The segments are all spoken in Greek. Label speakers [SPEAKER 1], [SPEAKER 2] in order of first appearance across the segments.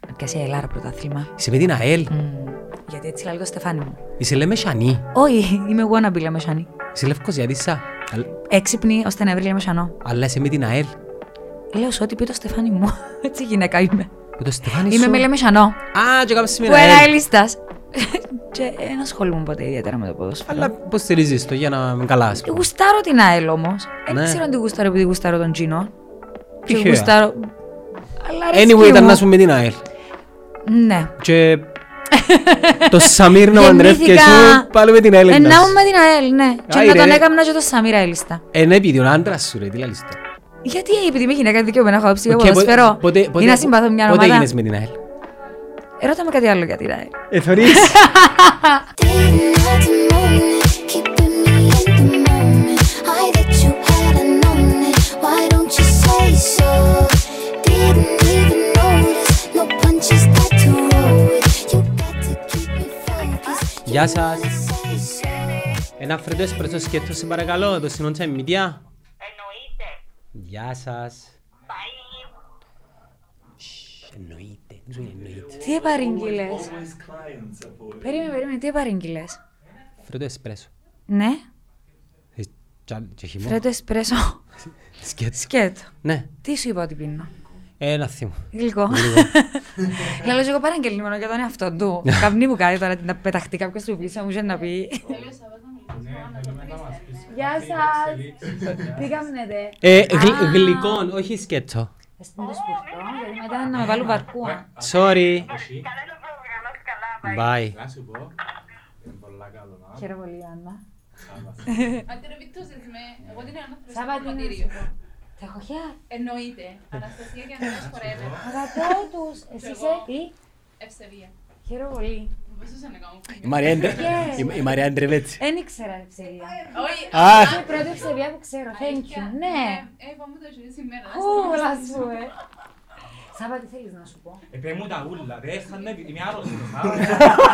[SPEAKER 1] διαδικασία Ελάρα πρωτάθλημα.
[SPEAKER 2] Είσαι με την ΑΕΛ.
[SPEAKER 1] Μμμ, γιατί έτσι λέει το Στεφάνι μου.
[SPEAKER 2] Είσαι λέμε Σανή.
[SPEAKER 1] Όχι, είμαι wannabe λεμεσανή.
[SPEAKER 2] Είσαι λευκός γιατί είσαι.
[SPEAKER 1] Έξυπνη ώστε να βρει λεμεσανό.
[SPEAKER 2] Αλλά είσαι με την ΑΕΛ.
[SPEAKER 1] Λέω σου ό,τι πει το Στεφάνι μου. έτσι γυναίκα είμαι.
[SPEAKER 2] Με το Στεφάνι
[SPEAKER 1] Είμαι
[SPEAKER 2] σου.
[SPEAKER 1] με λεμεσανό.
[SPEAKER 2] Α, και κάμψε με
[SPEAKER 1] Που
[SPEAKER 2] την
[SPEAKER 1] ένα
[SPEAKER 2] ΑΕΛ.
[SPEAKER 1] ελίστα. και δεν ασχολούμαι ποτέ ιδιαίτερα με το ποδόσφαιρο.
[SPEAKER 2] Αλλά πώς στηρίζεις το για να είμαι καλά, ας πούμε.
[SPEAKER 1] Γουστάρω την ΑΕΛ όμως.
[SPEAKER 2] Ναι.
[SPEAKER 1] Δεν ξέρω αν τη γουστάρω επειδή γουστάρω τον Τζίνο. Και
[SPEAKER 2] Τυχαία.
[SPEAKER 1] γουστάρω. Αλλά αρέσκει
[SPEAKER 2] Anyway, ήταν
[SPEAKER 1] μου.
[SPEAKER 2] να σου με την ΑΕΛ.
[SPEAKER 1] Ναι.
[SPEAKER 2] Και το Σαμίρ να παντρεύκεσαι
[SPEAKER 1] Γεννήθηκα-
[SPEAKER 2] πάλι με την ΑΕΛ.
[SPEAKER 1] Ενά μου με την ΑΕΛ, ναι. Και
[SPEAKER 2] Άι,
[SPEAKER 1] να τον
[SPEAKER 2] ρε.
[SPEAKER 1] έκανα και το Σαμίρα Ελίστα.
[SPEAKER 2] Εν επειδή ο άντρας σου ρε, τι λαλείς τώρα.
[SPEAKER 1] Γιατί ε, επειδή είμαι γυναίκα δικαιούμενα, έχω άποψη για
[SPEAKER 2] Οκ, πο-
[SPEAKER 1] ποδοσφαιρό.
[SPEAKER 2] πότε-
[SPEAKER 1] Ή
[SPEAKER 2] πότε-
[SPEAKER 1] να συμπαθώ μια
[SPEAKER 2] Πότε
[SPEAKER 1] ομάδα.
[SPEAKER 2] έγινες με την ΑΕΛ.
[SPEAKER 1] Ε, Ρώτα με κάτι άλλο για την ΑΕΛ.
[SPEAKER 2] Εθωρείς.
[SPEAKER 3] Didn't have the moment, keeping me in the moment. I that you hadn't known it. Why don't you say so? Didn't even notice, no punches that you roll with. You got to keep me focused.
[SPEAKER 2] Γεια σας.
[SPEAKER 3] Say so.
[SPEAKER 2] Ένα φρέντο εσπρέσο σκέτο, σε παρακαλώ, το συνόντσα με μητιά. Εννοείται. Γεια σας. Bye. Εννοείται. Τι σου λέει εννοείται.
[SPEAKER 1] Τι επαρήγγειλες. Περίμενε, περίμενε, τι επαρήγγειλες.
[SPEAKER 2] Φρέντο εσπρέσο.
[SPEAKER 1] Ναι,
[SPEAKER 2] Ε, τσα- Και χυμό.
[SPEAKER 1] φρέτο εσπρέσο.
[SPEAKER 2] Σκέτο.
[SPEAKER 1] Σκέτο.
[SPEAKER 2] Ναι. ε,
[SPEAKER 1] Τι σου είπα ότι πίνω.
[SPEAKER 2] Ένα θύμο.
[SPEAKER 1] Γλυκό. Λέω εγώ παραγγελίμενο για τον εαυτό του.
[SPEAKER 2] Ναι.
[SPEAKER 1] Καπνί μου κάτι τώρα να πεταχτεί κάποιος του πίσω μου, δεν να πει. Γεια σα. Τι κάνετε.
[SPEAKER 2] Ε, γλυ- Γλυκόν, όχι σκέτο.
[SPEAKER 1] Ας πούμε το σπουρτό, γιατί μετά να με βάλουν βαρκούα.
[SPEAKER 2] Sorry. Bye.
[SPEAKER 1] Χαίρομαι πολύ, Άννα.
[SPEAKER 4] Άντε ρε Βιτούς, ρυθμέ. Εγώ την Άννα θέλω στο
[SPEAKER 1] Σάβα, τι είναι
[SPEAKER 4] κομματήριο.
[SPEAKER 1] Τα έχω χιά.
[SPEAKER 4] Εννοείται. Αναστασία και Ανδρέας forever.
[SPEAKER 1] Αγαπώ τους. Εσύ είσαι. Τι.
[SPEAKER 4] Ευσεβία.
[SPEAKER 1] Χαίρομαι πολύ.
[SPEAKER 4] Βοηθούσε να κάνω.
[SPEAKER 2] Η Μαρία Αντρε- η- η Μαρία Αντρεβέτσι.
[SPEAKER 1] Δεν ήξερα ευσεβία.
[SPEAKER 4] Όχι.
[SPEAKER 2] Α,
[SPEAKER 1] Είναι η πρώτη ευσεβία που ξέρω. Thank you. Ναι.
[SPEAKER 4] Ναι. Ε, είπαμε το ζωή σήμερα.
[SPEAKER 1] Κούλα σου, ε. Σάβα, τι θέλεις να σου πω.
[SPEAKER 5] Επέ μου τα ούλα, ρε, σαν επειδή είμαι άρρωστος.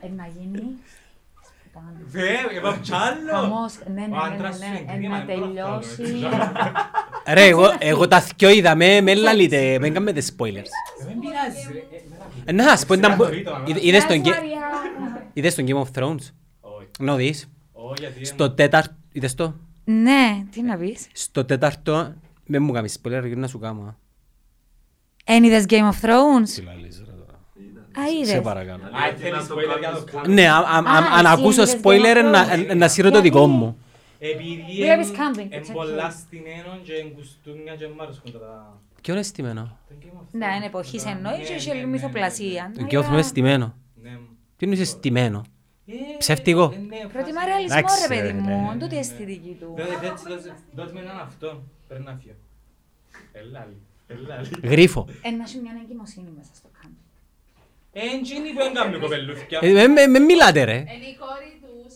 [SPEAKER 1] Ε, να γίνει. Σπουδά.
[SPEAKER 5] Βε, είπα κι άλλο.
[SPEAKER 1] Χαμός, ναι, ναι,
[SPEAKER 5] Ο
[SPEAKER 1] ναι,
[SPEAKER 5] άντρας σου
[SPEAKER 1] ναι, ναι, ε,
[SPEAKER 5] εγκρίνει
[SPEAKER 1] να
[SPEAKER 5] έναν πρόφθαλο,
[SPEAKER 1] τελειώσει.
[SPEAKER 5] έτσι.
[SPEAKER 2] ρε, εγώ- εγώ τα θκυο είδα, με με λαλείτε, με κάνετε spoilers.
[SPEAKER 5] Ε, Δεν πειράζει, ρε. Ε, μετά-
[SPEAKER 2] Ε, Να σας πω, ήταν...
[SPEAKER 5] Σειρά το βίντεο, αλλά.
[SPEAKER 2] Είδε- είδες τον
[SPEAKER 1] Γεια σου,
[SPEAKER 2] Ga-
[SPEAKER 1] Μαρία.
[SPEAKER 2] Είδες τον Game of Thrones.
[SPEAKER 5] Όχι,
[SPEAKER 2] Να δεις.
[SPEAKER 5] όχι, γιατί είναι-
[SPEAKER 2] Στο τέταρτο... Είδες το.
[SPEAKER 1] Ναι, τι να πεις.
[SPEAKER 2] Στο τέταρτο... Με μου κάνεις spoiler, γιατί να σου κάνω. α.
[SPEAKER 1] Εν είδες Game of Thrones. Α, είδες.
[SPEAKER 2] παρακαλώ.
[SPEAKER 5] Α, θέλεις spoiler για το κάνω.
[SPEAKER 2] Ναι, α- α- α-
[SPEAKER 1] Α,
[SPEAKER 2] αν
[SPEAKER 1] εσύ
[SPEAKER 2] ακούσω
[SPEAKER 1] είδες
[SPEAKER 2] spoiler
[SPEAKER 1] Game of
[SPEAKER 2] να-
[SPEAKER 1] Thrones.
[SPEAKER 2] να σύρω το
[SPEAKER 1] Γιατί?
[SPEAKER 2] δικό μου.
[SPEAKER 5] Επειδή
[SPEAKER 1] Βλέπεις
[SPEAKER 5] εν-
[SPEAKER 1] camping,
[SPEAKER 5] εν
[SPEAKER 1] it's
[SPEAKER 5] πολλά
[SPEAKER 1] okay.
[SPEAKER 5] στην Ένων και εν κουστούμια και εν μ' αρέσκουν τα-
[SPEAKER 2] Ποιο είναι στημένο.
[SPEAKER 5] τα Game of
[SPEAKER 1] Ναι,
[SPEAKER 5] Thrones.
[SPEAKER 1] είναι εποχή σε εννοεί
[SPEAKER 5] Ναι,
[SPEAKER 1] και
[SPEAKER 5] ναι,
[SPEAKER 1] είχε
[SPEAKER 5] ναι, ναι,
[SPEAKER 1] μυθοπλασία.
[SPEAKER 2] Το Game of Thrones είναι στημένο.
[SPEAKER 5] ναι.
[SPEAKER 2] Ποιο είναι είσαι στημένο.
[SPEAKER 5] Ε,
[SPEAKER 2] Ψεύτικο.
[SPEAKER 5] ε, ναι,
[SPEAKER 1] Προτιμά
[SPEAKER 5] φάση-
[SPEAKER 1] ρεαλισμό,
[SPEAKER 2] Εντάξει,
[SPEAKER 1] ρε παιδί
[SPEAKER 2] ρε,
[SPEAKER 1] μου.
[SPEAKER 2] ναι.
[SPEAKER 1] Τούτη η αισθητική του.
[SPEAKER 5] Δώτε- δώτε- δώτε- Δώτε με έναν αυτό, περνά φύο. Ελάλη, ελάλη.
[SPEAKER 2] Γρίφο.
[SPEAKER 1] Ένα σου μια εγκυμοσύνη μέσα στο κάμπι.
[SPEAKER 5] Ε, εν τζίνι που εν κάνουν κοπελούθκια.
[SPEAKER 2] Ε, με- με- Με μιλάτε ρε.
[SPEAKER 4] Είναι η κόρη τους.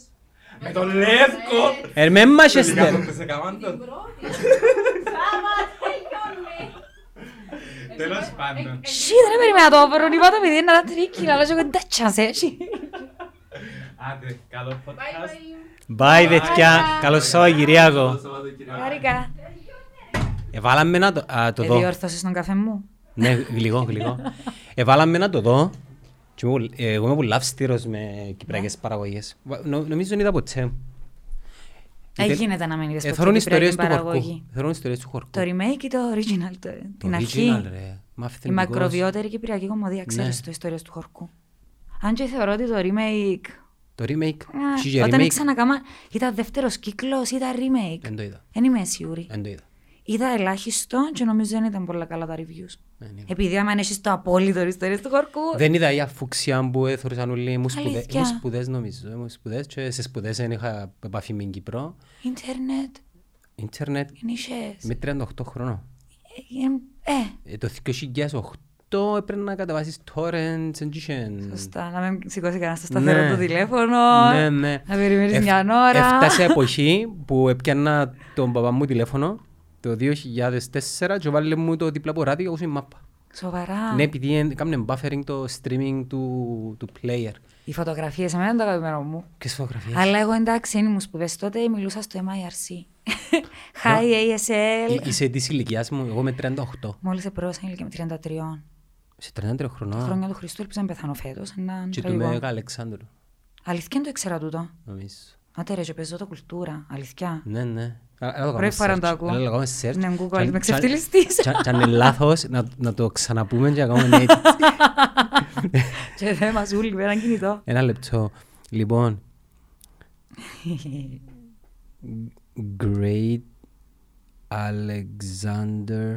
[SPEAKER 5] Με τον Λεύκο.
[SPEAKER 4] Ε,
[SPEAKER 2] Ε, με μάχεστε. ρε.
[SPEAKER 5] Τελικά, σε καμάν
[SPEAKER 4] Την
[SPEAKER 5] το-
[SPEAKER 4] πρώτη. Σάβα, τελειώνει.
[SPEAKER 5] Τέλος πάντων.
[SPEAKER 1] Σι, δεν περίμενα το βρουν. Είπα το παιδί να τα τρίκει, αλλά εγώ δεν τα τσάνσε έτσι.
[SPEAKER 5] Άντε, καλό
[SPEAKER 4] Bye,
[SPEAKER 5] podcast.
[SPEAKER 4] bye.
[SPEAKER 2] Bye, παιδιά. Καλό Σαββατοκυριακό.
[SPEAKER 1] Χάρηκα.
[SPEAKER 2] Εβάλαμε Ε, να το, α, το
[SPEAKER 1] Ε,
[SPEAKER 2] δω.
[SPEAKER 1] διόρθωσες τον καφέ μου.
[SPEAKER 2] ναι, γλυκό, γλυκό. Εβάλαμε να το δω. Και είμαι πολύ- ε, εγώ είμαι πολύ αυστηρός με κυπριακές παραγωγές. Βα- νο- Νομίζω δεν είδα ποτέ.
[SPEAKER 1] Ε,
[SPEAKER 2] Τε-
[SPEAKER 1] γίνεται να μην είδες
[SPEAKER 2] Ε,
[SPEAKER 1] ποτέ
[SPEAKER 2] θωρούν
[SPEAKER 1] την
[SPEAKER 2] ιστορίες
[SPEAKER 1] πρώτη
[SPEAKER 2] του
[SPEAKER 1] παραγωγή.
[SPEAKER 2] χορκού. Θωρούν ιστορίες του χορκού.
[SPEAKER 1] Το remake ή το original, το-
[SPEAKER 2] Το
[SPEAKER 1] την αρχή.
[SPEAKER 2] original, ρε. Μα
[SPEAKER 1] Η
[SPEAKER 2] αυθεντικός.
[SPEAKER 1] μακροβιότερη κυπριακή κομμωδία, ξέρεις
[SPEAKER 2] Ναι.
[SPEAKER 1] το ιστορίες του χορκού. Αν και θεωρώ ότι το remake...
[SPEAKER 2] Το remake.
[SPEAKER 1] α,
[SPEAKER 2] Είχε
[SPEAKER 1] Όταν
[SPEAKER 2] remake.
[SPEAKER 1] ξανακάμα, ήταν δεύτερος κύκλος, ήταν remake.
[SPEAKER 2] Δεν το είδα.
[SPEAKER 1] Δεν είμαι σίγουρη.
[SPEAKER 2] Δεν το είδα.
[SPEAKER 1] Είδα ελάχιστο και νομίζω δεν ήταν πολλά καλά τα reviews.
[SPEAKER 2] Δεν είδα.
[SPEAKER 1] Επειδή άμα είναι εσύ το απόλυτο ιστορίες του χορκού,
[SPEAKER 2] Δεν είδα η αφουξιά που έθωρησαν όλοι μου σπουδές.
[SPEAKER 1] Αλήθεια.
[SPEAKER 2] Ήμουν σπουδές νομίζω. Ήμουν σπουδές και σε σπουδές δεν είχα επαφή με την Κύπρο.
[SPEAKER 1] ίντερνετ,
[SPEAKER 2] Ίντερνετ
[SPEAKER 1] ενίσχες,
[SPEAKER 2] με 38 χρόνων.
[SPEAKER 1] ε, ε,
[SPEAKER 2] Ε, το 2008 έπρεπε να καταβάσεις torrents and chicken.
[SPEAKER 1] σωστά, να μην σηκώσει κανένας στο σταθερό
[SPEAKER 2] Ναι.
[SPEAKER 1] του τηλέφωνο,
[SPEAKER 2] Ναι, ναι.
[SPEAKER 1] να περιμένεις
[SPEAKER 2] Εφ-
[SPEAKER 1] μια ώρα.
[SPEAKER 2] Έφτασε εποχή που έπιανα τον παπά μου τηλέφωνο το 2004 και βάλε μου το διπλά ποράδι και ακούσε η μάπα.
[SPEAKER 1] Σοβαρά.
[SPEAKER 2] Ναι, επειδή εν- κάμνε buffering το streaming του, του player.
[SPEAKER 1] Οι φωτογραφίες εμένα είναι το αγαπημένο μου.
[SPEAKER 2] Και φωτογραφίες.
[SPEAKER 1] Αλλά εγώ εντάξει, είναι μου σπουδές. Τότε μιλούσα στο MIRC. Hi ASL.
[SPEAKER 2] Ε, Είσαι της ηλικιάς μου, εγώ με 38.
[SPEAKER 1] Μόλι επρόωσα ηλικία με 33.
[SPEAKER 2] Σε 33
[SPEAKER 1] Τα
[SPEAKER 2] χρονών.
[SPEAKER 1] χρόνια του Χριστού ελπίζω να πεθάνω φέτος. Έναν
[SPEAKER 2] Και του
[SPEAKER 1] τραγικό.
[SPEAKER 2] Μέγα Αλεξάνδρου,
[SPEAKER 1] Αλήθεια το ήξερα τούτο.
[SPEAKER 2] νομίζω.
[SPEAKER 1] Άτε ρε, και παίζω το κουλτούρα. Αλήθεια.
[SPEAKER 2] Ναι, ναι. Άρα, άρα το
[SPEAKER 1] Πρώτη φορά
[SPEAKER 2] κάνουμε search.
[SPEAKER 1] το ακούω.
[SPEAKER 2] Άρα το κάνουμε search.
[SPEAKER 1] Ναι, Google,
[SPEAKER 2] Κι αν-
[SPEAKER 1] με
[SPEAKER 2] κι αν-
[SPEAKER 1] ξεφτυλιστείς.
[SPEAKER 2] κι αν- κι αν είναι λάθος, να- να το ξαναπούμε και να κάνουμε edit.
[SPEAKER 1] Και δε μας ούλοι με ένα κινητό.
[SPEAKER 2] Ένα λεπτό. Λοιπόν, Great Alexander.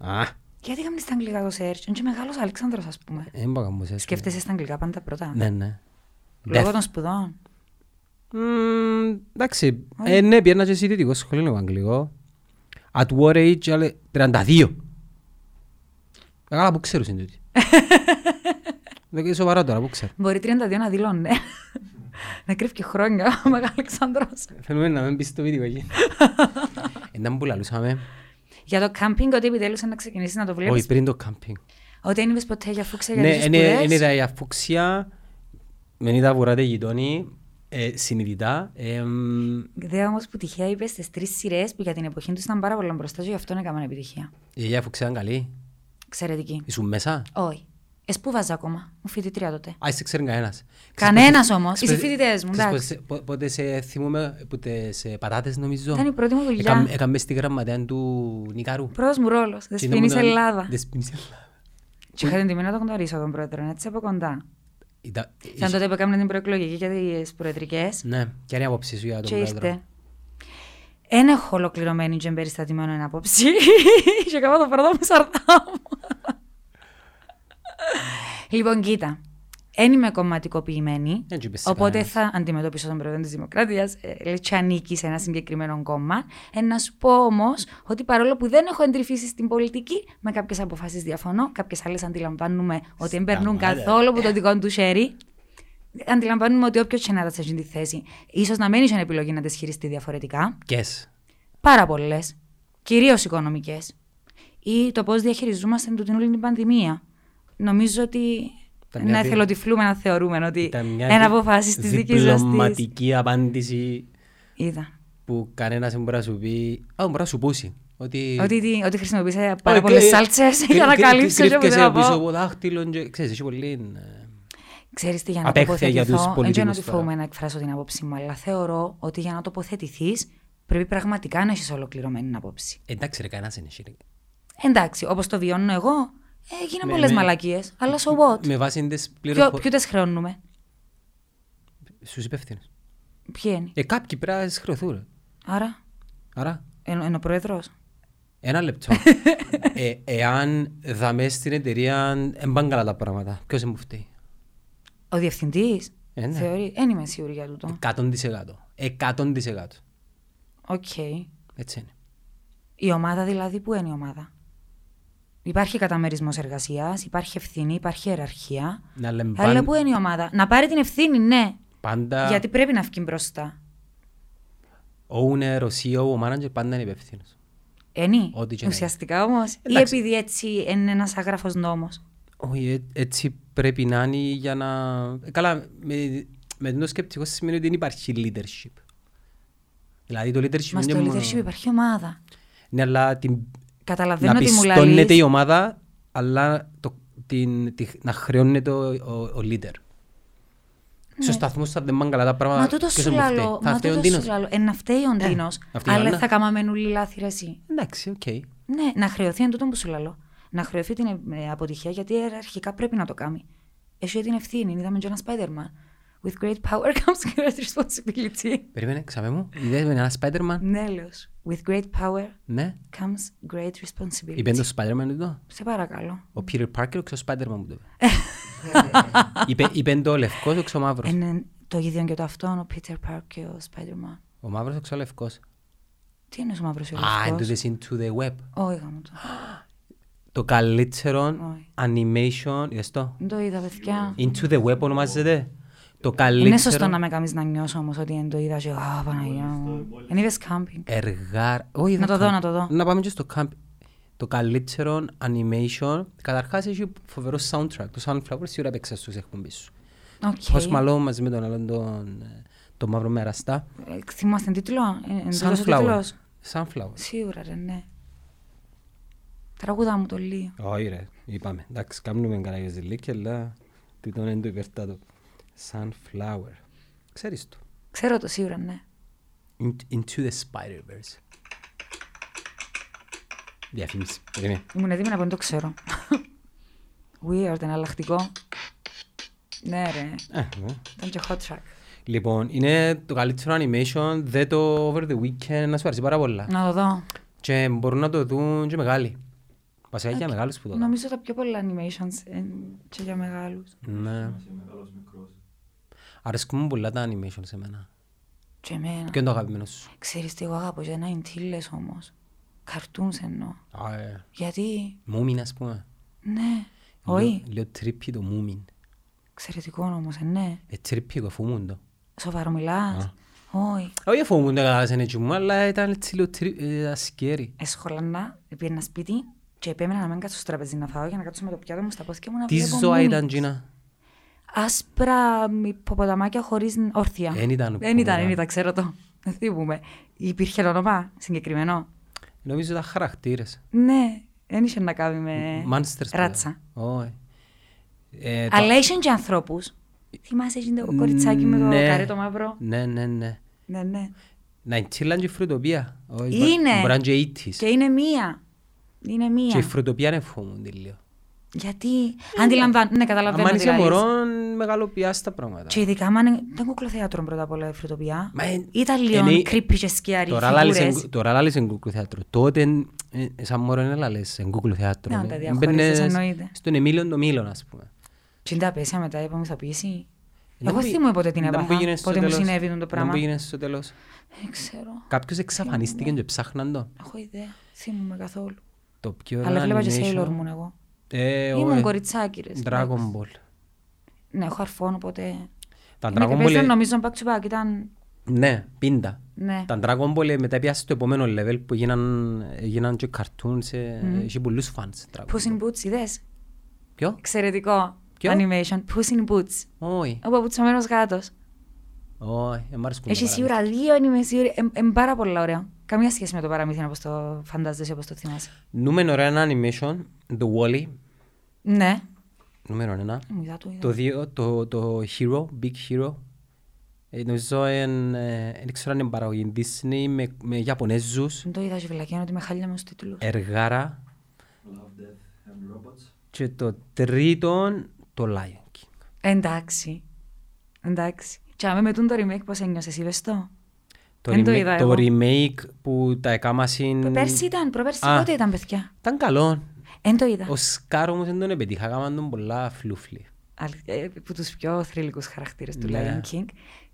[SPEAKER 2] Α,
[SPEAKER 1] Γιατί είχαμε στα αγγλικά το search. Είναι και μεγάλος Αλέξανδρος ας πούμε.
[SPEAKER 2] δεν μπορώ να μου σε έτσι.
[SPEAKER 1] Σκέφτεσαι στα αγγλικά πάντα πρώτα.
[SPEAKER 2] Ε, Ναι, ναι.
[SPEAKER 1] Λόγω
[SPEAKER 2] Death.
[SPEAKER 1] των σπουδών.
[SPEAKER 2] Μμμ, Εντάξει,
[SPEAKER 1] Όχι.
[SPEAKER 2] ε, ναι, πιένα και εσύ δυτικό σχολείο λίγο αγγλικό. At what age, ale- 32. Ε, Καλά, που ξέρουν είναι τούτοι. Δεν είναι σοβαρό τώρα, που ξέρω.
[SPEAKER 1] Μπορεί 32 να δηλώνει. ναι. Να κρύβει και χρόνια ο Μεγάλος Αλεξάνδρος.
[SPEAKER 2] Θέλουμε να μην πεις το βίντεο εκεί. Εντά που λαλούσαμε,
[SPEAKER 1] Για το κάμπινγκ, ότι επιτέλους να ξεκινήσεις να το βλέπεις.
[SPEAKER 2] όχι πριν το κάμπινγκ.
[SPEAKER 1] Ότι δεν είδες ποτέ για φούξα για
[SPEAKER 2] Ναι,
[SPEAKER 1] τις
[SPEAKER 2] είναι
[SPEAKER 1] σπουδές.
[SPEAKER 2] είδα η αφούξια, μεν είδα βουράτε γειτόνι, ε, συνειδητά. Ε, εμ,
[SPEAKER 1] Δε όμως που τυχαία είπες τις τρεις σειρές που για την εποχή τους ήταν πάρα πολύ μπροστά και γι' αυτό έκαναν επιτυχία.
[SPEAKER 2] Η γιαγιά αφούξια ήταν καλή,
[SPEAKER 1] Εξαιρετική.
[SPEAKER 2] ήσουν μέσα.
[SPEAKER 1] Όχι. Εσπούβαζα ακόμα. Μου φοιτητρία τότε.
[SPEAKER 2] Α, σε ξέρει κανένας.
[SPEAKER 1] Κανένας
[SPEAKER 2] Ξέρεις
[SPEAKER 1] όμως.
[SPEAKER 2] ξέρεις
[SPEAKER 1] Είσαι φοιτητές μου,
[SPEAKER 2] ξέρεις
[SPEAKER 1] εντάξει.
[SPEAKER 2] πότε σε- πο- Πότε σε θυμούμε, που τις ε, πατάτες νομίζω.
[SPEAKER 1] Ήταν η πρώτη μου δουλειά.
[SPEAKER 2] Έκαμε- Έκαμε στη γραμματεία του Νικαρού.
[SPEAKER 1] Πρώτος μου ρόλος. Δε
[SPEAKER 2] Και ήταν
[SPEAKER 1] σπίνης
[SPEAKER 2] μόνο-
[SPEAKER 1] Ελλάδα.
[SPEAKER 2] Δεσποινής Ελλάδα.
[SPEAKER 1] Και είχα την τιμή να το γνωρίσω τον πρόεδρο, έτσι από κοντά.
[SPEAKER 2] Ήταν-
[SPEAKER 1] Σαν τότε που έκαναν την προεκλογική για τις προεδρικές
[SPEAKER 2] Ναι, και είναι η άποψη σου για τον
[SPEAKER 1] και
[SPEAKER 2] πρόεδρο.
[SPEAKER 1] ήρθε. Εν έχω ολοκληρωμένη και εμπεριστατημένο εν απόψη. και κάνω το πρώτο μου σαρτά μου. λοιπόν, κοίτα. Εν είμαι κομματικοποιημένη,
[SPEAKER 2] Δεν του είπες σε
[SPEAKER 1] οπότε
[SPEAKER 2] κανένας.
[SPEAKER 1] θα αντιμετωπίσω τον πρόεδρο της Δημοκρατίας, ε, λέει και ανήκει σε ένα συγκεκριμένο κόμμα. Ε, να σου πω όμως ότι παρόλο που δεν έχω εντρυφήσει στην πολιτική, με κάποιες αποφάσεις διαφωνώ, κάποιες άλλες αντιλαμβάνουμε ότι δεν περνούν
[SPEAKER 2] Σταμάτα.
[SPEAKER 1] καθόλου από το δικό του χέρι. Αντιλαμβάνουμε ότι όποιος και να ήταν σε αυτή τη θέση, ίσως να μένει σε μια επιλογή να τη χειριστεί διαφορετικά.
[SPEAKER 2] Κες.
[SPEAKER 1] Πάρα πολλές. Κυρίως οικονομικές. Ή το πώς διαχειριζόμαστε την όλη την πανδημία. Νομίζω ότι.
[SPEAKER 2] Ήταν μια
[SPEAKER 1] να
[SPEAKER 2] δι-
[SPEAKER 1] εθελοτυφλούμε να θεωρούμε ότι
[SPEAKER 2] Ήταν μια
[SPEAKER 1] ένα
[SPEAKER 2] δι-
[SPEAKER 1] αποφάσει της δική σας.
[SPEAKER 2] διπλωματική απάντηση
[SPEAKER 1] Είδα.
[SPEAKER 2] που κανένας δεν μπορεί να σου πει. Α, μπορεί να σου πούσει. Ότι...
[SPEAKER 1] Ότι, τι- ότι χρησιμοποίησα
[SPEAKER 2] Α,
[SPEAKER 1] πάρα πολλέ
[SPEAKER 2] κρύ-
[SPEAKER 1] σάλτσε
[SPEAKER 2] κρύ-
[SPEAKER 1] για να
[SPEAKER 2] κρύ-
[SPEAKER 1] καλύψω και που
[SPEAKER 2] κρύφκεσαι
[SPEAKER 1] δεν θα
[SPEAKER 2] πίσω
[SPEAKER 1] πω.
[SPEAKER 2] από δάχτυλο και- Ξέρεις, έχει πολύ... ε,
[SPEAKER 1] Ξέρεις τι, για να
[SPEAKER 2] Απέχθεια για τους
[SPEAKER 1] τοποθετηθώ, δεν ξέρω
[SPEAKER 2] πολιτικούς
[SPEAKER 1] ότι
[SPEAKER 2] τώρα.
[SPEAKER 1] φοβούμαι να εκφράσω την άποψή μου, αλλά θεωρώ ότι για να τοποθετηθείς πρέπει πραγματικά να έχεις ολοκληρωμένη άποψη.
[SPEAKER 2] Εντάξει ρε, κανένας δεν έχει. ρε.
[SPEAKER 1] Εντάξει, όπως το βιώνω εγώ, ε, γίναν
[SPEAKER 2] Με-
[SPEAKER 1] πολλέ
[SPEAKER 2] με-
[SPEAKER 1] μαλακίες, αλλά so what.
[SPEAKER 2] Με βάση τις
[SPEAKER 1] Ποιο,
[SPEAKER 2] πληροφορίες.
[SPEAKER 1] ποιο τες χρεώνουμε,
[SPEAKER 2] Στους υπεύθυνους.
[SPEAKER 1] ποιοι είναι.
[SPEAKER 2] Ε, κάποιοι πρέπει να τις χρεωθούν. ρε.
[SPEAKER 1] Άρα,
[SPEAKER 2] Άρα,
[SPEAKER 1] εν, εν ο πρόεδρος.
[SPEAKER 2] ένα λεπτό. ε, εάν δαμέ στην εταιρεία, δεν πάνε καλά τα πράγματα. Ποιος δεν μου φταίει.
[SPEAKER 1] Ο διευθυντής.
[SPEAKER 2] Ε, ναι.
[SPEAKER 1] Θεωρεί, δεν είμαι σίγουρη για τούτο.
[SPEAKER 2] 100%. 100%.
[SPEAKER 1] Οκ.
[SPEAKER 2] Έτσι είναι.
[SPEAKER 1] Η ομάδα δηλαδή, πού είναι η ομάδα. Υπάρχει καταμερισμός εργασίας, υπάρχει ευθύνη, υπάρχει ιεραρχία.
[SPEAKER 2] Να λέμε
[SPEAKER 1] Αλλά
[SPEAKER 2] παν-
[SPEAKER 1] πού είναι η ομάδα. Να πάρει την ευθύνη, ναι.
[SPEAKER 2] πάντα
[SPEAKER 1] ε- Γιατί πρέπει να βγει μπροστά.
[SPEAKER 2] owner, ο CEO, ο manager πάντα είναι υπεύθυνος.
[SPEAKER 1] Ένι,
[SPEAKER 2] Ό,τι και να
[SPEAKER 1] ουσιαστικά όμως. Ή
[SPEAKER 2] Εντάξει.
[SPEAKER 1] επειδή έτσι είναι ένας άγραφος νόμος.
[SPEAKER 2] Όχι, ε- έτσι πρέπει να είναι για να... Ε, Καλά, με, με το σκεπτικό σημαίνει ότι δεν υπάρχει leadership. Δηλαδή το leadership
[SPEAKER 1] Μα
[SPEAKER 2] είναι
[SPEAKER 1] στο
[SPEAKER 2] μόνο...
[SPEAKER 1] leadership υπάρχει ομάδα.
[SPEAKER 2] Ναι, αλλά την...
[SPEAKER 1] Καταλαβαίνω
[SPEAKER 2] να
[SPEAKER 1] ότι μου
[SPEAKER 2] πιστώνεται
[SPEAKER 1] λέει.
[SPEAKER 2] η ομάδα, αλλά το, την, τη, να χρεώνεται ο, ο, ο leader. Στου σταθμούς θα δεν πάνε καλά τα πράγματα.
[SPEAKER 1] Ναι. Μα τούτο
[SPEAKER 2] ποιος
[SPEAKER 1] σου
[SPEAKER 2] μου φταίει.
[SPEAKER 1] λαλώ.
[SPEAKER 2] Θα
[SPEAKER 1] Μα
[SPEAKER 2] φταίει ο
[SPEAKER 1] τούτο σου
[SPEAKER 2] Ντίνος.
[SPEAKER 1] λαλώ. Ε, να φταίει ο Ντίνο.
[SPEAKER 2] αυτή η
[SPEAKER 1] Αλλά
[SPEAKER 2] Άννα.
[SPEAKER 1] θα κάμαμε νουλή λάθη ρε εσύ.
[SPEAKER 2] Εντάξει, οκ.
[SPEAKER 1] Ναι, να χρεωθεί εν τούτο που σου λαλώ. Να χρεωθεί την ε, ε, αποτυχία γιατί αρχικά πρέπει να το κάνει. Έχει την ευθύνη. Είδαμε και ένα Spider-Man. With great power comes great responsibility.
[SPEAKER 2] Περίμενε, ξαμε μου. Είδες με ένα Spider-Man.
[SPEAKER 1] Ναι, λέω σου. With great power
[SPEAKER 2] Ναι.
[SPEAKER 1] comes great responsibility.
[SPEAKER 2] Είπε το Spider-Man εδώ.
[SPEAKER 1] Σε παρακαλώ.
[SPEAKER 2] Ο Peter Parker, ο ξέρω Spider-Man μου το είπε. είπε. Είπε το λευκός, ο ξέρω μαύρος.
[SPEAKER 1] Είναι το ίδιο και το αυτόν, ο Peter Park και ο Spider-Man.
[SPEAKER 2] Ο μαύρος, ο ξέρω λευκός.
[SPEAKER 1] Τι είναι ο μαύρος ή ο
[SPEAKER 2] Α, into
[SPEAKER 1] λευκός.
[SPEAKER 2] this into the web.
[SPEAKER 1] Όχι γάμο το.
[SPEAKER 2] Το καλύτερο
[SPEAKER 1] Όχι.
[SPEAKER 2] animation, είδες το.
[SPEAKER 1] Δεν το είδα παιδιά.
[SPEAKER 2] Into the web ονομάζεται. Το καλύτερο.
[SPEAKER 1] Είναι Ε, ναι, σωστό να με κάνεις να νιώσω όμως ότι δεν το είδα και «Α, Παναγιά μου». Εν είδες κάμπινγκ.
[SPEAKER 2] Εργάρ... Όχι,
[SPEAKER 1] Να το
[SPEAKER 2] δεν
[SPEAKER 1] δω,
[SPEAKER 2] καν-
[SPEAKER 1] να το δω.
[SPEAKER 2] Να πάμε και στο camp. Το καλύτερο animation. Καταρχάς έχει φοβερό soundtrack. Το Sunflower σίγουρα έπαιξες στους εκπομπείς σου. Πώς
[SPEAKER 1] Οκ.
[SPEAKER 2] μαλώ μαζί με τον άλλον τον, ε, τον μαύρο μεραστά.
[SPEAKER 1] Ε, Θυμάσαι τον τίτλο. ε, ε, εντός ο
[SPEAKER 2] Sunflower.
[SPEAKER 1] τίτλος.
[SPEAKER 2] Sunflower.
[SPEAKER 1] Σίγουρα ρε ναι. Τραγούδα μου το λίγο.
[SPEAKER 2] Όχι ρε, είπαμε. Εντάξει, κάνουμε καλά για ζηλίκια, αλλά τούτον είναι το υπερτάτο. Sunflower. Ξέρεις το.
[SPEAKER 1] Ξέρω το σίγουρα, ναι.
[SPEAKER 2] In- Into the Spider-Verse. Διαφήμιση. Περίμενε.
[SPEAKER 1] Ήμουν έτοιμη να πω, δεν το ξέρω. Weird, εναλλακτικό. Ναι, ρε.
[SPEAKER 2] Ε, ναι.
[SPEAKER 1] Ήταν και hot track.
[SPEAKER 2] Λοιπόν, είναι το καλύτερο animation, δε το over the weekend, να σου αρέσει πάρα πολλά.
[SPEAKER 1] Να το δω.
[SPEAKER 2] Και μπορούν να το δουν και μεγάλοι. Βασικά για μεγάλους που το κάνουν.
[SPEAKER 1] Νομίζω τα πιο πολλά animations ε, και για μεγάλους.
[SPEAKER 2] Ναι. Αρέσκουν μου πολλά τα animation σε μένα.
[SPEAKER 1] Και εμένα.
[SPEAKER 2] Ποιο είναι το αγαπημένο σου.
[SPEAKER 1] Ξέρεις τι εγώ αγαπώ για Nine Tales όμως. Καρτούνς εννοώ. Γιατί,
[SPEAKER 2] ε, Μούμιν ας πούμε.
[SPEAKER 1] ναι.
[SPEAKER 2] Λέω-
[SPEAKER 1] Όχι.
[SPEAKER 2] Λέω τρίπι το μούμιν.
[SPEAKER 1] Εξαιρετικό όμως, ε, ναι.
[SPEAKER 2] Ε, τρίπι εγώ φοβούμουν το.
[SPEAKER 1] Σοβαρό μιλάς. Όχι.
[SPEAKER 2] Όχι φοβούμουν το κατάλαβες είναι τσιμού, αλλά ήταν έτσι λίγο ε, τρίπι, ήταν σκέρι.
[SPEAKER 1] Εσχολανά, πήγαινα σπίτι και επέμενα να μην κάτσω στο τραπέζι να φάω για να κάτσω με το πιάτο μου στα πόθηκια μου να
[SPEAKER 2] Τι
[SPEAKER 1] βλέπω
[SPEAKER 2] ζώα
[SPEAKER 1] Mooney.
[SPEAKER 2] ήταν Τζίνα.
[SPEAKER 1] Άσπρα μ, υποποταμάκια χωρίς όρθια.
[SPEAKER 2] Δεν ήταν
[SPEAKER 1] Δεν ήταν, δεν
[SPEAKER 2] υποποταμάκια.
[SPEAKER 1] ήταν, ξέρω το. Δεν θύμουμε. Υπήρχε όνομα συγκεκριμένο.
[SPEAKER 2] Νομίζω ήταν χαρακτήρες.
[SPEAKER 1] Ναι, δεν είχε να κάνει με
[SPEAKER 2] Μάνστερς. που
[SPEAKER 1] Ε, ράτσα.
[SPEAKER 2] ήταν. Όχι. Ε, το-
[SPEAKER 1] Αλλά είχε και ανθρώπους. Θυμάσαι, είχε το κοριτσάκι με το
[SPEAKER 2] Ναι.
[SPEAKER 1] καρέ το μαύρο.
[SPEAKER 2] Ναι, ναι, ναι.
[SPEAKER 1] Ναι, ναι.
[SPEAKER 2] Να είναι και η φρουτοπία. Όχι,
[SPEAKER 1] Είναι.
[SPEAKER 2] Μπορεί να είναι και η 80s.
[SPEAKER 1] Και είναι μία. Είναι
[SPEAKER 2] Και η
[SPEAKER 1] μία.
[SPEAKER 2] φρουτοπία είναι φοβούμουν τη λίγο.
[SPEAKER 1] Γιατί αντιλαμβάνω. Ναι, καταλαβαίνω.
[SPEAKER 2] Αν
[SPEAKER 1] τι
[SPEAKER 2] είσαι
[SPEAKER 1] λαλείς.
[SPEAKER 2] Ε, μωρό, μεγαλοποιάς τα πράγματα.
[SPEAKER 1] Και ειδικά, άμα είναι- δεν κουκλοθέατρο πρώτα απ' όλα η φρουτοπιά.
[SPEAKER 2] Μα εν-
[SPEAKER 1] Ήταν λίγο
[SPEAKER 2] εννοεί-
[SPEAKER 1] creepy και σκιαρή.
[SPEAKER 2] Τώρα λάλης εν- Τώρα λάλης εν Google θέατρο. Τότε, ε, σαν μωρό είναι λάλης εν Google θέατρο.
[SPEAKER 1] Ναι,
[SPEAKER 2] ε.
[SPEAKER 1] τα διαχωρίζεις,
[SPEAKER 2] Μπαίνες
[SPEAKER 1] εννοείται.
[SPEAKER 2] Στον Εμίλιο το Μήλον, ας πούμε.
[SPEAKER 1] Τι τα πέσα μετά, είπαμε θα πείσει.
[SPEAKER 2] Να
[SPEAKER 1] Εγώ
[SPEAKER 2] μου πει-
[SPEAKER 1] θυμούμαι ποτέ την
[SPEAKER 2] να μου
[SPEAKER 1] έπαθα.
[SPEAKER 2] πήγαινες στο
[SPEAKER 1] Πότε μου
[SPEAKER 2] τέλος.
[SPEAKER 1] συνέβη το
[SPEAKER 2] Να
[SPEAKER 1] πράγμα.
[SPEAKER 2] μου πήγαινες στο τέλος.
[SPEAKER 1] Δεν ξέρω.
[SPEAKER 2] Κάποιος
[SPEAKER 1] Ναι.
[SPEAKER 2] εξαφανίστηκε και ψάχναν το.
[SPEAKER 1] Έχω ιδέα. Θυμούμαι καθόλου.
[SPEAKER 2] Το πιο
[SPEAKER 1] Αλλά
[SPEAKER 2] ωραίο
[SPEAKER 1] βλέπα και
[SPEAKER 2] Ε, animation.
[SPEAKER 1] Sailor Moon εγώ.
[SPEAKER 2] Ε,
[SPEAKER 1] Ήμουν
[SPEAKER 2] ωε.
[SPEAKER 1] κοριτσάκι ρε.
[SPEAKER 2] Dragon Ball.
[SPEAKER 1] Ναι, έχω αρφών οπότε.
[SPEAKER 2] Τα
[SPEAKER 1] Είναι
[SPEAKER 2] Dragon
[SPEAKER 1] και παίζαν
[SPEAKER 2] Ball...
[SPEAKER 1] νομίζω back to back ήταν...
[SPEAKER 2] Ναι, πίντα.
[SPEAKER 1] Ναι.
[SPEAKER 2] Τα Dragon Ball ε, μετά πιάσε το επόμενο level που γίναν, γίναν και cartoons, ε, είχε πολλούς fans. Dragon
[SPEAKER 1] Puss
[SPEAKER 2] Ball.
[SPEAKER 1] in Boots, είδες.
[SPEAKER 2] Ποιο?
[SPEAKER 1] Εξαιρετικό.
[SPEAKER 2] Ποιο?
[SPEAKER 1] Animation. Puss in Boots.
[SPEAKER 2] Όχι,
[SPEAKER 1] Ο παπουτσαμένος γάτος.
[SPEAKER 2] όχι, δεν μ' αρέσκουν τα
[SPEAKER 1] Έχει σίγουρα
[SPEAKER 2] παραμύθια.
[SPEAKER 1] δύο, είμαι σίγουρη. Εμ- εμ, πάρα πολλά ωραία. Καμία σχέση με το παραμύθι όπως το φαντάζεσαι, όπως το θυμάσαι.
[SPEAKER 2] Νούμερο ένα animation, το Wall-E.
[SPEAKER 1] Ναι.
[SPEAKER 2] Νούμερο ένα.
[SPEAKER 1] Μου είδα το είδα.
[SPEAKER 2] Το δύο, το, το Hero, Big Hero. Ε, νομίζω εν, ε, δεν ξέρω αν είναι παραγωγή Disney με, με Ιαπωνέζους.
[SPEAKER 1] Δεν το είδα, Ζιβλακιάνο, ότι με χάλια με τους τίτλους.
[SPEAKER 2] Ε. Εργάρα. Και το τρίτο, το Lion King.
[SPEAKER 1] Εντάξει. Εντάξει. Και άμα με τούν το remake πώς ένιωσες, είδες το.
[SPEAKER 2] Το,
[SPEAKER 1] Εν το
[SPEAKER 2] remake-
[SPEAKER 1] είδα
[SPEAKER 2] το
[SPEAKER 1] εγώ.
[SPEAKER 2] remake που τα εκάμασιν...
[SPEAKER 1] Πέρσι ήταν, προπέρσι
[SPEAKER 2] Α.
[SPEAKER 1] πότε ήταν, παιδιά.
[SPEAKER 2] Ήταν καλό.
[SPEAKER 1] Εν το είδα.
[SPEAKER 2] Ο Σκάρ όμως δεν τον επετύχα, έκαναν τον πολλά φλούφλι.
[SPEAKER 1] Αλη- ε, που τους πιο θρηλυκούς χαρακτήρες του
[SPEAKER 2] Ναι.
[SPEAKER 1] Lion King.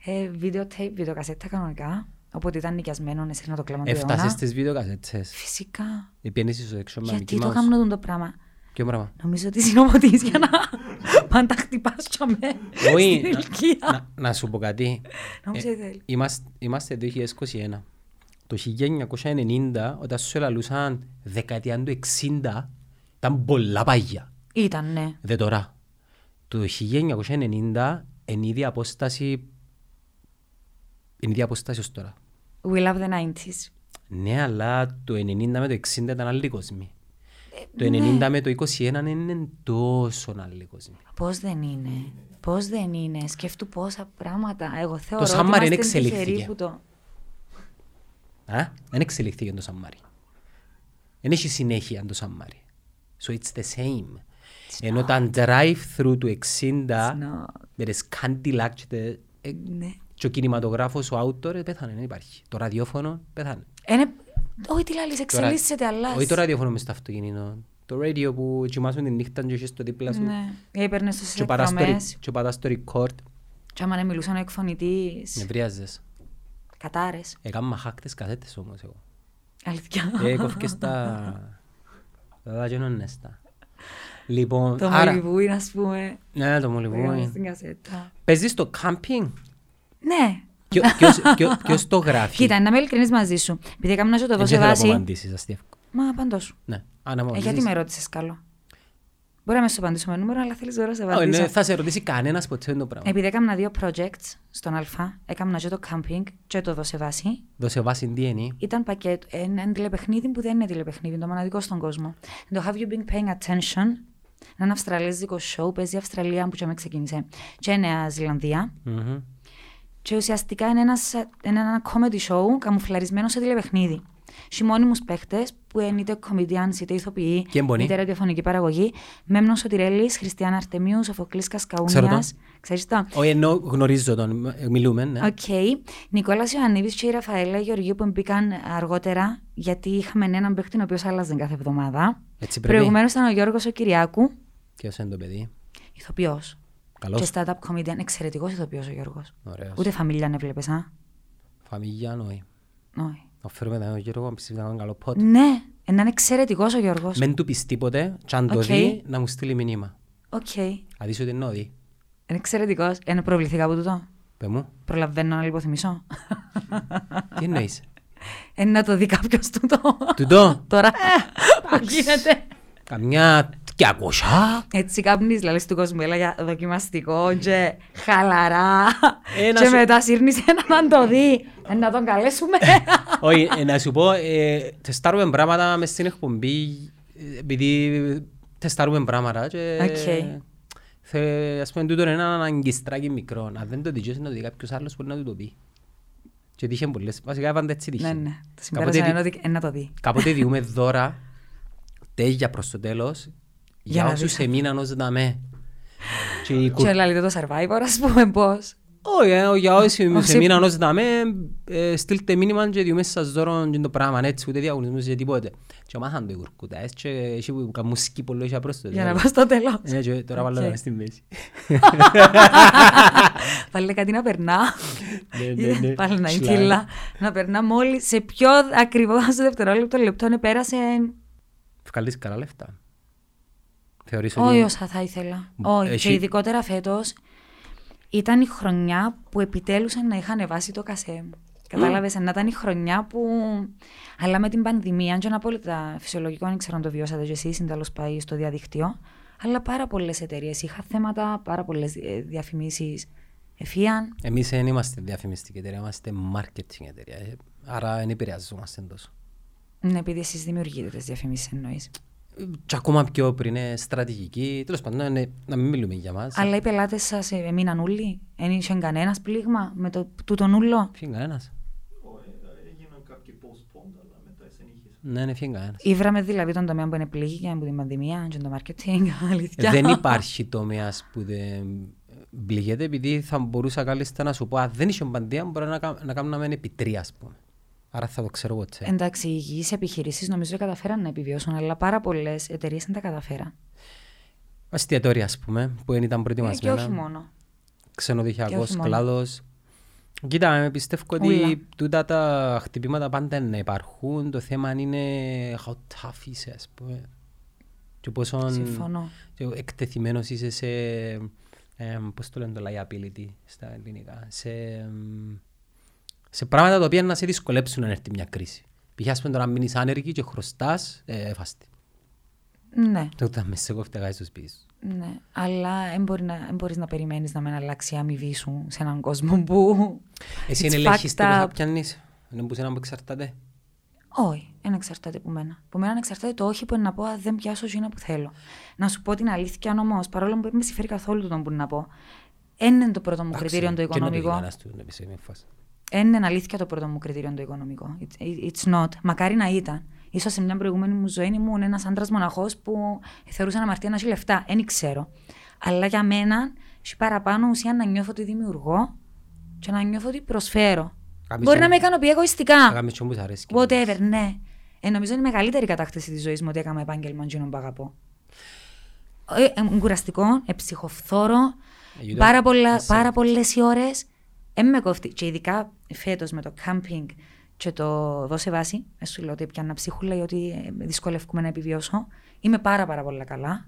[SPEAKER 1] Ε, video tape, βιντεοκασέτα κανονικά. Οπότε ήταν νοικιασμένο, έσυρνα το κλάμα του
[SPEAKER 2] Έφτασες
[SPEAKER 1] αιώνα.
[SPEAKER 2] στις βιντεοκασέτσες.
[SPEAKER 1] Φυσικά.
[SPEAKER 2] Επιένεσαι στο έξω με
[SPEAKER 1] Γιατί
[SPEAKER 2] Mickey
[SPEAKER 1] το
[SPEAKER 2] Mouse.
[SPEAKER 1] κάνουν το πράγμα.
[SPEAKER 2] Ποιο πράγμα.
[SPEAKER 1] Νομίζω ότι συνομωτείς για να πάντα χτυπάς και αμέ
[SPEAKER 2] Όχι,
[SPEAKER 1] στην
[SPEAKER 2] να-
[SPEAKER 1] ηλικία.
[SPEAKER 2] να- να σου πω κάτι.
[SPEAKER 1] Νομίζω
[SPEAKER 2] Ε,
[SPEAKER 1] ότι θέλει.
[SPEAKER 2] Είμαστε, είμαστε 2021. Το 1990, όταν σου ελαλούσαν δεκαετία του 60, ήταν πολλά παγιά.
[SPEAKER 1] Ήταν, ναι.
[SPEAKER 2] Δε τώρα. Το 1990 είναι η ίδια απόσταση. Είναι η ίδια απόσταση ως τώρα.
[SPEAKER 1] We love the 90s.
[SPEAKER 2] Ναι, αλλά το 90 με το 60 ήταν άλλοι κόσμοι.
[SPEAKER 1] Ε,
[SPEAKER 2] Το
[SPEAKER 1] ναι.
[SPEAKER 2] 90 με το 21 δεν είναι τόσο άλλοι κόσμοι.
[SPEAKER 1] Πώς δεν είναι. Πώς δεν είναι. Σκέφτου πόσα πράγματα. Εγώ θεωρώ
[SPEAKER 2] San Marino
[SPEAKER 1] ότι είμαστε
[SPEAKER 2] εξελίχθηκε.
[SPEAKER 1] τυχεροί που το...
[SPEAKER 2] Α, δεν εξελιχθήκε το Σαμάρι. Δεν έχει συνέχεια το Σαμάρι. So it's the same. Ενώ τα drive-through του 60
[SPEAKER 1] not.
[SPEAKER 2] με τις Cadillac και τε- ε,
[SPEAKER 1] Ναι.
[SPEAKER 2] και ο κινηματογράφος, ο outdoor, ε, πέθανε, δεν υπάρχει. Το ραδιόφωνο, πέθανε.
[SPEAKER 1] Είναι... Όχι τι λάλλεις,
[SPEAKER 2] Το ρα-
[SPEAKER 1] εξελίσσεται, αλλά...
[SPEAKER 2] Όχι το ραδιόφωνο μες στο αυτοκίνητο. Το radio που κοιμάσουν τη νύχτα και έχεις το δίπλα σου.
[SPEAKER 1] Ναι. Ή έπαιρνες στις
[SPEAKER 2] Και πατάς το
[SPEAKER 1] εκδρομές.
[SPEAKER 2] re- Και πατάς το record,
[SPEAKER 1] Και άμα να μιλούσαν ο
[SPEAKER 2] Ναι.
[SPEAKER 1] εκφωνητής,
[SPEAKER 2] νευρίαζες.
[SPEAKER 1] κατάρες,
[SPEAKER 2] Έκανα hack τις κασέτες όμως εγώ.
[SPEAKER 1] αλήθεια.
[SPEAKER 2] Ε, κόφηκες τα... Τα τα. Λοιπόν,
[SPEAKER 1] Το
[SPEAKER 2] άρα...
[SPEAKER 1] Μολυβούιν, ας πούμε,
[SPEAKER 2] Ναι, το
[SPEAKER 1] που έκαμε
[SPEAKER 2] Μολυβούι.
[SPEAKER 1] στην κασέτα.
[SPEAKER 2] Παίζεις στο κάμπινγκ.
[SPEAKER 1] Ναι.
[SPEAKER 2] Ποιο- ποιος- ποιο- Ποιος το γράφει.
[SPEAKER 1] Κοίτα, να είμαι ειλικρινής μαζί σου. Επειδή έκαμε να σου το
[SPEAKER 2] Ε, Δεν
[SPEAKER 1] δώσω
[SPEAKER 2] θέλω να
[SPEAKER 1] βάση...
[SPEAKER 2] απομαντήσεις, αστείευκο.
[SPEAKER 1] Μα παντός.
[SPEAKER 2] Ναι, αν
[SPEAKER 1] Ε, γιατί με ρώτησες καλό. Μπορεί να με σου απαντήσω με νούμερο, αλλά θέλεις να σε
[SPEAKER 2] Ω,
[SPEAKER 1] απαντήσω.
[SPEAKER 2] ναι, Θα σε ρωτήσει κανένας ποτέ το πράγμα.
[SPEAKER 1] Επειδή έκανα δύο projects στον Α, έκανα και το camping και το δώσε βάση.
[SPEAKER 2] Δώσε βάση τι είναι.
[SPEAKER 1] Ήταν πακέτο, ε, ένα τηλεπαιχνίδι που δεν είναι τηλεπαιχνίδι, το μοναδικό στον κόσμο. Το Have You Been Paying Attention, ένα αυστραλέζικο show, παίζει η Αυστραλία που και με ξεκίνησε, και Νέα Ζηλανδία.
[SPEAKER 2] Μμμ.
[SPEAKER 1] Και ουσιαστικά είναι ένας, ε, είναι ένα comedy show καμουφλαρισμένο σε τηλεπαιχνίδι. Σε μόνιμους παίχτες που είναι είτε comedians είτε ηθοποιοί,
[SPEAKER 2] Και εμπονοί.
[SPEAKER 1] είτε ραδιοφωνική παραγωγή. Μέμνος Σωτηρέλης, Χριστιανά Αρτεμίου, Σοφοκλής
[SPEAKER 2] Ξέρω τον.
[SPEAKER 1] Κασκαούνιας. Ξέρεις το.
[SPEAKER 2] Όχι, ενώ γνωρίζω τον, ε, μιλούμε, ναι.
[SPEAKER 1] Οκ. Νικόλας Ιωαννίδης και η Ραφαέλα Γεωργίου που μπήκαν αργότερα, γιατί είχαμε έναν παίχτη ο οποίος άλλαζε κάθε εβδομάδα.
[SPEAKER 2] Έτσι πρέπει.
[SPEAKER 1] Προηγουμένως ήταν ο Γιώργος ο Κυριάκου,
[SPEAKER 2] Ποιος είναι το παιδί.
[SPEAKER 1] ηθοποιός. Και
[SPEAKER 2] Καλός.
[SPEAKER 1] startup comedian, εξαιρετικός ηθοποιός ο Γιώργος.
[SPEAKER 2] Ωραίος.
[SPEAKER 1] Ούτε φαμίλια αν έβλεπες, α.
[SPEAKER 2] Φαμίγια, όχι.
[SPEAKER 1] Όχι.
[SPEAKER 2] Να φέρουμε τον Γιώργο να ψηφίσει έναν καλό πόντ.
[SPEAKER 1] Ναι, να είναι εξαιρετικός ο Γιώργος.
[SPEAKER 2] Μεν του πεις τίποτε, κι αν το
[SPEAKER 1] Οκ.
[SPEAKER 2] δει, να μου στείλει μηνύμα.
[SPEAKER 1] Οκ.
[SPEAKER 2] Αν δεις ότι είναι όδη,
[SPEAKER 1] Είναι εξαιρετικός. Ένα προβληθήκα από τούτο.
[SPEAKER 2] πες μου,
[SPEAKER 1] Προλαβαίνω να λιποθυμίσω.
[SPEAKER 2] τι εννοείς.
[SPEAKER 1] Ε, να το δει κάποιος τούτο.
[SPEAKER 2] Τούτο,
[SPEAKER 1] Τώρα. Που γίνεται.
[SPEAKER 2] καμιά και ακούσια.
[SPEAKER 1] Έτσι κάπνεις, λαλείς του κόσμου, έλα για δοκιμαστικό και χαλαρά
[SPEAKER 2] Ένα
[SPEAKER 1] και
[SPEAKER 2] Ε, σου-
[SPEAKER 1] μετά σύρνεις έναν να το δει, Ε, να τον καλέσουμε.
[SPEAKER 2] Όχι, ε, να σου πω, ε, τεστάρουμε πράγματα μες στην εκπομπή, ε, επειδή τεστάρουμε πράγματα και...
[SPEAKER 1] Οκ.
[SPEAKER 2] Θε, ας πούμε, τούτο είναι ένα αναγκιστράκι μικρό. Αν δεν το τυχές, να το δει κάποιος άλλος μπορεί να του το πει. Και τύχε πολλές, βασικά έβαντε έτσι τύχη.
[SPEAKER 1] ναι, ναι, το συμπέρασμα
[SPEAKER 2] δι-
[SPEAKER 1] είναι ότι ε, να το δει.
[SPEAKER 2] Κάποτε διούμε δώρα τέγια προς το τέλος
[SPEAKER 1] Για
[SPEAKER 2] για
[SPEAKER 1] να
[SPEAKER 2] όσους
[SPEAKER 1] δεις.
[SPEAKER 2] εμείναν ως δαμέ. Και η κου-
[SPEAKER 1] Και λαλείτε το Survivor, ας πούμε, πώς.
[SPEAKER 2] Όχι, ε, για όσους
[SPEAKER 1] Όσοι-
[SPEAKER 2] εμείναν ως δαμέ, ε, στείλτε μήνυμα και διούμε σας δώρο και το πράγμα, έτσι, ούτε διαγωνισμούς και τίποτε. Και μάθαν το οι κουρκουτάες και έτσι που κάνουν σκύπολο και απρόσθετο.
[SPEAKER 1] Για να πάω στο τέλος.
[SPEAKER 2] Ναι, και τώρα βάλω
[SPEAKER 1] Οκ.
[SPEAKER 2] ένα στη μέση.
[SPEAKER 1] Πάλι κάτι να περνά.
[SPEAKER 2] Ναι, ναι, ναι.
[SPEAKER 1] Πάλι να είναι
[SPEAKER 2] Σλάι.
[SPEAKER 1] κύλα. Να περνά μόλις. Σε ποιο ακριβώς δευτερόλεπτο λεπτό ναι, πέρασε.
[SPEAKER 2] Βγάλεις καλά λεφτά. Θεωρείς ότι...
[SPEAKER 1] Όχι όσα θα ήθελα.
[SPEAKER 2] Μ,
[SPEAKER 1] Όχι.
[SPEAKER 2] έχει-
[SPEAKER 1] Και ειδικότερα φέτος ήταν η χρονιά που επιτέλου να είχα ανεβάσει το κασέ μου. Κατάλαβες, να ήταν η χρονιά που. Αλλά με την πανδημία, αν και είναι απόλυτα φυσιολογικό, αν ξέρω αν το βιώσατε κι εσείς, είναι τέλος πάει στο διαδικτύο. Αλλά πάρα πολλές εταιρείες είχα θέματα, πάρα πολλές διαφημίσεις εφίαν.
[SPEAKER 2] Εμείς δεν είμαστε διαφημιστική εταιρεία, είμαστε marketing εταιρεία. ε, Άρα δεν επηρεαζόμαστε τόσο.
[SPEAKER 1] Ναι, επειδή εσείς δημιουργείτε τις διαφημίσεις εννοείς.
[SPEAKER 2] και ακόμα πιο πριν ε, στρατηγική. Τέλος πάντων, ναι, να μην μιλούμε για μας.
[SPEAKER 1] Αλλά οι πελάτες σας έμειναν όλοι. Δεν είχε κανένας πλήγμα με το τούτον ούλο.
[SPEAKER 2] Φύγει κανένας.
[SPEAKER 6] έγιναν κάποιοι postponed, αλλά μετά συνέχισαν.
[SPEAKER 2] Ναι, ναι, φύγει κανένας.
[SPEAKER 1] Ήβραμε δηλαδή τον τομέα που είναι πλήγη από την πανδημία, και το marketing, αλήθεια.
[SPEAKER 2] Ε, δεν υπάρχει τομέας που δεν πληγεται, επειδή θα μπορούσα κάλλιστα να σου πω, αν δεν είχε παντία, μπορεί να, κα- να κάνουμε επί τρία, ας πούμε. Άρα θα το ξέρω εγώ τσέ.
[SPEAKER 1] Εντάξει, οι υγιείς επιχειρήσεις νομίζω καταφέραν να επιβιώσουν, αλλά πάρα πολλές εταιρείες δεν τα καταφέραν.
[SPEAKER 2] Αστιατόρια, ας πούμε, που δεν ήταν
[SPEAKER 1] Ε, Και
[SPEAKER 2] προετοιμασμένα.
[SPEAKER 1] όχι μόνο. Και
[SPEAKER 2] Ξενοδοχειακός
[SPEAKER 1] όχι μόνο.
[SPEAKER 2] κλάδος. Κοίτα, ε, πιστεύω
[SPEAKER 1] Ούλα.
[SPEAKER 2] ότι τούτα τα χτυπήματα πάντα να υπάρχουν. Το θέμα είναι how tough είσαι, ας πούμε. Και πόσο
[SPEAKER 1] Συμφωνώ.
[SPEAKER 2] εκτεθειμένος είσαι σε, ε, πώς το λένε το liability στα ελληνικά, σε, εμ, σε πράγματα τα οποία να σε δυσκολέψουν να έρθει μια κρίση. Π.χ. ας πούμε τώρα μείνεις άνεργη και χρωστάς, ε, φάστη.
[SPEAKER 1] Ναι,
[SPEAKER 2] Τότε με σε κόφτε γάζεις στο σπίτι σου.
[SPEAKER 1] ναι. Αλλά δεν μπορεί να, εν μπορείς να περιμένεις να μην αλλάξει η αμοιβή σου σε έναν κόσμο που.
[SPEAKER 2] Εσύ
[SPEAKER 1] It's
[SPEAKER 2] είναι ελέγχεις
[SPEAKER 1] fucked
[SPEAKER 2] το που θα
[SPEAKER 1] up.
[SPEAKER 2] πιάνεις, είναι που σε έναν που εξαρτάται.
[SPEAKER 1] Όχι, δεν εξαρτάται από μένα. Από μένα εξαρτάται το όχι που είναι να πω, αν δεν πιάσω ζήνα που θέλω. Να σου πω την αλήθεια όμω, παρόλο που δεν με συμφέρει καθόλου τον που είναι να πω, εν είναι το πρώτο μου κριτήριο το οικονομικό. Εν είναι αλήθεια το πρώτο μου κριτήριο το οικονομικό. It's- It's not. Μακάρι να ήταν. Ίσως σε μια προηγούμενη μου ζωή ήμουν ένας άντρας μοναχός που θεωρούσε αμαρτία να έχει λεφτά. Δεν ξέρω. Αλλά για μένα έχει παραπάνω ουσία να νιώθω ότι δημιουργώ και να νιώθω ότι προσφέρω.
[SPEAKER 2] Καμίσου-
[SPEAKER 1] Μπορεί να με ικανοποιεί εγωιστικά.
[SPEAKER 2] Αγάμε και όμως αρέσκει.
[SPEAKER 1] Whatever, ναι. Ε, νομίζω είναι η μεγαλύτερη κατάκτηση της ζωής μου ότι έκανα επάγγελμα και που αγαπώ. Ε, ε, ε, κουραστικό, ε, ψυχοφθόρο,
[SPEAKER 2] Ε, you
[SPEAKER 1] πάρα,
[SPEAKER 2] don't-
[SPEAKER 1] πολλά,
[SPEAKER 2] that's
[SPEAKER 1] πάρα
[SPEAKER 2] it.
[SPEAKER 1] πολλές οι ώρες. Ε, με κόφτει. Και ειδικά φέτος με το κάμπινγκ και το δώσε βάση, ε, σου λέω ότι πιάνω ψυχούλα ή ότι ε, δυσκολεύομαι να επιβιώσω. Είμαι πάρα πάρα πολλά καλά.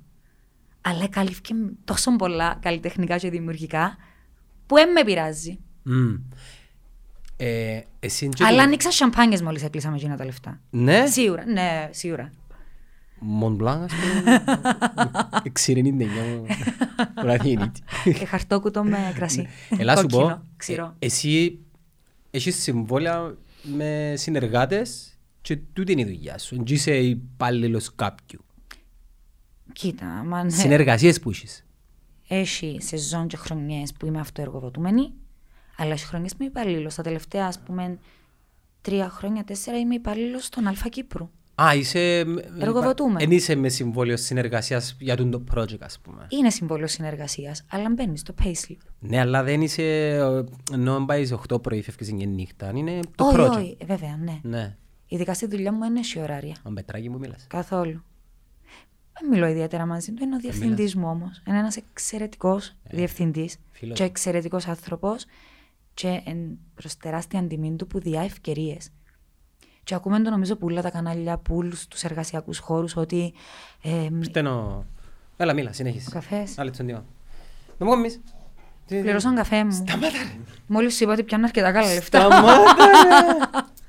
[SPEAKER 1] Αλλά καλύφθηκε τόσο πολλά καλλιτεχνικά και δημιουργικά που δεν με πειράζει.
[SPEAKER 2] Μμμ. Ε, εσύ είναι και
[SPEAKER 1] Αλλά
[SPEAKER 2] το-
[SPEAKER 1] ανοίξα σαμπάνιες μόλις έκλεισαμε εκείνα τα λεφτά.
[SPEAKER 2] Ναι,
[SPEAKER 1] Σίγουρα, ναι, σίγουρα.
[SPEAKER 2] Μον Μπλάν, ας πούμε. ξηρή είναι μου. Βραδύ είναι.
[SPEAKER 1] Και Ε, χαρτόκουτο με κρασί.
[SPEAKER 2] Ναι. Ελά σου
[SPEAKER 1] Κόκκινο,
[SPEAKER 2] πω,
[SPEAKER 1] Ξηρό.
[SPEAKER 2] ε, εσύ έχεις συμβόλαια με συνεργάτες και τούτη είναι η δουλειά σου. Εν τζ' είσαι υπάλληλος κάποιου.
[SPEAKER 1] Κοίτα, μα ναι.
[SPEAKER 2] Συνεργασίες που έχεις.
[SPEAKER 1] Έχει σεζόν και χρονιές που είμαι αυτοεργοδοτούμενη, αλλά έχει χρονιές που είμαι υπαλλήλος. Τα τελευταία, ας πούμε, τρία χρόνια, τέσσερα είμαι υπαλλήλος στον Αλφα Κύπρου.
[SPEAKER 2] Α, είσαι...
[SPEAKER 1] Εργοδοτούμενη.
[SPEAKER 2] Εν είσαι με συμβόλαιο συνεργασίας για τον το project, ας πούμε.
[SPEAKER 1] Είναι συμβόλαιο συνεργασίας, αλλά μπαίνεις στο Payslip.
[SPEAKER 2] Ναι, αλλά δεν είσαι... Ενώ αν πάει 8 πρωί, φεύγεις 9 νύχτα. Είναι το
[SPEAKER 1] Όχι,
[SPEAKER 2] project.
[SPEAKER 1] όχι, ε, βέβαια, ναι.
[SPEAKER 2] Ναι.
[SPEAKER 1] Ειδικά στη δουλειά μου είναι έχει ωράρια.
[SPEAKER 2] Αν πετράκι μου μιλάς.
[SPEAKER 1] Καθόλου. Δεν μιλώ ιδιαίτερα μαζί του. Είναι
[SPEAKER 2] Ε,
[SPEAKER 1] ο διευθυντή μου όμως. Είναι ένας εξαιρετικός διευθυντής
[SPEAKER 2] φίλος.
[SPEAKER 1] και εξαιρετικός άνθρωπος. Και προς τεράστια τιμή του που διά ευκαιρίες. Και ακούμε το νομίζω που όλα τα κανάλια, που όλους τους εργασιακούς χώρους ότι. Ε,
[SPEAKER 2] Στενό. Έλα, μίλα, συνέχισε.
[SPEAKER 1] Ο καφές.
[SPEAKER 2] Άλλη τσοντίμα. Να μου κομμείς.
[SPEAKER 1] πληρώσαν καφέ μου. Μόλις σου είπα ότι πιάνω αρκετά καλά λεφτά.
[SPEAKER 2] Σταμάτα.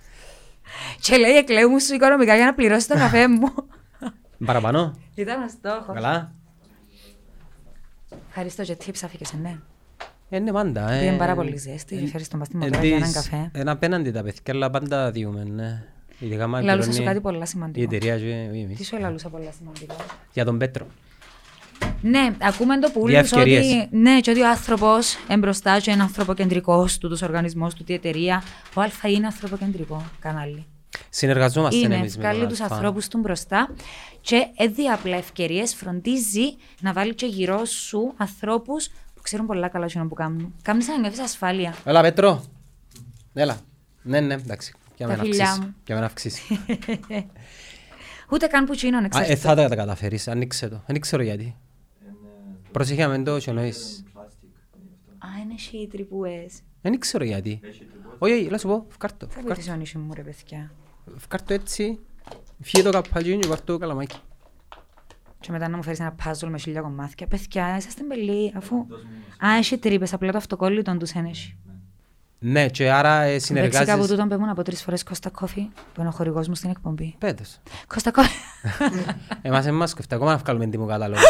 [SPEAKER 1] και λέει εκλέγουν σου οικονομικά για να πληρώσεις τον καφέ μου.
[SPEAKER 2] Παραπάνω.
[SPEAKER 1] Ήταν αστόχο.
[SPEAKER 2] Καλά.
[SPEAKER 1] Ευχαριστώ και τι ψάφηκε, ναι.
[SPEAKER 2] Ε, ναι, πάντα. Ε.
[SPEAKER 1] Πήγαινε πάρα πολύ ζέστη, ευχαριστώ μας τη μαμά
[SPEAKER 2] εν
[SPEAKER 1] για έναν
[SPEAKER 2] της-
[SPEAKER 1] καφέ.
[SPEAKER 2] Εν απέναντι τα παιδιά, αλλά πάντα διούμε, ναι. Ειδικά μα
[SPEAKER 1] Λαλούσα σου
[SPEAKER 2] πληρώνει
[SPEAKER 1] κάτι πολύ
[SPEAKER 2] Η
[SPEAKER 1] σημαντικό.
[SPEAKER 2] εταιρεία και εμείς.
[SPEAKER 1] Τι σου ελαλούσα πολλά σημαντικό.
[SPEAKER 2] ε. Για τον Πέτρο.
[SPEAKER 1] Ναι, ακούμε το που
[SPEAKER 2] Για
[SPEAKER 1] λες ότι,
[SPEAKER 2] ευκαιρίες.
[SPEAKER 1] ναι, και ότι ο άνθρωπος εμπροστά και είναι ανθρωποκεντρικός του, τους οργανισμό του, τη εταιρεία. Ο Α είναι ανθρωποκεντρικό κανάλι.
[SPEAKER 2] Συνεργαζόμαστε ναι,
[SPEAKER 1] Είναι,
[SPEAKER 2] εμείς με τον
[SPEAKER 1] βγάλει του
[SPEAKER 2] Αλφα.
[SPEAKER 1] ανθρώπους του μπροστά και έδει απλά ευκαιρίες, φροντίζει να βάλει και γύρω σου ανθρώπους που ξέρουν πολλά καλά σιωνά που κάνουν. Κάμνει να νιώθεις ασφάλεια.
[SPEAKER 2] Έλα, Πέτρο. Έλα. Ναι, ναι, εντάξει. Για
[SPEAKER 1] Τα
[SPEAKER 2] μένα
[SPEAKER 1] φιλιά
[SPEAKER 2] αυξήσεις.
[SPEAKER 1] μου.
[SPEAKER 2] Για μένα αυξήσεις.
[SPEAKER 1] Ούτε καν που τσίνον,
[SPEAKER 2] Α, ε,
[SPEAKER 1] εξαρτάται.
[SPEAKER 2] θα τα καταφέρεις. Ανοίξε το. Δεν ξέρω γιατί. Προσέχει να μην το χιονοείς.
[SPEAKER 1] Α, είναι σίτρι που έσαι.
[SPEAKER 2] Δεν ξέρω γιατί. Όχι, όχι, να σου πω, φκάρτο.
[SPEAKER 1] Θα βοηθήσει ο νησί μου, ρε παιδιά.
[SPEAKER 2] Φκάρτο έτσι, φύγε το καπαλίνι και πάρ' το καλαμάκι.
[SPEAKER 1] Και μετά να μου φέρεις ένα puzzle με χιλιά κομμάτια. Παιδιά, είσαστε μπελοί, αφού. Α, έχει τρύπες. Απλά το αυτοκόλλητο τους ένεχει.
[SPEAKER 2] Ναι, και άρα ε,
[SPEAKER 1] Παίξει κάπου
[SPEAKER 2] συνεργάζεσαι...
[SPEAKER 1] τούτον πέμουν από τρεις φορές Κώστα Κόφι, που είναι ο χορηγός μου στην εκπομπή.
[SPEAKER 2] Πέτος. Ε,
[SPEAKER 1] Κώστα Κόφι.
[SPEAKER 2] Εμάς εμάς κοφτά, ακόμα να βγάλουμε την μου κατάλογο.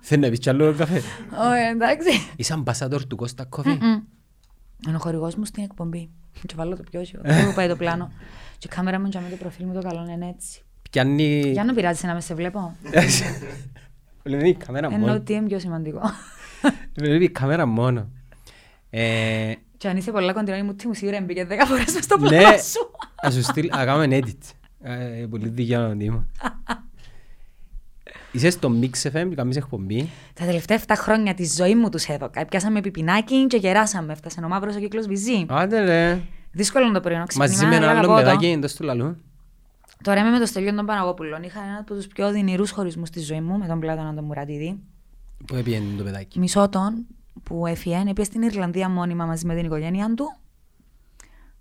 [SPEAKER 2] Θέλει να πεις κι άλλο καφέ.
[SPEAKER 1] Ωραία, εντάξει.
[SPEAKER 2] Είσαι αμπασάντορ του Κώστα Κόφη.
[SPEAKER 1] Είναι ο χορηγός μου στην εκπομπή. Και βάλω το πιο ζευγάρι. Δεν μου πάει το πλάνο. Και η κάμερα μου, και με το προφίλ μου το καλό είναι έτσι.
[SPEAKER 2] Πιάνει...
[SPEAKER 1] Για να πειράζει να με σε βλέπω.
[SPEAKER 2] Βλέπει η κάμερα
[SPEAKER 1] Ενώ
[SPEAKER 2] μόνο.
[SPEAKER 1] ότι είναι πιο σημαντικό.
[SPEAKER 2] Βλέπει η κάμερα μόνο. Ε,
[SPEAKER 1] Και αν είσαι πολλά κοντινά, μου τι μου σίγουρα μπήκε 10 φορές μες στο
[SPEAKER 2] Ναι,
[SPEAKER 1] πλάνο σου.
[SPEAKER 2] να σου στείλ, να κάνουμε edit. Ε, Πολύ δικιά να δείμα. Είσαι στο Mix FM, κάνεις εκπομπή.
[SPEAKER 1] Τα τελευταία 7 χρόνια τη ζωή μου τους έδωκα. Πιάσαμε πιπινάκι και γεράσαμε. Έφτασε ο μαύρος ο κύκλος βυζί.
[SPEAKER 2] Άντε ρε.
[SPEAKER 1] Δύσκολο να το πρωινό ξυπνήμα.
[SPEAKER 2] Μαζί με ένα
[SPEAKER 1] αλλά
[SPEAKER 2] άλλο
[SPEAKER 1] αγαπώ το.
[SPEAKER 2] παιδάκι εντός του λαλού.
[SPEAKER 1] Τώρα είμαι με το Στέλιο των Παναγόπουλων. Είχα ένα από τους πιο οδυνηρούς χωρισμούς στη ζωή μου με τον Πλάτωνα τον Μουρατίδη.
[SPEAKER 2] Πού έπιανε το παιδάκι.
[SPEAKER 1] Μισό τον που έφυγε, πήγε στην Ιρλανδία μόνιμα μαζί με την οικογένειά του.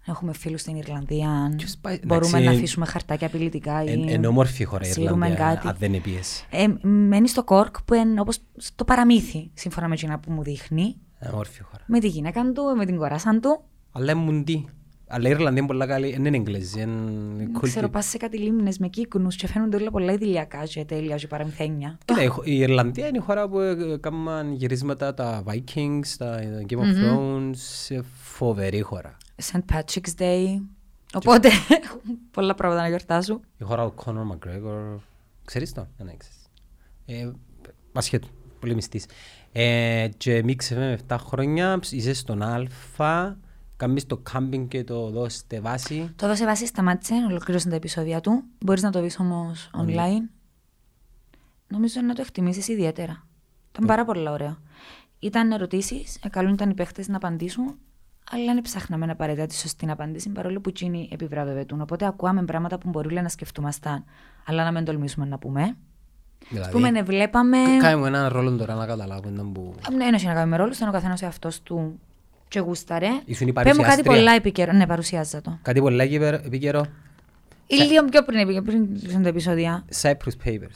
[SPEAKER 1] Έχουμε φίλους στην Ιρλανδία.
[SPEAKER 2] Ποιος πάει-
[SPEAKER 1] Μπορούμε
[SPEAKER 2] εντάξει,
[SPEAKER 1] να αφήσουμε χαρτάκια απειλητικά ή.
[SPEAKER 2] Εν όμορφη χώρα η
[SPEAKER 1] σύρουμε
[SPEAKER 2] Ιρλανδία,
[SPEAKER 1] κάτι.
[SPEAKER 2] αν δεν επίεσαι.
[SPEAKER 1] Ε, μένει στο Κόρκ που είναι όπως το παραμύθι, σύμφωνα με εκείνα που μου δείχνει.
[SPEAKER 2] Εν Ε, όμορφη χώρα.
[SPEAKER 1] Με τη γυναίκα του, με την κοράσαν του.
[SPEAKER 2] Αλλά είναι μουντή. Αλλά η Ιρλανδία είναι πολλά καλή. Δεν είναι Εγγλέζη, είναι cool
[SPEAKER 1] Ξέρω,
[SPEAKER 2] people.
[SPEAKER 1] πας σε κάτι λίμνες με κύκνου και φαίνονται όλα πολλά ιδηλιακά και τέλεια και παραμυθένια.
[SPEAKER 2] Κοίτα, η χω- η Ιρλανδία είναι η χώρα που ε, κάμαν γυρίσματα τα Vikings, τα ε, Game of Thrones. ε, Φοβερή χώρα.
[SPEAKER 1] St. Patrick's Day. Οπότε έχουμε πολλά πράγματα να γιορτάσω.
[SPEAKER 2] Η χώρα ο Κόνορ Μαγκρέγορ. Ξέρεις το, δεν ξέρεις. Ε, ασχέτου, πολύ μυστής. Ε, και μίξε με 7 χρόνια, ψ- είσαι στον Α, κάνεις το κάμπινγκ και το δώστε βάση.
[SPEAKER 1] Το δώσε βάση σταμάτησε, ολοκλήρωσε τα επεισόδια του. Μπορείς να το δει όμω
[SPEAKER 2] Ναι.
[SPEAKER 1] online. Νομίζω να το εκτιμήσεις ιδιαίτερα. Ήταν
[SPEAKER 2] Ε.
[SPEAKER 1] πάρα πολύ ωραίο. Ήταν ερωτήσεις, καλούν ήταν οι παίχτες να απαντήσουν, αλλά δεν ψάχναμε να απαραίτητα τη σωστή απάντηση, παρόλο που εκείνοι επιβραβευετούν. Οπότε ακούαμε πράγματα που μπορούμε να σκεφτούμασταν, αλλά να μην τολμήσουμε να πούμε.
[SPEAKER 2] Δηλαδή,
[SPEAKER 1] Α πούμε, ναι, βλέπαμε.
[SPEAKER 2] κάνε μου έναν ρόλο τώρα να καταλάβω έναν που...
[SPEAKER 1] Ε, Ναι, ένα να κάνουμε ρόλο, ήταν ο καθένας εαυτός του και γούσταρε.
[SPEAKER 2] Ήσουν
[SPEAKER 1] Πες μου
[SPEAKER 2] η
[SPEAKER 1] κάτι
[SPEAKER 2] παρουσιάστρια.
[SPEAKER 1] πολλά επικαιρό. Ναι, παρουσιάζα το.
[SPEAKER 2] Κάτι πολύ επικαιρο- επικαιρό.
[SPEAKER 1] Ή Λίγο πιο πριν, πριν, πριν, πριν τα επεισόδια.
[SPEAKER 2] Cyprus Papers.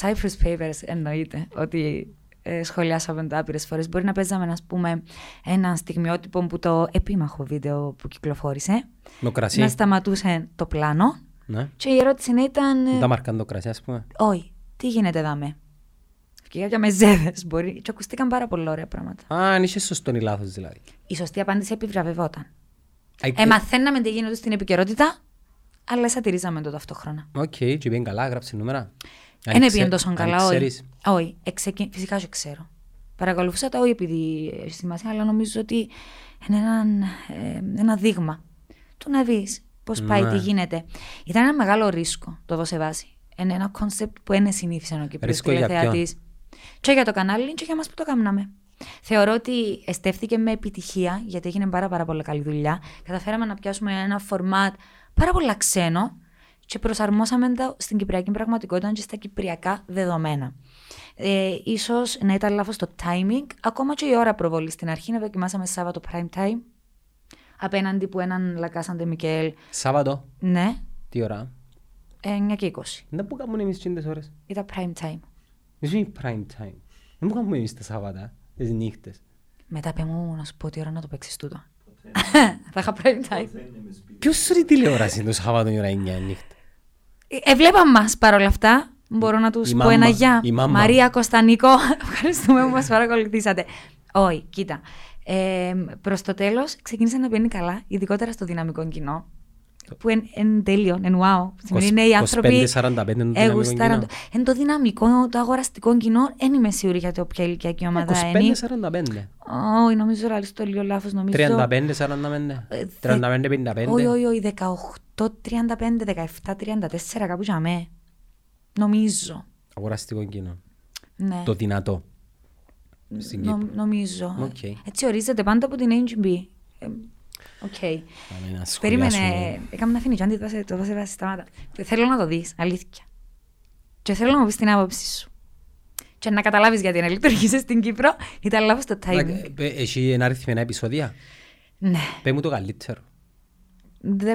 [SPEAKER 1] Cypress Papers εννοείται ότι ε, σχολιάσαμε τα άπειρες φορές. Μπορεί να παίζαμε, ας πούμε, ένα στιγμιότυπο που το επίμαχο βίντεο που κυκλοφόρησε.
[SPEAKER 2] Με ο κρασί.
[SPEAKER 1] Να σταματούσε το πλάνο.
[SPEAKER 2] Ναι.
[SPEAKER 1] Και η ερώτηση να ήταν. ε,
[SPEAKER 2] Τα μαρκάν το κρασί, ας πούμε.
[SPEAKER 1] Όχι. Τι γίνεται δάμε. Και κάποια μεζέδες μπορεί. Και ακουστήκαν πάρα πολλά ωραία πράγματα.
[SPEAKER 2] Α, αν είσαι σωστόν ή λάθος δηλαδή.
[SPEAKER 1] Η σωστή απάντηση επιβραβευόταν.
[SPEAKER 2] Α,
[SPEAKER 1] Ε, μαθαίναμε τι γίνεται στην επικαιρότητα, αλλά σατυρίζαμε το ταυτόχρονα.
[SPEAKER 2] Οκ, και πήγαινε καλά, γράψε νούμερα. Αν
[SPEAKER 1] Δεν
[SPEAKER 2] ξέ-
[SPEAKER 1] Ε, ναι, πήγαινε τόσο
[SPEAKER 2] αν
[SPEAKER 1] καλά, όχι.
[SPEAKER 2] ξέρεις.
[SPEAKER 1] Όχι, εξεκι... φυσικά σου ξέρω. Παρακολουθούσα τα όχι επειδή έχει σημασία, αλλά νομίζω ότι είναι έναν, ε, ένα δείγμα του να δεις πώς πάει,
[SPEAKER 2] Ναι.
[SPEAKER 1] τι γίνεται. Ήταν ένα μεγάλο ρίσκο το εδώ σε βάση. Είναι ένα κόνσεπτ που δεν συνήθισε ο Κυπριακός
[SPEAKER 2] Ρίσκο για
[SPEAKER 1] τηλεθεατής. Και για το κανάλι, και για μας που το κάναμε. Θεωρώ ότι εστέφθηκε με επιτυχία, γιατί έγινε πάρα, πάρα πολύ καλή δουλειά. Καταφέραμε να πιάσουμε ένα φορμάτ πάρα πολύ ξένο και προσαρμόσαμε τα στην κυπριακή πραγματικότητα και στα κυπριακά δεδομένα. Ε, ίσως να ήταν λάθος το timing, ακόμα και η ώρα προβολής στην αρχή, να δοκιμάσαμε Σάββατο prime time, απέναντι που έναν Λακάσαντε Μικέλ,
[SPEAKER 2] Σάββατο,
[SPEAKER 1] ναι,
[SPEAKER 2] τι ώρα.
[SPEAKER 1] 9 και 20.
[SPEAKER 2] Δεν που κάνουμε εμείς τσίντες ώρες.
[SPEAKER 1] Ήταν prime time.
[SPEAKER 2] Εμείς είναι prime time. Δεν που κάνουμε εμείς τα Σάββατα, τις νύχτες.
[SPEAKER 1] Μετά πει μου να σου πω τι ώρα να το παίξεις τούτο. Θα είχα prime time.
[SPEAKER 6] Δεν είναι με σπίτι.
[SPEAKER 2] Ποιος σου τηλεόραση το Σάββατο η ώρα 9 η νύχτα.
[SPEAKER 1] Ε, Εβλέπαν μας παρόλα αυτά. Μπορώ να τους
[SPEAKER 2] Η
[SPEAKER 1] πω
[SPEAKER 2] μάμα,
[SPEAKER 1] ένα γεια.
[SPEAKER 2] η μάμα.
[SPEAKER 1] Μαρία Κωνσταντινίκο, ευχαριστούμε που μας παρακολουθήσατε. Όχι, κοίτα. Ε, Προς το τέλος ξεκίνησε να πηγαίνει καλά, ειδικότερα στο δυναμικό κοινό. Που εν, εν τέλειο, εν wow. Σημαίνει είναι οι άνθρωποι.
[SPEAKER 2] 25-45 είναι το δυναμικό
[SPEAKER 1] εγώ στάραν
[SPEAKER 2] κοινό.
[SPEAKER 1] το- Εν το δυναμικό, το αγοραστικό κοινό, δεν είμαι σίγουρη για το ποια ηλικιακή
[SPEAKER 2] Ε,
[SPEAKER 1] ομάδα είναι.
[SPEAKER 2] 25-45.
[SPEAKER 1] Όχι, νομίζω ότι το λίγο λάθος. Νομίζω.
[SPEAKER 2] 35-45.
[SPEAKER 1] Ε, δε-
[SPEAKER 2] 35-55.
[SPEAKER 1] Όχι, όχι, όχι, 18-35, 17-34, κάπου για μέ. Νομίζω.
[SPEAKER 2] Αγοραστικό κοινό.
[SPEAKER 1] Ναι,
[SPEAKER 2] Το δυνατό. στην
[SPEAKER 1] νο-
[SPEAKER 2] Κύπρο.
[SPEAKER 1] νομίζω.
[SPEAKER 2] Οκ.
[SPEAKER 1] Έτσι ορίζεται πάντα από την HB. Ε, Οκ.
[SPEAKER 2] Πάμε να
[SPEAKER 1] Περίμενε,
[SPEAKER 2] σχολιάσουμε.
[SPEAKER 1] έκαμε να φύγει, αν το δώσε βάση σταμάτα. Και Θέλω να το δεις, αλήθεια. Και θέλω να μου πεις την άποψή σου. Και να καταλάβεις γιατί να λειτουργήσεις στην Κύπρο, ήταν λάθος το timing.
[SPEAKER 2] Να- ε, Έχει ένα αριθμένα επεισόδια.
[SPEAKER 1] Ναι,
[SPEAKER 2] Πες μου το καλύτερο.
[SPEAKER 1] Δε-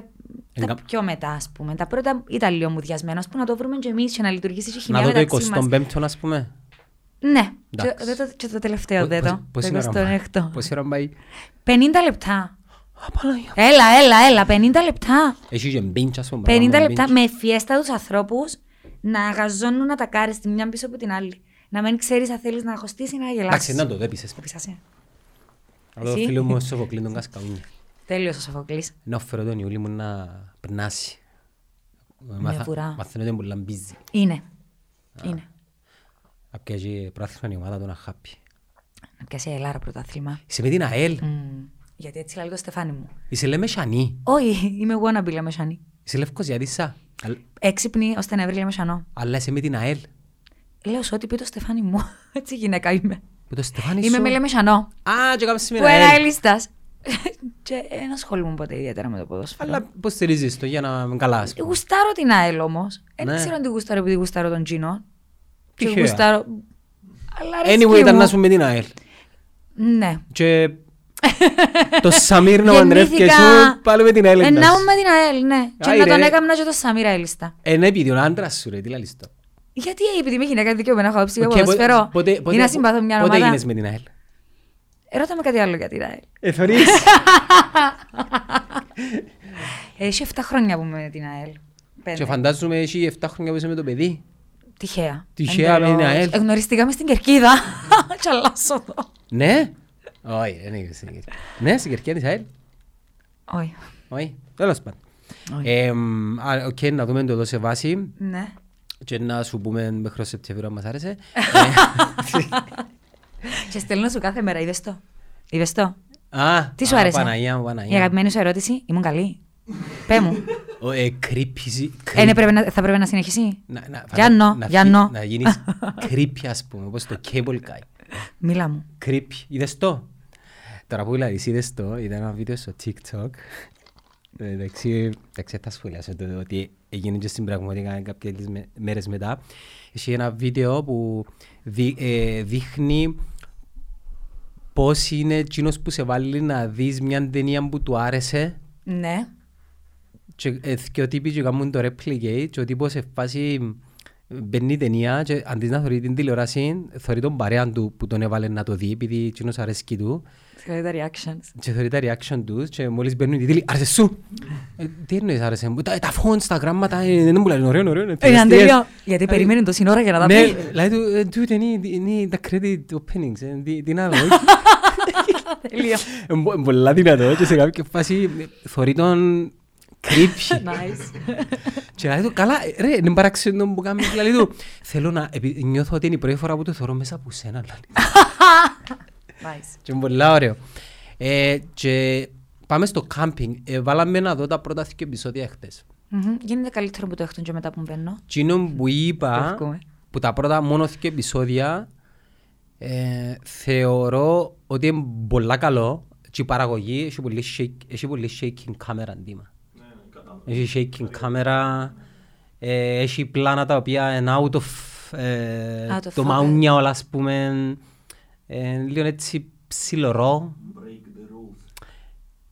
[SPEAKER 1] τα
[SPEAKER 2] Ενκα-
[SPEAKER 1] πιο μετά, ας πούμε. Τα πρώτα ήταν λίγο μουδιασμένα, ας πούμε, να το βρούμε και εμείς και να λειτουργήσει η χημία
[SPEAKER 2] Να δω το
[SPEAKER 1] μεταξύ μας.
[SPEAKER 2] 25ο ας πούμε.
[SPEAKER 1] Ναι, και,
[SPEAKER 2] Εντάξει.
[SPEAKER 1] δε το, και το τελευταίο
[SPEAKER 2] Πο-
[SPEAKER 1] δεν το.
[SPEAKER 2] πο- πόση
[SPEAKER 1] το
[SPEAKER 2] ώρα πάει?
[SPEAKER 1] 28.
[SPEAKER 2] Πόση ώρα πάει.
[SPEAKER 1] 50 λεπτά.
[SPEAKER 2] Α, Παναγία.
[SPEAKER 1] Έλα, έλα, έλα, 50 λεπτά.
[SPEAKER 2] Έχει και μπίντς ας πούμε.
[SPEAKER 1] 50
[SPEAKER 2] παραπάνω
[SPEAKER 1] λεπτά
[SPEAKER 2] μπίντς.
[SPEAKER 1] με φιέστα τους ανθρώπους να αγαζώνουν να τα κάρεις τη μια πίσω από την άλλη. Να μην ξέρεις αν θέλεις να χωστήσει ή να γελάσεις.
[SPEAKER 2] Εντάξει, να το δέπισες. Να δω το
[SPEAKER 1] Εσύ.
[SPEAKER 2] φίλο μου Σοφοκλή τον Κασκαούνια.
[SPEAKER 1] Τέλειος ο Σοφοκλής.
[SPEAKER 2] Να φέρω τον Ιούλη μου να περνάσει. Μαθα-
[SPEAKER 1] βουρά.
[SPEAKER 2] Μαθαίνω ότι μου λαμπίζει.
[SPEAKER 1] Είναι. Είναι.
[SPEAKER 2] Απιάζει πράθυμα η ομάδα του να χάπει.
[SPEAKER 1] Να πιάσει η Ελλάδα πρωτάθλημα.
[SPEAKER 2] Είσαι με την ΑΕΛ.
[SPEAKER 1] Μμμ. Γιατί έτσι λέει το Στεφάνι μου.
[SPEAKER 2] Είσαι λέμε Σανή.
[SPEAKER 1] Όχι, είμαι εγώ να μπει λαμεσανή.
[SPEAKER 2] Είσαι λευκός Γιαρίσα. Αλ-
[SPEAKER 1] Έξυπνη ώστε να βρει λαμεσανό.
[SPEAKER 2] Αλλά είσαι με την ΑΕΛ.
[SPEAKER 1] Λέω σε ό,τι πει το Στεφάνι μου. Έτσι γυναίκα είμαι.
[SPEAKER 2] Με το Στεφάνι σου.
[SPEAKER 1] Είμαι με λαμεσανό.
[SPEAKER 2] Α, και κάμψε με
[SPEAKER 1] Που ένα
[SPEAKER 2] ΑΕΛ.
[SPEAKER 1] ελίστα. και δεν ασχολούμαι ποτέ ιδιαίτερα με το ποδόσφαιρο.
[SPEAKER 2] Αλλά πώς στηρίζεις το για να είμαι καλά. ας πούμε.
[SPEAKER 1] Γουστάρω την ΑΕΛ όμως. Δεν
[SPEAKER 2] Ναι.
[SPEAKER 1] ξέρω αν την γουστάρω επειδή γουστάρω τον Τζίνο. Και
[SPEAKER 2] Τυχαία.
[SPEAKER 1] γουστάρω. Αλλά αρέσκει
[SPEAKER 2] Anyway, ήταν
[SPEAKER 1] μου.
[SPEAKER 2] να σου με την ΑΕΛ.
[SPEAKER 1] Ναι.
[SPEAKER 2] Και το Σαμίρ να παντρεύκε
[SPEAKER 1] Γεννήθηκα-
[SPEAKER 2] σου πάλι με την ΑΕΛ.
[SPEAKER 1] Ε,
[SPEAKER 2] να
[SPEAKER 1] να
[SPEAKER 2] σου.
[SPEAKER 1] μου με την ΑΕΛ, ναι. Και
[SPEAKER 2] Άι,
[SPEAKER 1] να
[SPEAKER 2] ρε.
[SPEAKER 1] τον έκανα και το Σαμίρα Ελίστα.
[SPEAKER 2] Ε, ναι, επειδή ο άντρας σου ρε, τι λαλείς το.
[SPEAKER 1] Γιατί ε, επειδή είμαι γυναίκα δικαιούμενα, έχω ψηφίσει
[SPEAKER 2] Οκ,
[SPEAKER 1] okay, ποδοσφαιρό.
[SPEAKER 2] πο- πότε-
[SPEAKER 1] Ή
[SPEAKER 2] πότε-
[SPEAKER 1] να συμπαθώ μια
[SPEAKER 2] Πότε
[SPEAKER 1] ομάδα.
[SPEAKER 2] γίνες με την ΑΕΛ.
[SPEAKER 1] Ε, Ρώτα με κάτι άλλο για την ΑΕΛ.
[SPEAKER 2] Ε, θωρείς.
[SPEAKER 1] Έχει 7 χρόνια που είμαι με την ΑΕΛ. Πέντε.
[SPEAKER 2] Και φαντάζομαι εσύ 7 χρόνια που είσαι με το παιδί.
[SPEAKER 1] Τυχαία.
[SPEAKER 2] Τυχαία με την
[SPEAKER 1] Εντελώς.
[SPEAKER 2] ΑΕΛ.
[SPEAKER 1] Ε, Γνωριστήκαμε στην Κερκίδα. Τσαλάσω εδώ.
[SPEAKER 2] Ναι. Όχι, δεν είναι στην Κερκία. Ναι, στην Κερκία της ΑΕΛ.
[SPEAKER 1] Όχι.
[SPEAKER 2] Όχι, τέλος πάντων.
[SPEAKER 1] Όχι.
[SPEAKER 2] Εμ, α, Οκ, να δούμε το εδώ σε βάση
[SPEAKER 1] Ναι.
[SPEAKER 2] και να σου πούμε μέχρι ο Σεπτεμβρίου αν μας άρεσε. Ε,
[SPEAKER 1] Και στέλνω σου κάθε μέρα, είδες το. Είδες το.
[SPEAKER 2] Ε, α,
[SPEAKER 1] Τι σου
[SPEAKER 2] α,
[SPEAKER 1] άρεσε.
[SPEAKER 2] Παναγία μου,
[SPEAKER 1] Η
[SPEAKER 2] Παναγία. μου.
[SPEAKER 1] αγαπημένη σου ερώτηση, ήμουν καλή. Πε μου.
[SPEAKER 2] Ο, ε, Creepy.
[SPEAKER 1] Ε, ναι, πρέπει να- θα πρέπει να συνεχίσει.
[SPEAKER 2] Να, να,
[SPEAKER 1] Για νο,
[SPEAKER 2] να,
[SPEAKER 1] για
[SPEAKER 2] φυ-
[SPEAKER 1] νο.
[SPEAKER 2] να γίνεις creepy ας πούμε, όπως το cable guy.
[SPEAKER 1] Μίλα μου.
[SPEAKER 2] Creepy. Είδες το. Τώρα που δηλαδή είδες το, είδα ένα βίντεο στο TikTok. Ε, Εντάξει, εντάξει, θα σχολιάσω το ότι έγινε και στην πραγματικά κάποιες με- μέρες μετά. Έχει ένα βίντεο που δει- ε, δείχνει πώς είναι εκείνος που σε βάλει να δεις μια ταινία που του άρεσε
[SPEAKER 1] Ναι.
[SPEAKER 2] και ε, και ο τύποι και κάνουν το replicate και ο τύπος σε φάση Μπαίνει η ταινία και αντί να θωρεί την τηλεόραση, θωρεί τον παρέα του που τον έβαλε να το δει, επειδή εκείνος αρέσκει του.
[SPEAKER 1] Συγχαρητήρια reactions.
[SPEAKER 2] Και θεωρεί τα reaction τους και μόλις μπαίνουν οι τίτλοι «Άρεσε σου!» Ε, Τι εννοείς άρεσε μου, τα, τα fonts, τα γράμματα, ε, δεν μου λένε ωραίο, ωραίο, είναι
[SPEAKER 1] Ήταν
[SPEAKER 2] τεράστιες».
[SPEAKER 1] τέλειο. Ε, Γιατί περιμένει το σύνορα για να τα
[SPEAKER 2] Ε. Ναι,
[SPEAKER 1] πεις.
[SPEAKER 2] λέει του, «Ε, dude, είναι- είναι τα credit openings, ε, τι- τι να λέω.
[SPEAKER 1] Τέλειο.
[SPEAKER 2] Ε, μπο- Πολλά δυνατό και σε κάποια φάση ε, θωρεί τον creepy.
[SPEAKER 1] Nice.
[SPEAKER 2] Και λέει του, καλά, ρε, είναι παράξενο που κάνεις. Λέει του, θέλω να, επει- νιώθω ότι είναι η πρώτη φορά που το θωρώ μέσα από σένα. λέει.
[SPEAKER 1] Nice.
[SPEAKER 2] Και είναι πολλά ωραίο. Ε, και πάμε στο κάμπινγκ. Ε, βάλαμε να δω τα πρώτα δύο επεισόδια χτες.
[SPEAKER 1] Μμμ. Γίνεται καλύτερο που το έχουν και μετά που μπαίνω.
[SPEAKER 2] Εκείνο που είπα,
[SPEAKER 1] Ευχαριστούμε.
[SPEAKER 2] που τα πρώτα μόνο δύο επεισόδια, ε, θεωρώ ότι είναι πολλά καλό. Και η παραγωγή έχει πολύ, shake, έχει πολύ shaking camera αντίμα.
[SPEAKER 6] Ναι, ναι, κατάλαβα.
[SPEAKER 2] Έχει shaking camera, ε, έχει πλάνα τα οποία είναι out of, ε,
[SPEAKER 1] Out of
[SPEAKER 2] το
[SPEAKER 1] focus.
[SPEAKER 2] μαούνια όλα ας πούμε, ε, λίγο έτσι ψιλορό.
[SPEAKER 6] Break the rules.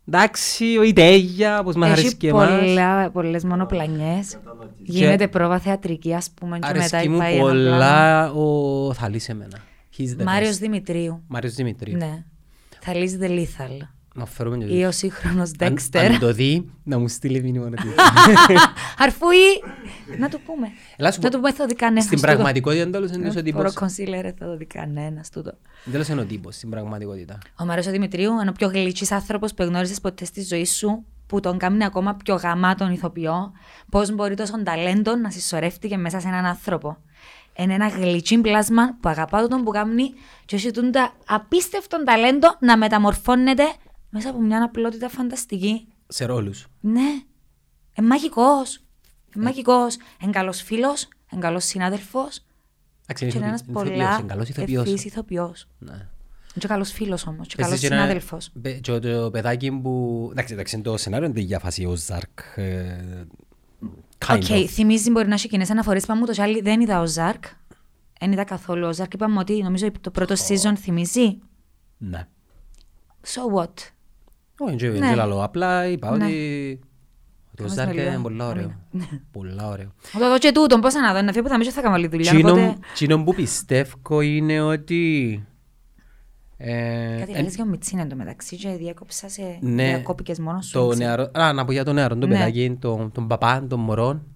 [SPEAKER 2] Εντάξει, ο Ιτέγια, όπως μας αρέσει
[SPEAKER 1] Έχει
[SPEAKER 2] και εμάς.
[SPEAKER 1] πολλά, πολλές μονοπλανιές.
[SPEAKER 6] Κατάλαβα τι
[SPEAKER 1] Γίνεται πρόβα θεατρική, ας πούμε, και μετά
[SPEAKER 2] Αρέσκει μου
[SPEAKER 1] πάει ένα πλάνο.
[SPEAKER 2] πολλά ο Θαλής εμένα. He's the
[SPEAKER 1] Μάριος
[SPEAKER 2] best.
[SPEAKER 1] Δημητρίου.
[SPEAKER 2] Μάριος Δημητρίου.
[SPEAKER 1] Ναι. Θα λύσει The Lethal.
[SPEAKER 2] Να φέρουμε και
[SPEAKER 1] Ή ο σύγχρονος
[SPEAKER 2] αν,
[SPEAKER 1] Dexter.
[SPEAKER 2] αν το δει, να μου στείλει μήνυμα να πει.
[SPEAKER 1] Αρφούι! Να το πούμε.
[SPEAKER 2] Ελά, σου
[SPEAKER 1] Να
[SPEAKER 2] πω,
[SPEAKER 1] το ναι, πούμε, θα το δει κανένας.
[SPEAKER 2] Στην πραγματικότητα, εν τέλος είναι ο
[SPEAKER 1] Ο
[SPEAKER 2] τύπος.
[SPEAKER 1] Ροκονσίλερ θα το δει κανένας τούτο.
[SPEAKER 2] Εν τέλος είναι ο τύπος, στην πραγματικότητα.
[SPEAKER 1] Ο Μαρίο Δημητρίου είναι ο πιο γλυκής άνθρωπος που γνώρισες ποτέ στη ζωή σου, που τον κάνει ακόμα πιο γαμάτον ηθοποιό. Πώς μπορεί τόσο ταλέντο να συσσωρεύτηκε μέσα σε έναν άνθρωπο. Είναι ένα γλυκή πλάσμα που αγαπά τον που κάνει και έχει τον τα απίστευτο ταλέντο να μεταμορφώνεται μέσα από μια απλότητα φανταστική.
[SPEAKER 2] Σε ρόλους.
[SPEAKER 1] Ναι. Ε, μαγικός. Ε, μαγικός. Εν καλός φίλος, εν καλός συνάδελφος.
[SPEAKER 2] Εντάξει,
[SPEAKER 1] Και είναι ένας
[SPEAKER 2] ηθοποιός,
[SPEAKER 1] πολλά
[SPEAKER 2] είναι καλός ηθοποιός.
[SPEAKER 1] ευθύς ηθοποιός.
[SPEAKER 2] Ναι.
[SPEAKER 1] Και καλός φίλος όμως. Και καλό
[SPEAKER 2] Επίσης, είναι ένα-
[SPEAKER 1] συνάδελφος.
[SPEAKER 2] παι- Και το παιδάκι που... Εντάξει, εντάξει, το σενάριο είναι για φάση ο Ζαρκ. ε, Kind
[SPEAKER 1] Οκ,
[SPEAKER 2] of.
[SPEAKER 1] θυμίζει μπορεί να έχει κοινές αναφορές. Πάμε ούτως ή άλλω, δεν είδα ο Ζαρκ. Δεν είδα καθόλου ο Ζαρκ. Είπαμε ότι νομίζω το πρώτο season θυμίζει.
[SPEAKER 2] Ναι.
[SPEAKER 1] So what.
[SPEAKER 2] Όχι, δεν
[SPEAKER 1] Ναι.
[SPEAKER 2] ναι. λαλώ. Απλά είπα
[SPEAKER 1] Ναι.
[SPEAKER 2] ότι... Το
[SPEAKER 1] Μας
[SPEAKER 2] Ζαρκ
[SPEAKER 1] με λίγο.
[SPEAKER 2] είναι πολύ ωραίο.
[SPEAKER 1] Ωραία.
[SPEAKER 2] Πολλά ωραίο.
[SPEAKER 1] Θα το δω και τούτον. Πώς να δω. Είναι αφήνω που θα μίσω θα κάνω άλλη δουλειά. Οπότε.
[SPEAKER 2] Τσίνο που πιστεύω είναι ότι... ε,
[SPEAKER 1] Κάτι
[SPEAKER 2] εν-
[SPEAKER 1] άλλε για ο Μιτσίνα εντωμεταξύ. Και διέκοψα σε.
[SPEAKER 2] ναι,
[SPEAKER 1] Διακόπηκες μόνος σου.
[SPEAKER 2] το
[SPEAKER 1] έτσι.
[SPEAKER 2] νεαρό- Α, να πω για τον νεαρό, τον
[SPEAKER 1] Ναι.
[SPEAKER 2] παιδάκι, τον, τον παπά, τον μωρόν.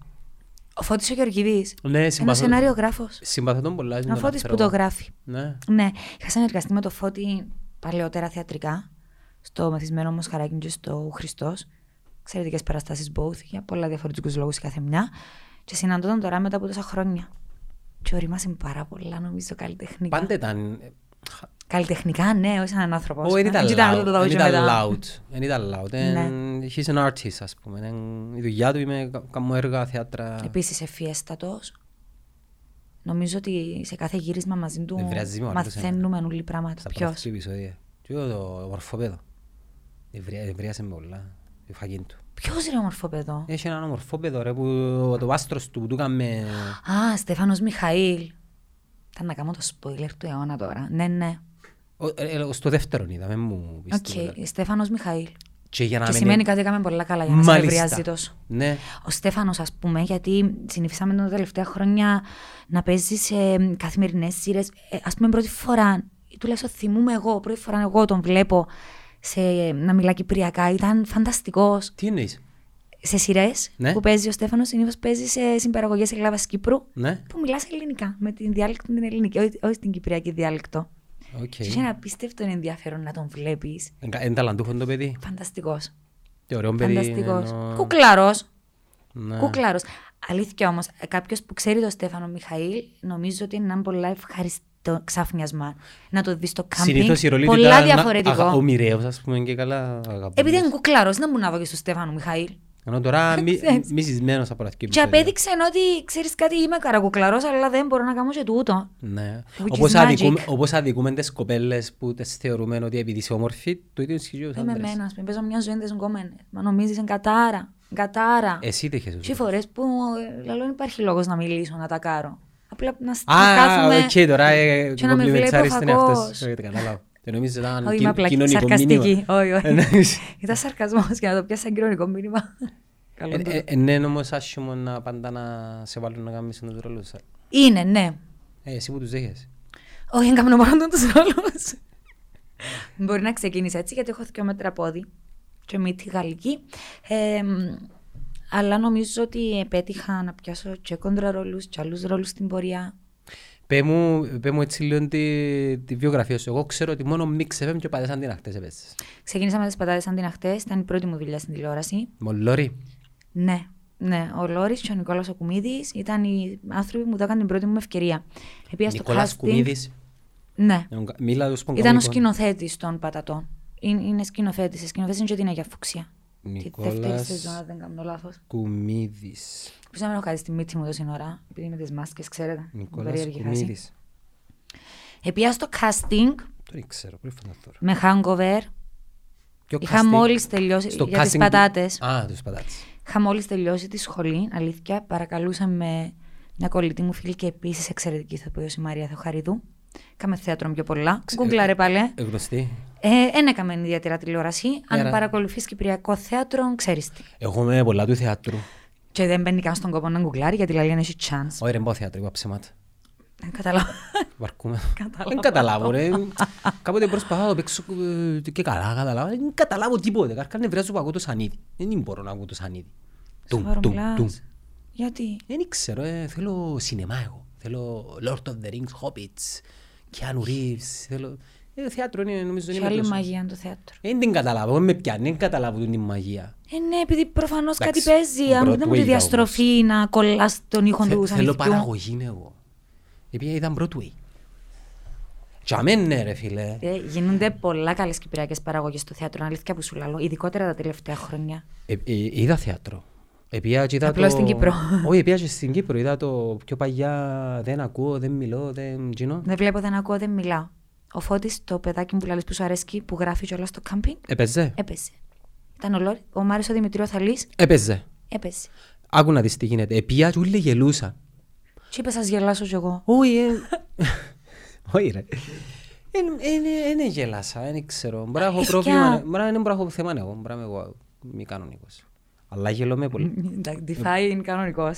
[SPEAKER 1] Ο Φώτης ο Γεωργιδής.
[SPEAKER 2] Ναι,
[SPEAKER 1] Ένας
[SPEAKER 2] συμπαθώ-
[SPEAKER 1] σενάριογράφος.
[SPEAKER 2] Συμπαθώ τον πολλά.
[SPEAKER 1] Ο Φώτης που το γράφει.
[SPEAKER 2] Ναι.
[SPEAKER 1] Ναι, είχα συνεργαστεί με το Φώτη παλαιότερα θεατρικά, στο μεθυσμένο όμως χαράκι και στο Χριστός. Εξαιρετικές παραστάσεις both για πολλά διαφορετικούς λόγους η κάθε μια. Και συναντώταν τώρα μετά από τόσα χρόνια. Και ορίμασε πάρα πολλά, νομίζω, καλλιτεχνικά.
[SPEAKER 2] Πάντα ήταν
[SPEAKER 1] Καλλιτεχνικά, ναι, όχι έναν άνθρωπο.
[SPEAKER 2] Όχι, δεν ήταν
[SPEAKER 1] Ήταν το
[SPEAKER 2] loud.
[SPEAKER 1] δαό
[SPEAKER 2] Δεν
[SPEAKER 1] και
[SPEAKER 2] ήταν
[SPEAKER 1] μετά. Ναι.
[SPEAKER 2] loud. Δεν ήταν loud. Εν- He's an artist, ας πούμε. Εν- Η δουλειά του είναι κα- κάνω έργα, θέατρα.
[SPEAKER 1] Επίσης ευφιέστατο. Νομίζω ότι σε κάθε γύρισμα μαζί του
[SPEAKER 2] Δεν βράζει μόνο, άρεσε εμένα.
[SPEAKER 1] μαθαίνουμε όλοι πράγματα.
[SPEAKER 2] Στα
[SPEAKER 1] Ποιο.
[SPEAKER 2] πρώτα επεισόδια. ε. Και το ομορφόπεδο. Ευρεία- Ευρείασε με πολλά. Η φαγή του.
[SPEAKER 1] Ποιος ρε ομορφό παιδό.
[SPEAKER 2] Έχει έναν ομορφόπεδο ρε που το άστρος του που του έκαμε...
[SPEAKER 1] Α, Στέφανος Μιχαήλ. Ήταν να κάνω το spoiler του αιώνα τώρα. Ναι, ναι.
[SPEAKER 2] Ο- ε, ε, Στο δεύτερο είδα, με μου πεις
[SPEAKER 1] Οκ,
[SPEAKER 2] τίποτα.
[SPEAKER 1] Στέφανος Μιχαήλ.
[SPEAKER 2] Και για να
[SPEAKER 1] Και
[SPEAKER 2] μην-
[SPEAKER 1] σημαίνει κάτι έκαμε πολλά καλά για να σε
[SPEAKER 2] Μάλιστα.
[SPEAKER 1] ευρεάζει τόσο.
[SPEAKER 2] Ναι.
[SPEAKER 1] Ο Στέφανος, ας πούμε, γιατί συνηθίσαμε τα τελευταία χρόνια να παίζει σε καθημερινές σειρές. ας πούμε, πρώτη φορά, ή τουλάχιστον θυμούμαι εγώ, πρώτη φορά εγώ τον βλέπω σε, να μιλά κυπριακά. Ήταν φανταστικός.
[SPEAKER 2] Τι εννοείς.
[SPEAKER 1] Σε σειρές
[SPEAKER 2] Ναι.
[SPEAKER 1] που παίζει ο Στέφανος, συνήθως παίζει σε συμπαραγωγές Ελλάδα-Κύπρου
[SPEAKER 2] Ναι.
[SPEAKER 1] που μιλάς ελληνικά, με την διάλεκτο την ελληνική, όχι, όχι την κυπριακή διάλεκτο.
[SPEAKER 2] Οκ.
[SPEAKER 1] Και Έχει ένα απίστευτο ενδιαφέρον να τον βλέπεις.
[SPEAKER 2] Εν- εν ταλαντούχο είναι το παιδί.
[SPEAKER 1] Φανταστικός.
[SPEAKER 2] Τι ωραίο παιδί.
[SPEAKER 1] Φανταστικός.
[SPEAKER 2] ενώ-
[SPEAKER 1] Κουκλαρός.
[SPEAKER 2] Ναι.
[SPEAKER 1] Κουκλαρός. Αλήθεια όμως, κάποιος που ξέρει τον Στέφανο Μιχαήλ, νομίζω ότι είναι ένα πολύ ευχαριστό ξαφνιασμά να το δεις στο κάμπινγκ.
[SPEAKER 2] Συνήθως η ρολή του
[SPEAKER 1] Πολλά
[SPEAKER 2] ήταν να-
[SPEAKER 1] διαφορετικό.
[SPEAKER 2] αγα- ο μοιραίος, ας πούμε, και καλά αγαπημένος.
[SPEAKER 1] Επειδή είναι κουκλαρό, δεν μπορώ να δω και στο Στέφανο Μιχαήλ.
[SPEAKER 2] Ενώ τώρα μη-
[SPEAKER 1] Ξέρεις.
[SPEAKER 2] μισισμένος από τα δυο
[SPEAKER 1] Και
[SPEAKER 2] επεισόδια.
[SPEAKER 1] απέδειξε ότι ξέρεις κάτι, είμαι καρακουκλαρός, αλλά δεν μπορώ να κάνω και τούτο.
[SPEAKER 2] Ναι.
[SPEAKER 1] Which is
[SPEAKER 2] Όπως
[SPEAKER 1] magic.
[SPEAKER 2] αδικούμε, όπως αδικούμε τις κοπέλες που τις θεωρούμε ότι επειδή είσαι όμορφη, το ίδιο ισχύει και τους
[SPEAKER 1] Δεν με
[SPEAKER 2] άντρες.
[SPEAKER 1] εμένα, ας πούμε, παίζω μια ζωή, δεν γκόμενε. Μα νομίζεις εν κατάρα. εν Κατάρα.
[SPEAKER 2] Εσύ τέχεσαι.
[SPEAKER 1] Τι φορές που ε, λέω δεν υπάρχει λόγος να μιλήσω, να τα κάρω. Απλά να στείλω.
[SPEAKER 2] Α,
[SPEAKER 1] κάθομαι.
[SPEAKER 2] οκ, τώρα ε,
[SPEAKER 1] και να με βλέπει
[SPEAKER 2] κομπλιμεντσάρεις
[SPEAKER 1] ο
[SPEAKER 2] την εαυτό
[SPEAKER 1] φακός.
[SPEAKER 2] σου. Ε, Κατάλαβα. Το νομίζω ήταν
[SPEAKER 1] Όχι,
[SPEAKER 2] κοι-
[SPEAKER 1] είμαι απλά
[SPEAKER 2] κοινωνικό μήνυμα. Ε, ναι.
[SPEAKER 1] σαρκαστική. Όχι, όχι.
[SPEAKER 2] Εννοείς.
[SPEAKER 1] Ήταν σαρκασμός για να το πιάσει σαν κοινωνικό μήνυμα. Καλό
[SPEAKER 2] Ε,
[SPEAKER 1] το-
[SPEAKER 2] ναι, Είναι όμως άσχημο να πάντα να σε βάλουν να κάνεις τους ρόλους. Ε,
[SPEAKER 1] Είναι, ναι.
[SPEAKER 2] εσύ που τους δέχεσαι.
[SPEAKER 1] Όχι, έκανα μόνο τους ρόλους. Μπορεί να ξεκινήσει έτσι, γιατί έχω δύο μέτρα πόδι και μύτη γαλλική. Ε, μ, αλλά νομίζω ότι επέτυχα να πιάσω και κόντρα ρόλους και άλλους ρόλους στην πορεία.
[SPEAKER 2] Πέ μου, πέ μου έτσι λίγο τη, τη βιογραφία σου. Εγώ ξέρω ότι μόνο Mix FM και πατές αντιναχτές έπαιζες.
[SPEAKER 1] Ξεκίνησα με τις πατάτες αντιναχτές, ήταν η πρώτη μου δουλειά στην τηλεόραση.
[SPEAKER 2] Μολόρι.
[SPEAKER 1] Ναι, ναι. Ο Λόρης και ο Νικόλας ο Κουμίδης ήταν οι άνθρωποι που μου δώσαν την πρώτη μου ευκαιρία. Επία στο
[SPEAKER 2] Νικόλας
[SPEAKER 1] casting.
[SPEAKER 2] Κουμίδης.
[SPEAKER 1] Ναι.
[SPEAKER 2] Ε, ο κα- Μίλα ως τον
[SPEAKER 1] Ήταν ο
[SPEAKER 2] κομικό.
[SPEAKER 1] σκηνοθέτης των πατατών. Είναι, είναι σκηνοθέτης. Σκηνοθέτης είναι και την Αγία Φουξία. Τη δεύτερη
[SPEAKER 2] Νικόλας.
[SPEAKER 1] σεζόν, αν δεν κάνω λάθος.
[SPEAKER 2] Κουμίδης.
[SPEAKER 1] Που να μην έχω κάτι στη μύτη μου τόση ώρα, επειδή είμαι τις μάσκες, ξέρετε.
[SPEAKER 2] Νικόλας
[SPEAKER 1] Περίεργη χάση.
[SPEAKER 2] Κουμίδης.
[SPEAKER 1] Επία στο casting
[SPEAKER 2] Δεν ξέρω, πρέπει να φανταστώ τώρα.
[SPEAKER 1] με hangover.
[SPEAKER 2] Ποιο
[SPEAKER 1] Είχα
[SPEAKER 2] casting?
[SPEAKER 1] μόλις τελειώσει
[SPEAKER 2] Στο
[SPEAKER 1] για τις
[SPEAKER 2] casting του-
[SPEAKER 1] πατάτες.
[SPEAKER 2] Α, τις πατάτες.
[SPEAKER 1] Είχα μόλις τελειώσει τη σχολή, αλήθεια. Παρακαλούσα με μια κολλητή μου φίλη και επίσης εξαιρετική ηθοποιό η Μαρία Θεοχαρίδου. Κάμε θέατρο πιο πολλά.
[SPEAKER 2] Ξε-
[SPEAKER 1] Γκουγκλάρε παλέ.
[SPEAKER 2] Ε, Γνωστή.
[SPEAKER 1] Ε, δεν έκαμε ιδιαίτερα τηλεόραση. Αν
[SPEAKER 2] Άρα-
[SPEAKER 1] παρακολουθείς Κυπριακό θέατρο, ξέρεις τι.
[SPEAKER 2] Εγώ είμαι πολλά του θεάτρου.
[SPEAKER 1] Και δεν μπαίνει καν στον κόπο να γκουγκλάρει γιατί λέει αν έχει chance.
[SPEAKER 2] Όχι ρε, μπω θεάτρο, είπα ψέματα.
[SPEAKER 1] Ε, Καταλάβα.
[SPEAKER 2] Βαρκούμε.
[SPEAKER 1] Κατάλαβα
[SPEAKER 2] Δεν καταλάβω ρε. Κάποτε προσπαθώ να το παίξω ε, και καλά καταλάβω. Δεν καταλάβω τίποτε. Καρκά νευριάζω που ακούω το σανίδι. Δεν μπορώ να ακούω το σανίδι. Τουμ,
[SPEAKER 1] Σοβαρό
[SPEAKER 2] τουμ,
[SPEAKER 1] μιλάς.
[SPEAKER 2] τουμ.
[SPEAKER 1] Γιατί.
[SPEAKER 2] Δεν ξέρω, ε, θέλω σινεμά εγώ. Θέλω Lord of the Rings, Hobbits, Keanu Reeves. Θέλω... Ε, θέατρο είναι νομίζω
[SPEAKER 1] Και
[SPEAKER 2] είναι
[SPEAKER 1] άλλη μαγεία είναι το θέατρο.
[SPEAKER 2] Ε, Δεν την καταλάβω, δεν με πιάνει, δεν καταλάβω την μαγεία.
[SPEAKER 1] Ε, ναι, επειδή προφανώς κάτι
[SPEAKER 2] Εντάξει,
[SPEAKER 1] παίζει.
[SPEAKER 2] τον
[SPEAKER 1] Αν
[SPEAKER 2] Broadway
[SPEAKER 1] δεν μου τη
[SPEAKER 2] είδα
[SPEAKER 1] διαστροφή να κολλάς τον ήχο
[SPEAKER 2] Θε-
[SPEAKER 1] του
[SPEAKER 2] Θέλω
[SPEAKER 1] σανιδιού.
[SPEAKER 2] παραγωγή είναι εγώ. Επειδή ήταν Broadway. Και αμέν ναι ρε φίλε.
[SPEAKER 1] Ε, γίνονται πολλά καλές κυπριακές παραγωγές στο θέατρο, αλήθεια που σου λέω, ειδικότερα τα τελευταία χρόνια.
[SPEAKER 2] Ε, ε, είδα θέατρο. Επία και είδα
[SPEAKER 1] Απλώς
[SPEAKER 2] το...
[SPEAKER 1] στην Κύπρο.
[SPEAKER 2] Όχι, επία και στην Κύπρο. Είδα το πιο παλιά δεν ακούω, δεν μιλώ, δεν γίνω.
[SPEAKER 1] Δεν βλέπω, δεν ακούω, δεν μιλάω. Ο Φώτης, το παιδάκι μου που λαλείς που σου αρέσκει, που γράφει κιόλα στο κάμπινγκ,
[SPEAKER 2] Έπαιζε.
[SPEAKER 1] έπαιζε. Ήταν ο, Λόρι, ο Μάριος ο Δημητρίου Θαλής,
[SPEAKER 2] Έπαιζε.
[SPEAKER 1] έπαιζε.
[SPEAKER 2] Ε, Άκου να δεις τι γίνεται. Επία και όλοι γελούσαν.
[SPEAKER 1] Τι είπες, σας γελάσω κι εγώ.
[SPEAKER 2] Όχι, ε. Όχι, ρε. Δεν γέλασα, δεν ξέρω. Μπορεί να έχω
[SPEAKER 1] Αλήθεια.
[SPEAKER 2] πρόβλημα. Μπορεί να είναι- μπορεί να έχω θέμα εγώ. Μπορεί να είμαι εγώ μη κανονικός. Αλλά γελώ με πολύ.
[SPEAKER 1] Εντάξει, Defy είναι κανονικός.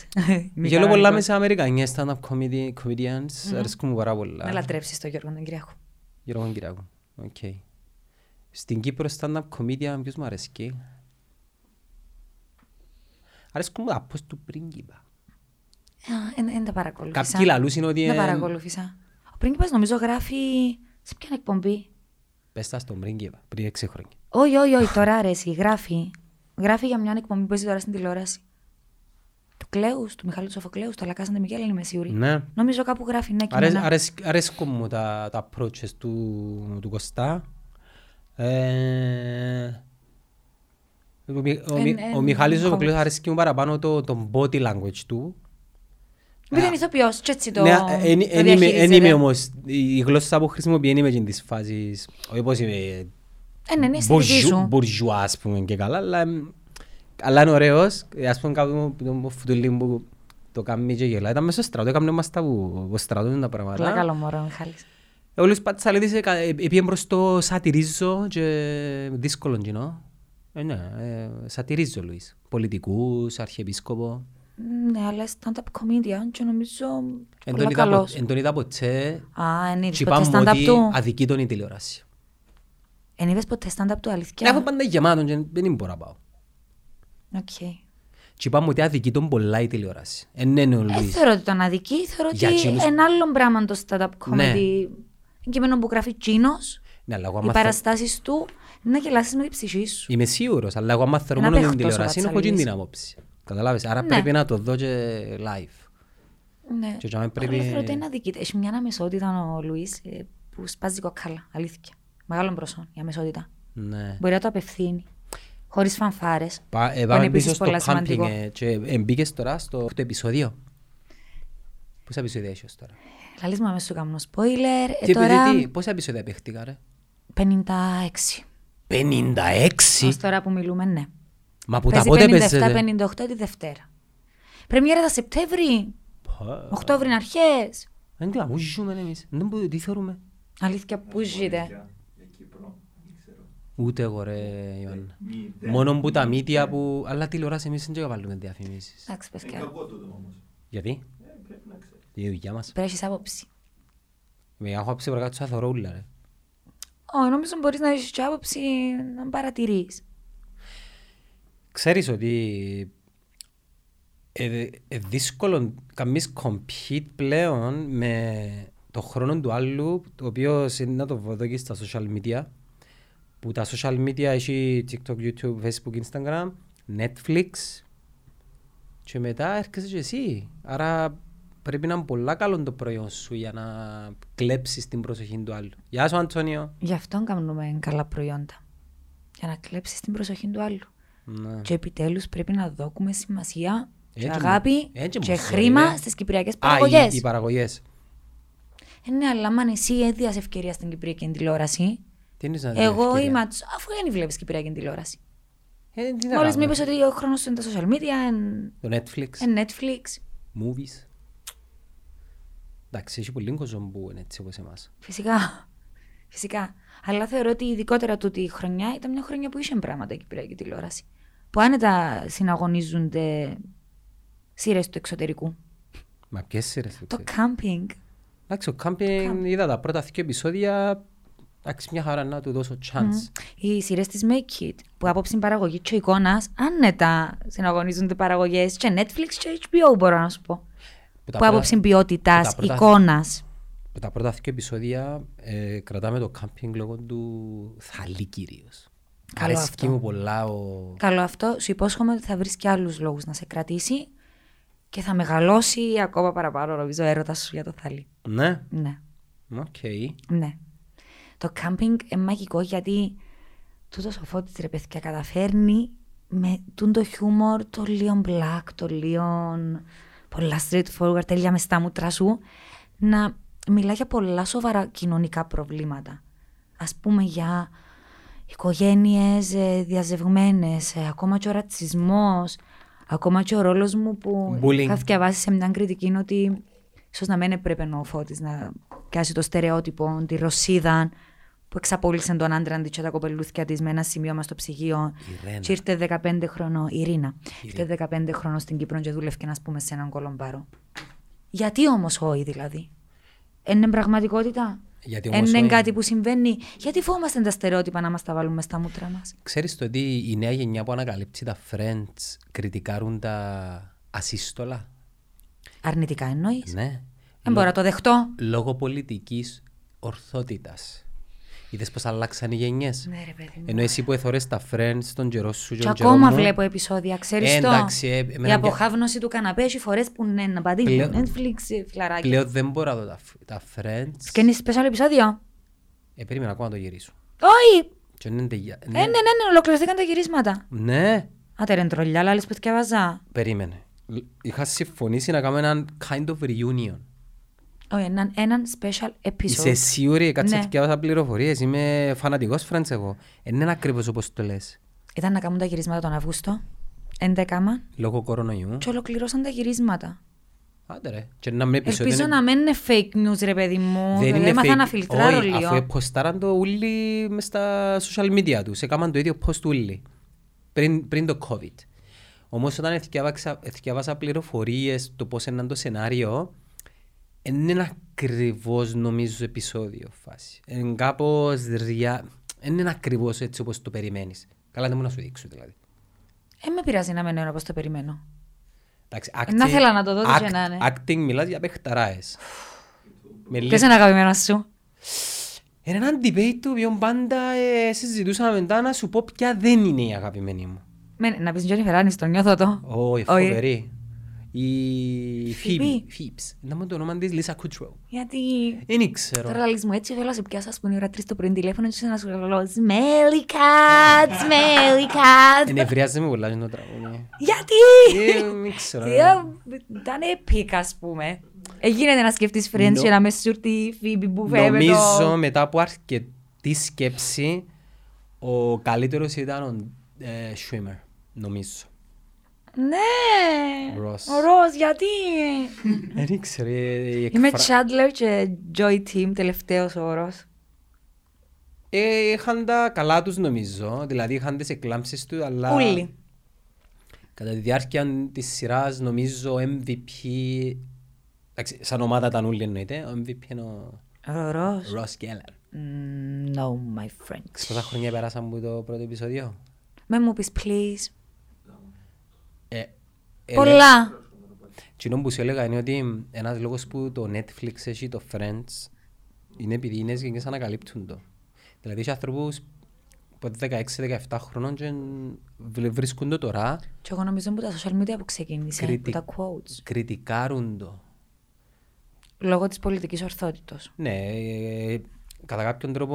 [SPEAKER 2] Γελώ πολλά με σε Αμερικανιές, stand-up comedy- comedians. Αρέσκουν μου πάρα πολλά.
[SPEAKER 1] Να λατρέψεις τον Γιώργο τον Κυριακό.
[SPEAKER 2] Γιώργο Κυριακού. Οκ. Στην Κύπρο stand-up comedian ποιος μου αρέσκει. Αρέσκουν μου τα post του πρίγκιπα.
[SPEAKER 1] Δεν Ε, τα παρακολούθησα.
[SPEAKER 2] Κάποιοι λαλούς είναι ότι...
[SPEAKER 1] Δεν
[SPEAKER 2] ε,
[SPEAKER 1] τα παρακολούθησα. Ο πρίγκιπας νομίζω γράφει. Σε ποια εκπομπή.
[SPEAKER 2] Πες τα στον πρίγκιπα πριν 6 χρόνια.
[SPEAKER 1] Όχι, όχι, όχι, τώρα αρέσει. Γράφει. Γράφει για μια εκπομπή που παίζει τώρα στην τηλεόραση. Του Κλέους, του Μιχάλη του Σοφοκλέους, του Αλακάσαντε Μικέλ, είμαι σίγουρη.
[SPEAKER 2] Ναι.
[SPEAKER 1] Νομίζω κάπου γράφει ναι,
[SPEAKER 2] Αρέσ-
[SPEAKER 1] κείμενα.
[SPEAKER 2] αρέσκ- Αρέσκουν μου τα, τα approaches του, του Κωστά. Ε, ο, Μι- ο, Μι-
[SPEAKER 1] Εν-
[SPEAKER 2] ο
[SPEAKER 1] εν-
[SPEAKER 2] Μιχάλης
[SPEAKER 1] εν-
[SPEAKER 2] Ζωοκλής
[SPEAKER 1] comments.
[SPEAKER 2] αρέσκει μου παραπάνω το, το body language του.
[SPEAKER 1] Που ήταν ηθοποιός, και έτσι το.
[SPEAKER 2] Ναι,
[SPEAKER 1] το
[SPEAKER 2] ε, εν- εν είμαι- εν
[SPEAKER 1] διαχειρίζεται.
[SPEAKER 2] είμαι όμως, η η γλώσσα που χρησιμοποιεί εν είμαι εκείνης της φάσης, όχι πως είμαι
[SPEAKER 1] Ε, ναι, ναι, στη δική
[SPEAKER 2] bourgeois-
[SPEAKER 1] σου.
[SPEAKER 2] bourgeois, ας πούμε και καλά, αλλά, εμ, αλλά είναι ωραίος, Ε, ας πούμε κάποιο μου- το μου φουτουλί που το κάνει και γελά, ήταν μέσα στο στρατό, έκαμε μας τα που που στρατούν τα πράγματα.
[SPEAKER 1] Καλά, καλό μωρό, Μιχάλης.
[SPEAKER 2] Ο Λουίς Πατσαλίδης εκα- ε, πήγε προς το σατυρίζω και δύσκολο κοινό. Ε, ναι, ε, σατυρίζω ο Λουίς. Πολιτικούς, αρχιεπίσκοπο.
[SPEAKER 1] Ναι, αλλά stand-up comedian και νομίζω.
[SPEAKER 2] Εν
[SPEAKER 1] πολύ
[SPEAKER 2] τον είδα πο-
[SPEAKER 1] καλός.
[SPEAKER 2] εν τον είδα ποτέ.
[SPEAKER 1] Α, εν
[SPEAKER 2] Και
[SPEAKER 1] είδες ποτέ
[SPEAKER 2] είπαμε
[SPEAKER 1] stand-up
[SPEAKER 2] ότι
[SPEAKER 1] του.
[SPEAKER 2] αδικεί τον η τηλεόραση.
[SPEAKER 1] Εν είδες ποτέ stand-up του,
[SPEAKER 2] Και έχω
[SPEAKER 1] αλήθεια.
[SPEAKER 2] πάντα γεμάτον και δεν μπορώ να πάω.
[SPEAKER 1] Οκ.
[SPEAKER 2] Και είπαμε ότι αδικεί τον πολλά η τηλεόραση. Ε, ναι, ναι, ο
[SPEAKER 1] Δεν
[SPEAKER 2] Λουίς.
[SPEAKER 1] θεωρώ ότι ήταν αδική, θεωρώ
[SPEAKER 2] Για
[SPEAKER 1] ότι
[SPEAKER 2] εκείνους-
[SPEAKER 1] ένα άλλο πράγμα το stand-up
[SPEAKER 2] Ναι.
[SPEAKER 1] comedy. Κείμενο που γράφει Τσίνο,
[SPEAKER 2] Ναι, αλλά εγώ
[SPEAKER 1] οι
[SPEAKER 2] άμα θέλω-
[SPEAKER 1] παραστάσεις του, να γελάσεις με την ψυχή σου.
[SPEAKER 2] Είμαι σίγουρος, αλλά εγώ άμα θέλω
[SPEAKER 1] Ένα
[SPEAKER 2] μόνο την
[SPEAKER 1] παίχτος ο
[SPEAKER 2] τηλεόραση, έχω εκείνη
[SPEAKER 1] Πατσαλίδης.
[SPEAKER 2] την άποψη. Καταλάβες, άρα
[SPEAKER 1] Ναι.
[SPEAKER 2] πρέπει να το δω και live.
[SPEAKER 1] Ναι.
[SPEAKER 2] Και για μένα πρέπει-
[SPEAKER 1] Αλλά θεωρώ ότι είναι αδική. Έχει μια αμεσότητα ο Λουίς που σπάζει κοκάλα. Αλήθεια. Μεγάλων προσών η αμεσότητα.
[SPEAKER 2] Ναι.
[SPEAKER 1] Μπορεί να το απευθύνει. Χωρίς φανφάρες.
[SPEAKER 2] Πα- ε, Πάμε πίσω στο camping ε, και ε, μπήκες τώρα στο το επεισόδιο. Πόσα επεισόδια έχεις τώρα.
[SPEAKER 1] Λαλή μου αμέσως σου κάνω spoiler. Ε,
[SPEAKER 2] Τι,
[SPEAKER 1] τώρα
[SPEAKER 2] τι, τι, πόσα επεισόδια παίχτηκα ρε.
[SPEAKER 1] 56.
[SPEAKER 2] 56.
[SPEAKER 1] Ως τώρα που μιλούμε, ναι.
[SPEAKER 2] Μα που τα
[SPEAKER 1] Παίζει
[SPEAKER 2] πότε
[SPEAKER 1] 57,
[SPEAKER 2] παίζετε.
[SPEAKER 1] 58 τη Δευτέρα. Πρεμιέρα τα
[SPEAKER 2] Ε,
[SPEAKER 1] Σεπτέμβρη, Οκτώβρη αρχές.
[SPEAKER 2] Δεν τι ζούμε εμείς. Δεν μπορούμε, τι θεωρούμε.
[SPEAKER 1] Αλήθεια, πού ζείτε.
[SPEAKER 6] Για Κύπρο, δεν ξέρω.
[SPEAKER 2] Ούτε εγώ ρε Ιωάννα.
[SPEAKER 6] Μη ιδέα.
[SPEAKER 2] Μόνο που τα μύτια που... Αλλά τηλεόραση εμείς δεν βάλουμε διαφημίσεις.
[SPEAKER 1] Εντάξει, πες
[SPEAKER 6] Ε,
[SPEAKER 1] και άλλο.
[SPEAKER 6] κακό τούτο όμως.
[SPEAKER 2] Γιατί?
[SPEAKER 6] Ε, πρέπει να ξέρεις.
[SPEAKER 2] Η δουλειά μας.
[SPEAKER 1] Πρέπει να έχεις άποψη.
[SPEAKER 2] Με έχω άψει προκάτω σαν θωρούλα ρε.
[SPEAKER 1] Ω, νομίζω μπορείς να έχεις και άποψη να παρατηρείς.
[SPEAKER 2] Ξέρεις ότι ε, ε, ε, δύσκολο καμίς compete πλέον με το χρόνο του άλλου, το οποίο είναι να το βοδόκει στα social media, που τα social media έχει TikTok, YouTube, Facebook, Instagram, Netflix και μετά έρχεσαι και εσύ. Άρα πρέπει να είναι πολλά καλό το προϊόν σου για να κλέψεις την προσοχή του άλλου. Γεια σου Αντώνιο.
[SPEAKER 1] Γι' αυτό κάνουμε καλά προϊόντα. Για να κλέψεις την προσοχή του άλλου.
[SPEAKER 2] Ναι.
[SPEAKER 1] Και επιτέλους πρέπει να δώκουμε σημασία και
[SPEAKER 2] Έτσι μου-
[SPEAKER 1] αγάπη
[SPEAKER 2] έτσι μου
[SPEAKER 1] και
[SPEAKER 2] φαίνεται.
[SPEAKER 1] χρήμα στις κυπριακές
[SPEAKER 2] Α, οι, οι
[SPEAKER 1] παραγωγές.
[SPEAKER 2] παραγωγές.
[SPEAKER 1] Ε, ναι, αλλά αν εσύ έδιας ευκαιρία στην κυπριακή τηλεόραση,
[SPEAKER 2] Τι εννοείς να δεις
[SPEAKER 1] εγώ
[SPEAKER 2] Ε, ευκαιρία?
[SPEAKER 1] είμαι ατσ- αφού δεν βλέπεις κυπριακή τηλεόραση.
[SPEAKER 2] Ε, τι να
[SPEAKER 1] Μόλις μου
[SPEAKER 2] κάνουμε.
[SPEAKER 1] είπες ότι ο χρόνος σου είναι τα social media, εν,
[SPEAKER 2] Το Netflix.
[SPEAKER 1] εν Netflix.
[SPEAKER 2] movies. Εντάξει, έχει πολύ κόσμο που είναι έτσι όπως εμάς.
[SPEAKER 1] Φυσικά. Φυσικά. Αλλά θεωρώ ότι ειδικότερα τούτη η χρονιά ήταν μια χρονιά που είχε πράγματα η κυπριακή τηλεόραση. Που άνετα συναγωνίζονται σειρές του εξωτερικού.
[SPEAKER 2] Μα ποιες σειρές το
[SPEAKER 1] Το
[SPEAKER 2] ξέρεις.
[SPEAKER 1] camping.
[SPEAKER 2] Εντάξει, ο Κάμπιν είδα τα πρώτα δύο επεισόδια. Εντάξει, μια χαρά να του δώσω chance.
[SPEAKER 1] Οι σειρές της Make It. Που απόψη παραγωγή και εικόνας άνετα συναγωνίζονται παραγωγές και Netflix και HBO, μπορώ να σου πω.
[SPEAKER 2] Που τα
[SPEAKER 1] Που
[SPEAKER 2] πρώτα-
[SPEAKER 1] άποψη ποιότητα,
[SPEAKER 2] τα πρώτα-
[SPEAKER 1] εικόνας.
[SPEAKER 2] που Τα πρώτα δύο επεισόδια ε, κρατάμε το κάμπινγκ λόγω του θαλή κυρίως.
[SPEAKER 1] Καλό
[SPEAKER 2] Αρέσκει
[SPEAKER 1] αυτό.
[SPEAKER 2] μου πολλά ο...
[SPEAKER 1] Καλό αυτό. Σου υπόσχομαι ότι θα βρεις και άλλους λόγους να σε κρατήσει και θα μεγαλώσει ακόμα παραπάνω, νομίζω, ο έρωτας σου για το θαλί.
[SPEAKER 2] Ναι,
[SPEAKER 1] Ναι.
[SPEAKER 2] οκ.
[SPEAKER 1] Ναι. Το κάμπινγκ είναι μαγικό γιατί τούτος ο Φώτης ρε παιδιά καταφέρνει με τούν το χιούμορ το λίγο black, το λίγο πολλά straightforward, τέλεια μεστά μου τρασού να μιλά για πολλά σοβαρά κοινωνικά προβλήματα. Ας πούμε για οικογένειες ε, διαζευγμένες, ε, ακόμα και ο ρατσισμός, ακόμα και ο ρόλος μου που
[SPEAKER 2] Bullying.
[SPEAKER 1] είχα διαβάσει σε μια κριτική είναι ότι ίσως να μην έπρεπε να ο Φώτης να πιάσει το στερεότυπο, τη Ρωσίδα που εξαπόλυσε τον άντρα της και τα κοπελούθια της με ένα σημείωμα στο ψυγείο.
[SPEAKER 2] Η Ρένα.
[SPEAKER 1] Και ήρθε 15 χρονών, η Ρίνα. Ήρθε 15 χρονών στην Κύπρο και δούλευε, να πούμε, σε έναν κολομπάρο. Γιατί όμως όχι, δηλαδή. Είναι πραγματικότητα.
[SPEAKER 2] Γιατί όμως
[SPEAKER 1] Είναι
[SPEAKER 2] όχι.
[SPEAKER 1] κάτι που συμβαίνει. Γιατί φοβόμαστε τα στερεότυπα να μας τα βάλουμε στα μούτρα μας.
[SPEAKER 2] Ξέρεις το ότι η νέα γενιά που ανακαλύψει τα Friends κριτικάρουν τα ασύστολα.
[SPEAKER 1] Αρνητικά εννοείς.
[SPEAKER 2] Ναι.
[SPEAKER 1] Δεν μπορώ να το δεχτώ.
[SPEAKER 2] λόγω πολιτικής ορθότητας. Είδες πώ αλλάξαν οι γενιές.
[SPEAKER 1] Ναι, ρε παιδί μου.
[SPEAKER 2] Ενώ εσύ που έθωρες τα friends στον καιρός σου,
[SPEAKER 1] Και
[SPEAKER 2] τον καιρό
[SPEAKER 1] ακόμα
[SPEAKER 2] μου,
[SPEAKER 1] βλέπω επεισόδια, ξέρεις το.
[SPEAKER 2] Εντάξει, ε, εμένα
[SPEAKER 1] η
[SPEAKER 2] πια-
[SPEAKER 1] αποχάβνωση του καναπέ έχει φορές που ναι, να πατήσει.
[SPEAKER 2] Πλέον-
[SPEAKER 1] Netflix, ε, φιλαράκι.
[SPEAKER 2] πλέον δεν μπορώ να δω τα, τα friends.
[SPEAKER 1] Σκένεις special επεισόδιο.
[SPEAKER 2] Ε, περίμενα ακόμα να το γυρίσω.
[SPEAKER 1] Όχι!
[SPEAKER 2] Και ναι, ναι,
[SPEAKER 1] Ε, ναι, ναι, ναι, ολοκληρωθήκαν τα γυρίσματα.
[SPEAKER 2] ναι,
[SPEAKER 1] Άτε ρε τρολιά, αλλά άλλες που θυκευάζα.
[SPEAKER 2] περίμενε. Είχα συμφωνήσει να κάνουμε έναν kind of reunion.
[SPEAKER 1] Όχι, έναν, έναν special
[SPEAKER 2] Είσαι
[SPEAKER 1] episode.
[SPEAKER 2] σίγουρη, κάτσε
[SPEAKER 1] Ναι.
[SPEAKER 2] να διαβάσα πληροφορίες. Είμαι φανατικός friends εγώ. Ε, Είναι ακριβώς όπως το λες.
[SPEAKER 1] Ήταν να κάνουν τα γυρίσματα τον Αύγουστο. 11 μα.
[SPEAKER 2] Λόγω κορονοϊού.
[SPEAKER 1] Και ολοκληρώσαν τα γυρίσματα.
[SPEAKER 2] Άντε ρε. Και να μην επεισόδιο
[SPEAKER 1] Ελπίζω
[SPEAKER 2] είναι-
[SPEAKER 1] να μην είναι fake news, ρε παιδί μου. Δεν δηλαδή, έμαθα
[SPEAKER 2] fake.
[SPEAKER 1] να φιλτράρω
[SPEAKER 2] Όχι, Αφού
[SPEAKER 1] λίγο.
[SPEAKER 2] επωστάραν το όλοι μες στα social media τους. Έκαναν το ίδιο post όλοι. Πριν, πριν το COVID. Όμως όταν εθιαβάσα, εθιαβάσα πληροφορίες το πώς είναι το σενάριο, εν είναι ακριβώς νομίζω επεισόδιο φάση. Είναι κάπως ρια... εν είναι ακριβώς έτσι όπως το περιμένεις. Καλά δεν μου να σου δείξω δηλαδή.
[SPEAKER 1] Ε, με πειράζει να μένω όπως το περιμένω.
[SPEAKER 2] Εντάξει,
[SPEAKER 1] Ε, Να θέλω να το δω, τι και
[SPEAKER 2] act-
[SPEAKER 1] να είναι.
[SPEAKER 2] Acting μιλάς για παιχταράες. Με
[SPEAKER 1] Ποιο
[SPEAKER 2] λίγο-
[SPEAKER 1] είναι αγαπημένο σου.
[SPEAKER 2] Είναι έναν debate το οποίο πάντα ε, συζητούσαμε μετά να σου πω ποια δεν είναι η αγαπημένη μου.
[SPEAKER 1] Με- να πεις Τζόνι Φεράνης, τον νιώθω το.
[SPEAKER 2] Όχι,
[SPEAKER 1] Όχι.
[SPEAKER 2] φοβερή. Η Φίμπη,
[SPEAKER 1] Phoebe.
[SPEAKER 2] Φίμπς, να μου το όνομα της Ε, Λίσα Κούτρο.
[SPEAKER 1] Γιατί.
[SPEAKER 2] Δεν ήξερα.
[SPEAKER 1] Τώρα λες μου έτσι, θέλω να σε πιάσω, ας πούμε, η ώρα 3 το πρωί τηλέφωνο και να σου λέω Smelly cat, smelly cat.
[SPEAKER 2] Ενευριάζει ναι, με πολλά είναι το τραγούδι.
[SPEAKER 1] Γιατί!
[SPEAKER 2] Ε, Δεν ξέρω.
[SPEAKER 1] Τι,
[SPEAKER 2] ε.
[SPEAKER 1] ε, Ήταν epic, ας πούμε. Ε, γίνεται να σκεφτείς friends
[SPEAKER 2] Νο-
[SPEAKER 1] και να μες σουρτεί η Φίμπη που φεύγει.
[SPEAKER 2] Νομίζω μετά από αρκετή σκέψη, ο καλύτερος ήταν ο ε, Schwimmer, νομίζω.
[SPEAKER 1] Ναι.
[SPEAKER 2] Ross.
[SPEAKER 1] Ο Ροζ, γιατί.
[SPEAKER 2] Δεν ήξερα. ε, η
[SPEAKER 1] Είμαι
[SPEAKER 2] εκφρα-
[SPEAKER 1] Chandler και Joy Team, τελευταίος ο Ροζ.
[SPEAKER 2] Ε, είχαν τα καλά τους νομίζω, δηλαδή είχαν τις εκλάμψεις του, αλλά
[SPEAKER 7] Ούλη.
[SPEAKER 2] κατά τη διάρκεια της σειράς νομίζω MVP, εντάξει, σαν ομάδα ήταν ούλοι εννοείται, ο MVP είναι ο
[SPEAKER 7] Ρορός.
[SPEAKER 2] Ross Geller.
[SPEAKER 7] Mm, No, my
[SPEAKER 2] Ξέρεις
[SPEAKER 7] friend.
[SPEAKER 2] Πόσα χρόνια πέρασαν από το πρώτο επεισόδιο.
[SPEAKER 1] Με μου πεις please.
[SPEAKER 2] Ε, ε,
[SPEAKER 1] Πολλά.
[SPEAKER 2] Κοινό που σου έλεγα είναι ότι ένας λόγος που το Netflix έχει το Friends είναι επειδή οι νέες γενιές ανακαλύπτουν το. Δηλαδή έχει ανθρώπους που 16-17 χρονών και βλε- βρίσκουν το τώρα,
[SPEAKER 1] Και εγώ νομίζω που τα social media που ξεκίνησε, που
[SPEAKER 2] Κριτικ.
[SPEAKER 1] τα quotes.
[SPEAKER 2] κριτικάρουν το.
[SPEAKER 1] Λόγω της πολιτικής ορθότητος.
[SPEAKER 2] Ναι, ε, κατά κάποιον τρόπο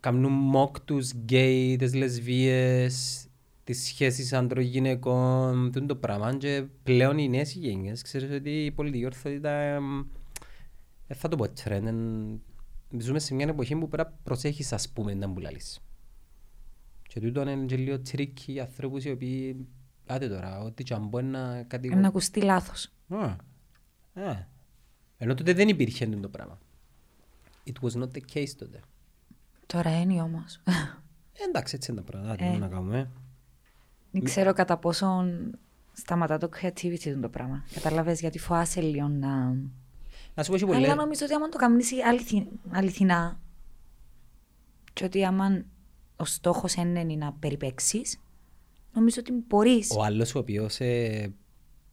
[SPEAKER 2] κάνουν mock τους γκέι, τις λεσβίες, τις σχέσεις ανδρογυναικών, τούτο το πράγμα και πλέον οι νέες γενιές ξέρεις ότι η πολιτική ορθότητα εμ, ε, θα το πω trend, εν, ζούμε σε μια εποχή που πρέπει να προσέχεις ας πούμε να μπουλαλείς. Και τούτο είναι και λίγο τρίκι για ανθρώπους οι οποίοι Άντε τώρα, ό,τι και αν μπορεί να
[SPEAKER 1] Να
[SPEAKER 2] κατηγορούν.
[SPEAKER 1] ακουστεί λάθος.
[SPEAKER 2] Α, α. Ενώ τότε δεν υπήρχε το πράγμα. It was not the case τότε.
[SPEAKER 1] Τώρα είναι όμως.
[SPEAKER 2] Ε, εντάξει, έτσι είναι τα πράγματα.
[SPEAKER 1] Ε.
[SPEAKER 2] Τι να κάνουμε.
[SPEAKER 1] Δεν ξέρω κατά πόσον σταματά το creativity του το πράγμα. Καταλαβες γιατί φοάσαι λίγο να...
[SPEAKER 2] Να σου πω, έχει
[SPEAKER 1] Αλλά
[SPEAKER 2] πολλές...
[SPEAKER 1] νομίζω ότι άμα το κάνεις αληθι... αληθινά και ότι άμα ο στόχος είναι να περιπέξεις, νομίζω ότι μπορείς
[SPEAKER 2] Ο άλλος ο οποίος ε,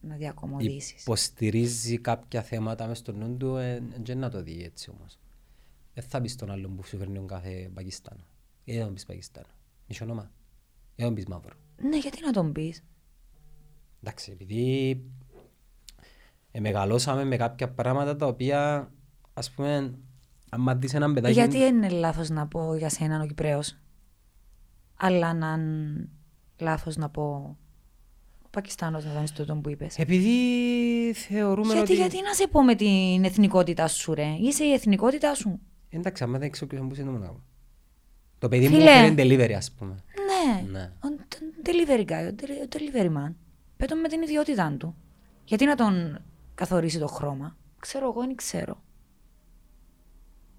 [SPEAKER 1] να διακομωδήσεις.
[SPEAKER 2] υποστηρίζει κάποια θέματα μες στο νου του, ε, δεν να το δει έτσι όμως. Δεν θα πεις στον άλλον που σου φέρνει τον κάθε Πακιστάνο. Ε, δεν θα πεις Πακιστάνο. Είσαι όνομα. Ε, δεν πεις μαύρο.
[SPEAKER 1] Ναι, γιατί να τον πεις.
[SPEAKER 2] Εντάξει, επειδή ε, μεγαλώσαμε με κάποια πράγματα τα οποία, ας πούμε, άμα δεις έναν παιδάκι...
[SPEAKER 1] Γιατί είναι λάθος να πω για σένα ο Κυπρέος, αλλά να είναι λάθος να πω ο Πακιστάνος να ήταν τούτο που είπες.
[SPEAKER 2] Επειδή θεωρούμε
[SPEAKER 1] γιατί,
[SPEAKER 2] ότι...
[SPEAKER 1] γιατί να σε πω με την εθνικότητά σου, ρε. Είσαι η εθνικότητά σου.
[SPEAKER 2] Εντάξει, άμα δεν ξέρω ποιος είναι το μονάχο. Το παιδί μου
[SPEAKER 1] Φίλε.
[SPEAKER 2] φέρει delivery, ας πούμε.
[SPEAKER 1] Ναι.
[SPEAKER 2] Ναι.
[SPEAKER 1] Ο ο delivery guy, ο deli- ο delivery man. Πέτω με την ιδιότητά του. Γιατί να τον καθορίσει το χρώμα. Ξέρω εγώ, δεν ξέρω.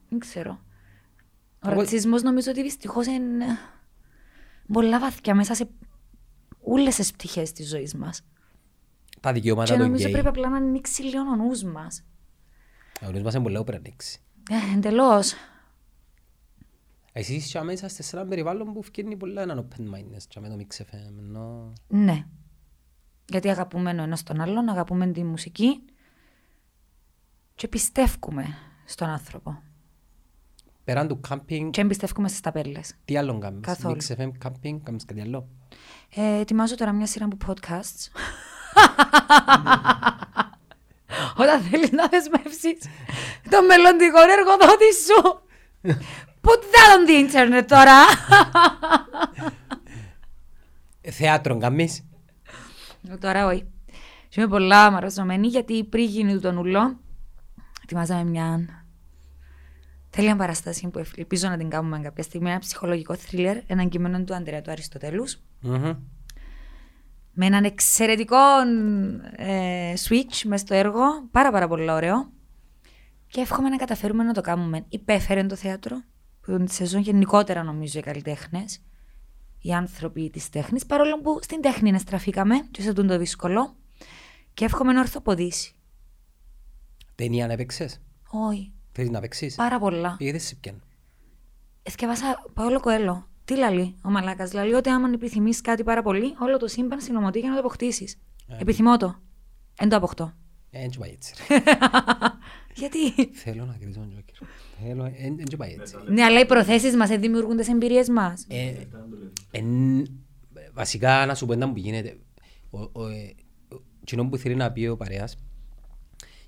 [SPEAKER 1] Δεν ξέρω. Ο
[SPEAKER 2] Εγώ-
[SPEAKER 1] ρατσισμός νομίζω ότι δυστυχώς είναι πολλά βαθιά μέσα σε όλες τις πτυχές της ζωής μας.
[SPEAKER 2] Τα δικαιώματα
[SPEAKER 1] Και
[SPEAKER 2] των
[SPEAKER 1] νομίζω
[SPEAKER 2] γκέι.
[SPEAKER 1] πρέπει απλά να ανοίξει λίγο ο νους μας.
[SPEAKER 2] Ο νους μας είναι πολλά που πρέπει να ανοίξει.
[SPEAKER 1] Ε, εντελώς.
[SPEAKER 2] Εσείς και αμέσως είστε σε ένα περιβάλλον που φκένει πολλά έναν open mindness και με το Mix FM, ενώ...
[SPEAKER 1] Ναι. Γιατί αγαπούμε ο ένας τον άλλον, αγαπούμε τη μουσική και πιστεύουμε στον άνθρωπο.
[SPEAKER 2] Πέραν του camping,
[SPEAKER 1] Και εμπιστεύουμε στις ταπέλες.
[SPEAKER 2] τι άλλο κάνεις.
[SPEAKER 1] Καθόλου.
[SPEAKER 2] Mix FM, camping, κάνεις κάτι άλλο.
[SPEAKER 1] Ε, ετοιμάζω τώρα μια σειρά από podcasts. Όταν θέλεις να δεσμεύσεις τον μελλοντικό εργοδότη σου. Put that on the internet τώρα.
[SPEAKER 2] Ε, Θέατρο κάνεις.
[SPEAKER 1] Ε, Τώρα όχι. Και Είμαι πολλά μαραζωμένη γιατί πριν γίνει του τον ουλό, ετοιμάζαμε μια τέλεια παραστάση που ελπίζω να την κάνουμε κάποια στιγμή. Ένα ψυχολογικό θρίλερ, έναν κείμενο του Αντρέα του Αριστοτέλους.
[SPEAKER 2] Μμμ.
[SPEAKER 1] Με έναν εξαιρετικό ε, switch μέσα στο έργο. Πάρα πάρα πολύ ωραίο. Και εύχομαι να καταφέρουμε να το κάνουμε. Υπέφερε το θέατρο, που είναι τη σεζόν γενικότερα νομίζω οι καλλιτέχνε, οι άνθρωποι της τέχνης, παρόλο που στην τέχνη να στραφήκαμε, και σε τούτο το δύσκολο. Και εύχομαι να ορθοποδήσει.
[SPEAKER 2] Ταινία να παίξεις.
[SPEAKER 1] Όχι,
[SPEAKER 2] Θέλεις να παίξεις.
[SPEAKER 1] πάρα πολλά.
[SPEAKER 2] Γιατί δεν σε πιάνει.
[SPEAKER 1] Εθιαβάσα Παόλο Κοέλο. Τι λαλεί ο Μαλάκας. Λαλεί ότι άμα επιθυμεί κάτι πάρα πολύ, όλο το σύμπαν συνομωτεί για να το αποκτήσεις. Επιθυμώ το. Εν το αποκτώ.
[SPEAKER 2] Ε, Δεν και πάει έτσι. ρε.
[SPEAKER 1] Γιατί.
[SPEAKER 2] Θέλω να κερδίσω τον Τζόκερ. Θέλω, ε, δεν και πάει έτσι.
[SPEAKER 1] ναι, αλλά οι προθέσεις μας δημιουργούν τι εμπειρίες μας.
[SPEAKER 2] Ε, εν- βασικά να σου πω έναν που γίνεται. Ο, ο, ε, ο- κοινό που θέλει να πει ο παρέας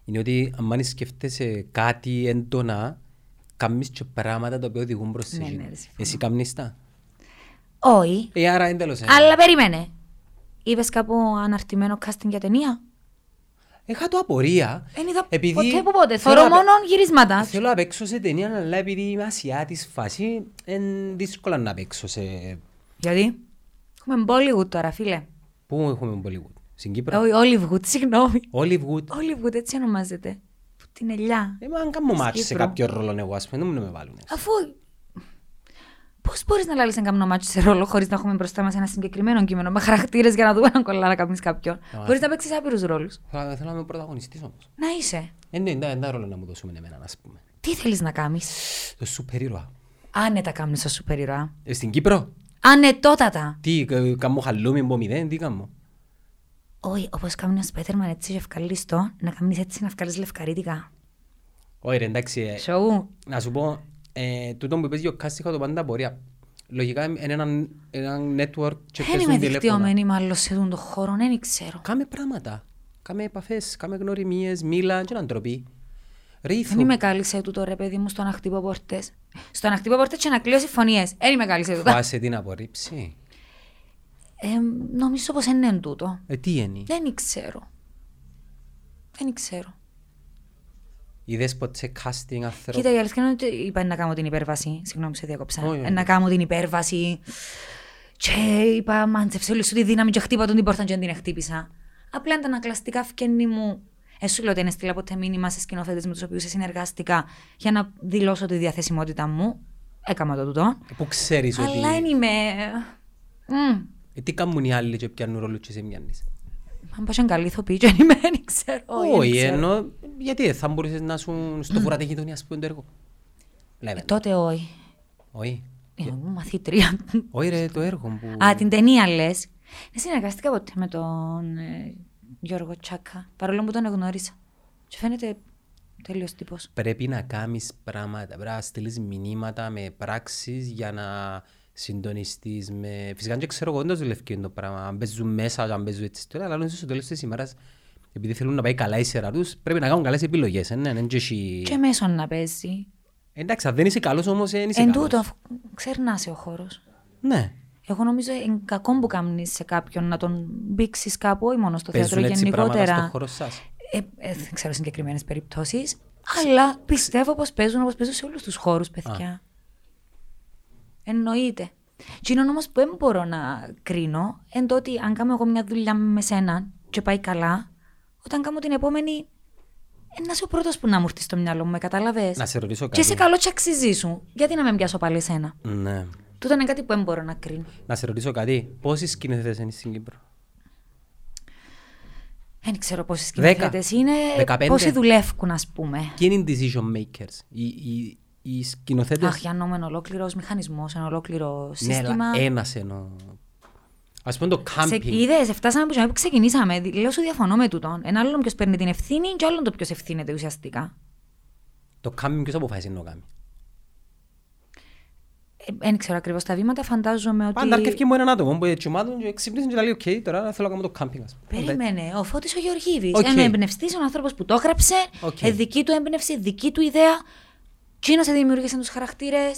[SPEAKER 2] είναι ότι αν σκέφτεσαι κάτι έντονα, κάνεις και πράγματα τα οποία οδηγούν προς
[SPEAKER 1] Ναι,
[SPEAKER 2] εσύ.
[SPEAKER 1] ναι, ρε, συμφωνώ.
[SPEAKER 2] Εσύ κάνεις τα.
[SPEAKER 1] Όχι.
[SPEAKER 2] Ε, άρα εν τέλος. ε.
[SPEAKER 1] Αλλά περίμενε. Είπες κάπου αναρτημένο casting για ταινία.
[SPEAKER 2] Είχα το απορία.
[SPEAKER 1] Δεν είδα
[SPEAKER 2] επειδή
[SPEAKER 1] ποτέ που ποτέ.
[SPEAKER 2] θέλω
[SPEAKER 1] Θεωρώ
[SPEAKER 2] να-
[SPEAKER 1] μόνο γυρίσματα.
[SPEAKER 2] Θέλω να παίξω σε ταινία, αλλά επειδή είμαι ασιάτης φάση, είναι δύσκολα να παίξω σε...
[SPEAKER 1] Γιατί. Έχουμε Bollywood τώρα, φίλε.
[SPEAKER 2] Πού έχουμε Bollywood, στην Κύπρο.
[SPEAKER 1] Όχι, Hollywood, συγγνώμη.
[SPEAKER 2] Hollywood.
[SPEAKER 1] Hollywood έτσι ονομάζεται. Που Την ελιά.
[SPEAKER 2] Ε, μα αν κάνω μάτς σε
[SPEAKER 1] Κύπρο.
[SPEAKER 2] κάποιο ρόλο εγώ, ας πούμε, δεν μου να με βάλουν.
[SPEAKER 1] Αφού Πώς μπορείς να λάβει ένα κάμνο μάτσο σε ρόλο χωρίς να έχουμε μπροστά μας ένα συγκεκριμένο κείμενο με χαρακτήρες για να δούμε αν κολλά να καπνεί κάποιον.
[SPEAKER 2] Ναι.
[SPEAKER 1] Μπορείς να παίξεις άπειρους ρόλους.
[SPEAKER 2] Θέλω θέλω να είμαι πρωταγωνιστής όμως.
[SPEAKER 1] Να είσαι.
[SPEAKER 2] Ε, ναι, δεν είναι ρόλο να μου δώσουμε εμένα, ας πούμε.
[SPEAKER 1] Τι θέλεις να κάνεις.
[SPEAKER 2] Το σούπερ ήρωα.
[SPEAKER 1] Άνετα κάμνει ω σούπερ ήρωα.
[SPEAKER 2] Ε, Στην Κύπρο,
[SPEAKER 1] Ανετότατα.
[SPEAKER 2] τι, ε, κάμω χαλούμι, μπω μηδέν, τι κάμω.
[SPEAKER 1] Όχι, όπως κάνει ο Σπέτερμαν έτσι ευκαλίστο, να κάνεις έτσι να βγάλεις λευκαρίτικα.
[SPEAKER 2] Όχι ρε, εντάξει, ε,
[SPEAKER 1] Σοου.
[SPEAKER 2] να σου πω, ε, τούτο που παίζει ο Κάστιχα το πάντα πορεία. Λογικά είναι ένα, ένα network και
[SPEAKER 1] Δεν είμαι
[SPEAKER 2] παίζουν τηλέφωνα.
[SPEAKER 1] δικτυωμένη μάλλον σε τον χώρο, ναι, δεν ξέρω.
[SPEAKER 2] Κάμε πράγματα, κάμε επαφές, κάμε γνωριμίες, μίλα και να ντροπή. Ρε
[SPEAKER 1] Δεν
[SPEAKER 2] ήθου,
[SPEAKER 1] είμαι καλή σε τούτο ρε παιδί μου στο να χτύπω πόρτες. Στο να χτύπω πόρτες και να κλείω συμφωνίες. Δεν είμαι καλή σε τούτο.
[SPEAKER 2] φάσε την απορρίψη.
[SPEAKER 1] Ε, νομίζω πως είναι τούτο.
[SPEAKER 2] Ε, τι είναι.
[SPEAKER 1] Δεν ξέρω. Δεν ξέρω.
[SPEAKER 2] Είδες ποτέ casting άνθρωπο.
[SPEAKER 1] Κοίτα, η αλήθεια είναι ότι είπα να κάνω την υπέρβαση. Συγγνώμη, σε διακόψα.
[SPEAKER 2] Όχι, όχι.
[SPEAKER 1] Να κάνω την υπέρβαση. Και είπα, μάντζεψε όλη σου τη δύναμη και χτύπα τον την πόρτα και δεν την χτύπησα. Απλά ήταν ανακλαστικά φκένη μου. Εσύ λέω ότι είναι στείλα ποτέ μήνυμα σε σκηνοθέτες με τους οποίους συνεργάστηκα για να δηλώσω τη διαθεσιμότητά μου. Έκανα το τούτο.
[SPEAKER 2] Ε, Που ξέρεις ότι...
[SPEAKER 1] Αλλά δεν είμαι. Μμμ.
[SPEAKER 2] Ε, τι κάνουν οι άλλοι και πιάνουν ρόλο και σε μιάνεις.
[SPEAKER 1] Αν πω σε καλή ηθοποιή, και είμαι, δεν ξέρω. δεν
[SPEAKER 2] Όχι,
[SPEAKER 1] ξέρω.
[SPEAKER 2] ενώ γιατί δεν θα μπορούσες να σου στο βουράτε γειτονιά ας πούμε το έργο.
[SPEAKER 1] Ε,
[SPEAKER 2] Λέμε.
[SPEAKER 1] Τότε όχι. Ε,
[SPEAKER 2] Όχι.
[SPEAKER 1] Ήμουν μαθήτρια.
[SPEAKER 2] Όχι ρε το έργο που...
[SPEAKER 1] Α, την ταινία λες. Δεν συνεργάστηκα ποτέ με τον ε, Γιώργο Τσάκα. Παρόλο που τον εγνώρισα. Και φαίνεται τέλειος τύπος.
[SPEAKER 2] Πρέπει να κάνεις πράγματα, πρέπει να στείλεις μηνύματα με πράξεις για να συντονιστείς με... Φυσικά δεν ξέρω εγώ δεν το δουλεύει το πράγμα, αν παίζουν μέσα, αν παίζουν έτσι τώρα, αλλά νομίζω στο τέλος της ημέρας επειδή θέλουν να πάει καλά η σειρά τους, πρέπει να κάνουν καλές επιλογές. ε, ναι, ναι, και εσύ-
[SPEAKER 1] Και μέσον να παίζει.
[SPEAKER 2] Εντάξει, αν δεν είσαι καλός όμως, ε, δεν είσαι
[SPEAKER 1] Εν
[SPEAKER 2] καλός.
[SPEAKER 1] τούτο, αφού ξερνάσει ο χώρος.
[SPEAKER 2] Ναι.
[SPEAKER 1] Εγώ νομίζω είναι κακό που κάνεις σε κάποιον να τον μπήξει κάπου, όχι μόνο στο θέατρο,
[SPEAKER 2] Παίζουν έτσι πράγματα
[SPEAKER 1] γενικότερα.
[SPEAKER 2] στον χώρο σας.
[SPEAKER 1] Ε, ε, δεν ξέρω συγκεκριμένες περιπτώσεις. Αλλά πιστεύω πως παίζουν όπως παίζουν σε όλους τους χώρους, παιδιά. Εννοείται. Τι είναι όμω που δεν μπορώ να κρίνω, εν το ότι αν κάνω εγώ μια δουλειά με σένα και πάει καλά, όταν κάνω την επόμενη. ε, να είσαι ο πρώτος που να μου έρθει στο μυαλό μου, με κατάλαβες.
[SPEAKER 2] Να σε ρωτήσω κάτι.
[SPEAKER 1] Και είσαι καλό, και αξίζει σου. Γιατί να με πιάσω πάλι σένα.
[SPEAKER 2] Ναι.
[SPEAKER 1] Τούτο είναι κάτι που δεν μπορώ να κρίνω.
[SPEAKER 2] Να σε ρωτήσω κάτι. Πόσοι σκηνοθέτες είναι στην Κύπρο.
[SPEAKER 1] Δεν ξέρω πόσες
[SPEAKER 2] Δέκα.
[SPEAKER 1] σκηνοθέτε είναι,
[SPEAKER 2] Δεκαπέντε.
[SPEAKER 1] πόσοι δουλεύουν, ας πούμε.
[SPEAKER 2] Ποιοι είναι οι decision makers. Οι, οι, οι σκηνοθέτες.
[SPEAKER 1] Αχ, για νόμο, ένα ολόκληρος μηχανισμός, ένα ολόκληρο
[SPEAKER 2] ναι,
[SPEAKER 1] σύστημα.
[SPEAKER 2] ένας εννοώ. Ας πούμε το
[SPEAKER 1] Σε
[SPEAKER 2] camping.
[SPEAKER 1] είδες, φτάσαμε που που ξεκινήσαμε. Δη- Λέω σου διαφωνώ με τούτον. Ένα άλλον ποιος παίρνει την ευθύνη και άλλον το ποιος ευθύνεται ουσιαστικά.
[SPEAKER 2] Το camping ποιος αποφάσισε να το κάνει.
[SPEAKER 1] Ε, Δεν ξέρω ακριβώς τα βήματα, φαντάζομαι ότι.
[SPEAKER 2] Πάντα αρκευκεί μου έναν άτομο που τσιμάτων και ξυπνήσουν και λέει «Οκ, τώρα θέλω να κάνω το camping». ας πούμε».
[SPEAKER 1] Περίμενε, ο Φώτης ο Γεωργίδης,
[SPEAKER 2] Οκ.
[SPEAKER 1] Ένα εμπνευστής, ο άνθρωπος που το έγραψε.
[SPEAKER 2] Οκ.
[SPEAKER 1] ε, δική του έμπνευση, δική του ιδέα. Κίνο σε δημιούργησε τους χαρακτήρες.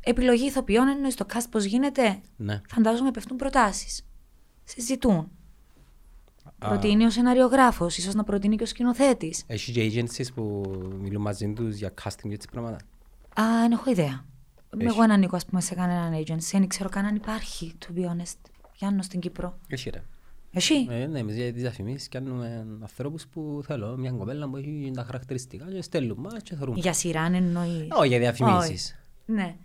[SPEAKER 1] Επιλογή ηθοποιών, εννοείς το cast πώς γίνεται.
[SPEAKER 2] Ναι.
[SPEAKER 1] Φαντάζομαι πέφτουν προτάσεις. Συζητούν. Προτείνει ο σεναριογράφος, ίσως να προτείνει και ο σκηνοθέτης.
[SPEAKER 2] Έχει και agencies που μιλούν μαζί τους για casting και έτσι πράγματα.
[SPEAKER 1] Α, δεν έχω ιδέα.
[SPEAKER 2] Έχει.
[SPEAKER 1] Εγώ δεν ανήκω, ας πούμε, σε κανέναν agency. Δεν ξέρω καν αν υπάρχει, to be honest. Πιάνω στην Κύπρο.
[SPEAKER 2] Έχει ρε.
[SPEAKER 1] Εσύ.
[SPEAKER 2] Ε, ναι, εμείς για τις διαφημίσεις κάνουμε ανθρώπους που θέλω μια κοπέλα που έχει τα χαρακτηριστικά και στέλνουν μας και θεωρούμε.
[SPEAKER 1] Για σειρά, αν εννοείς.
[SPEAKER 2] Όχι, για διαφημίσεις.
[SPEAKER 1] Ναι.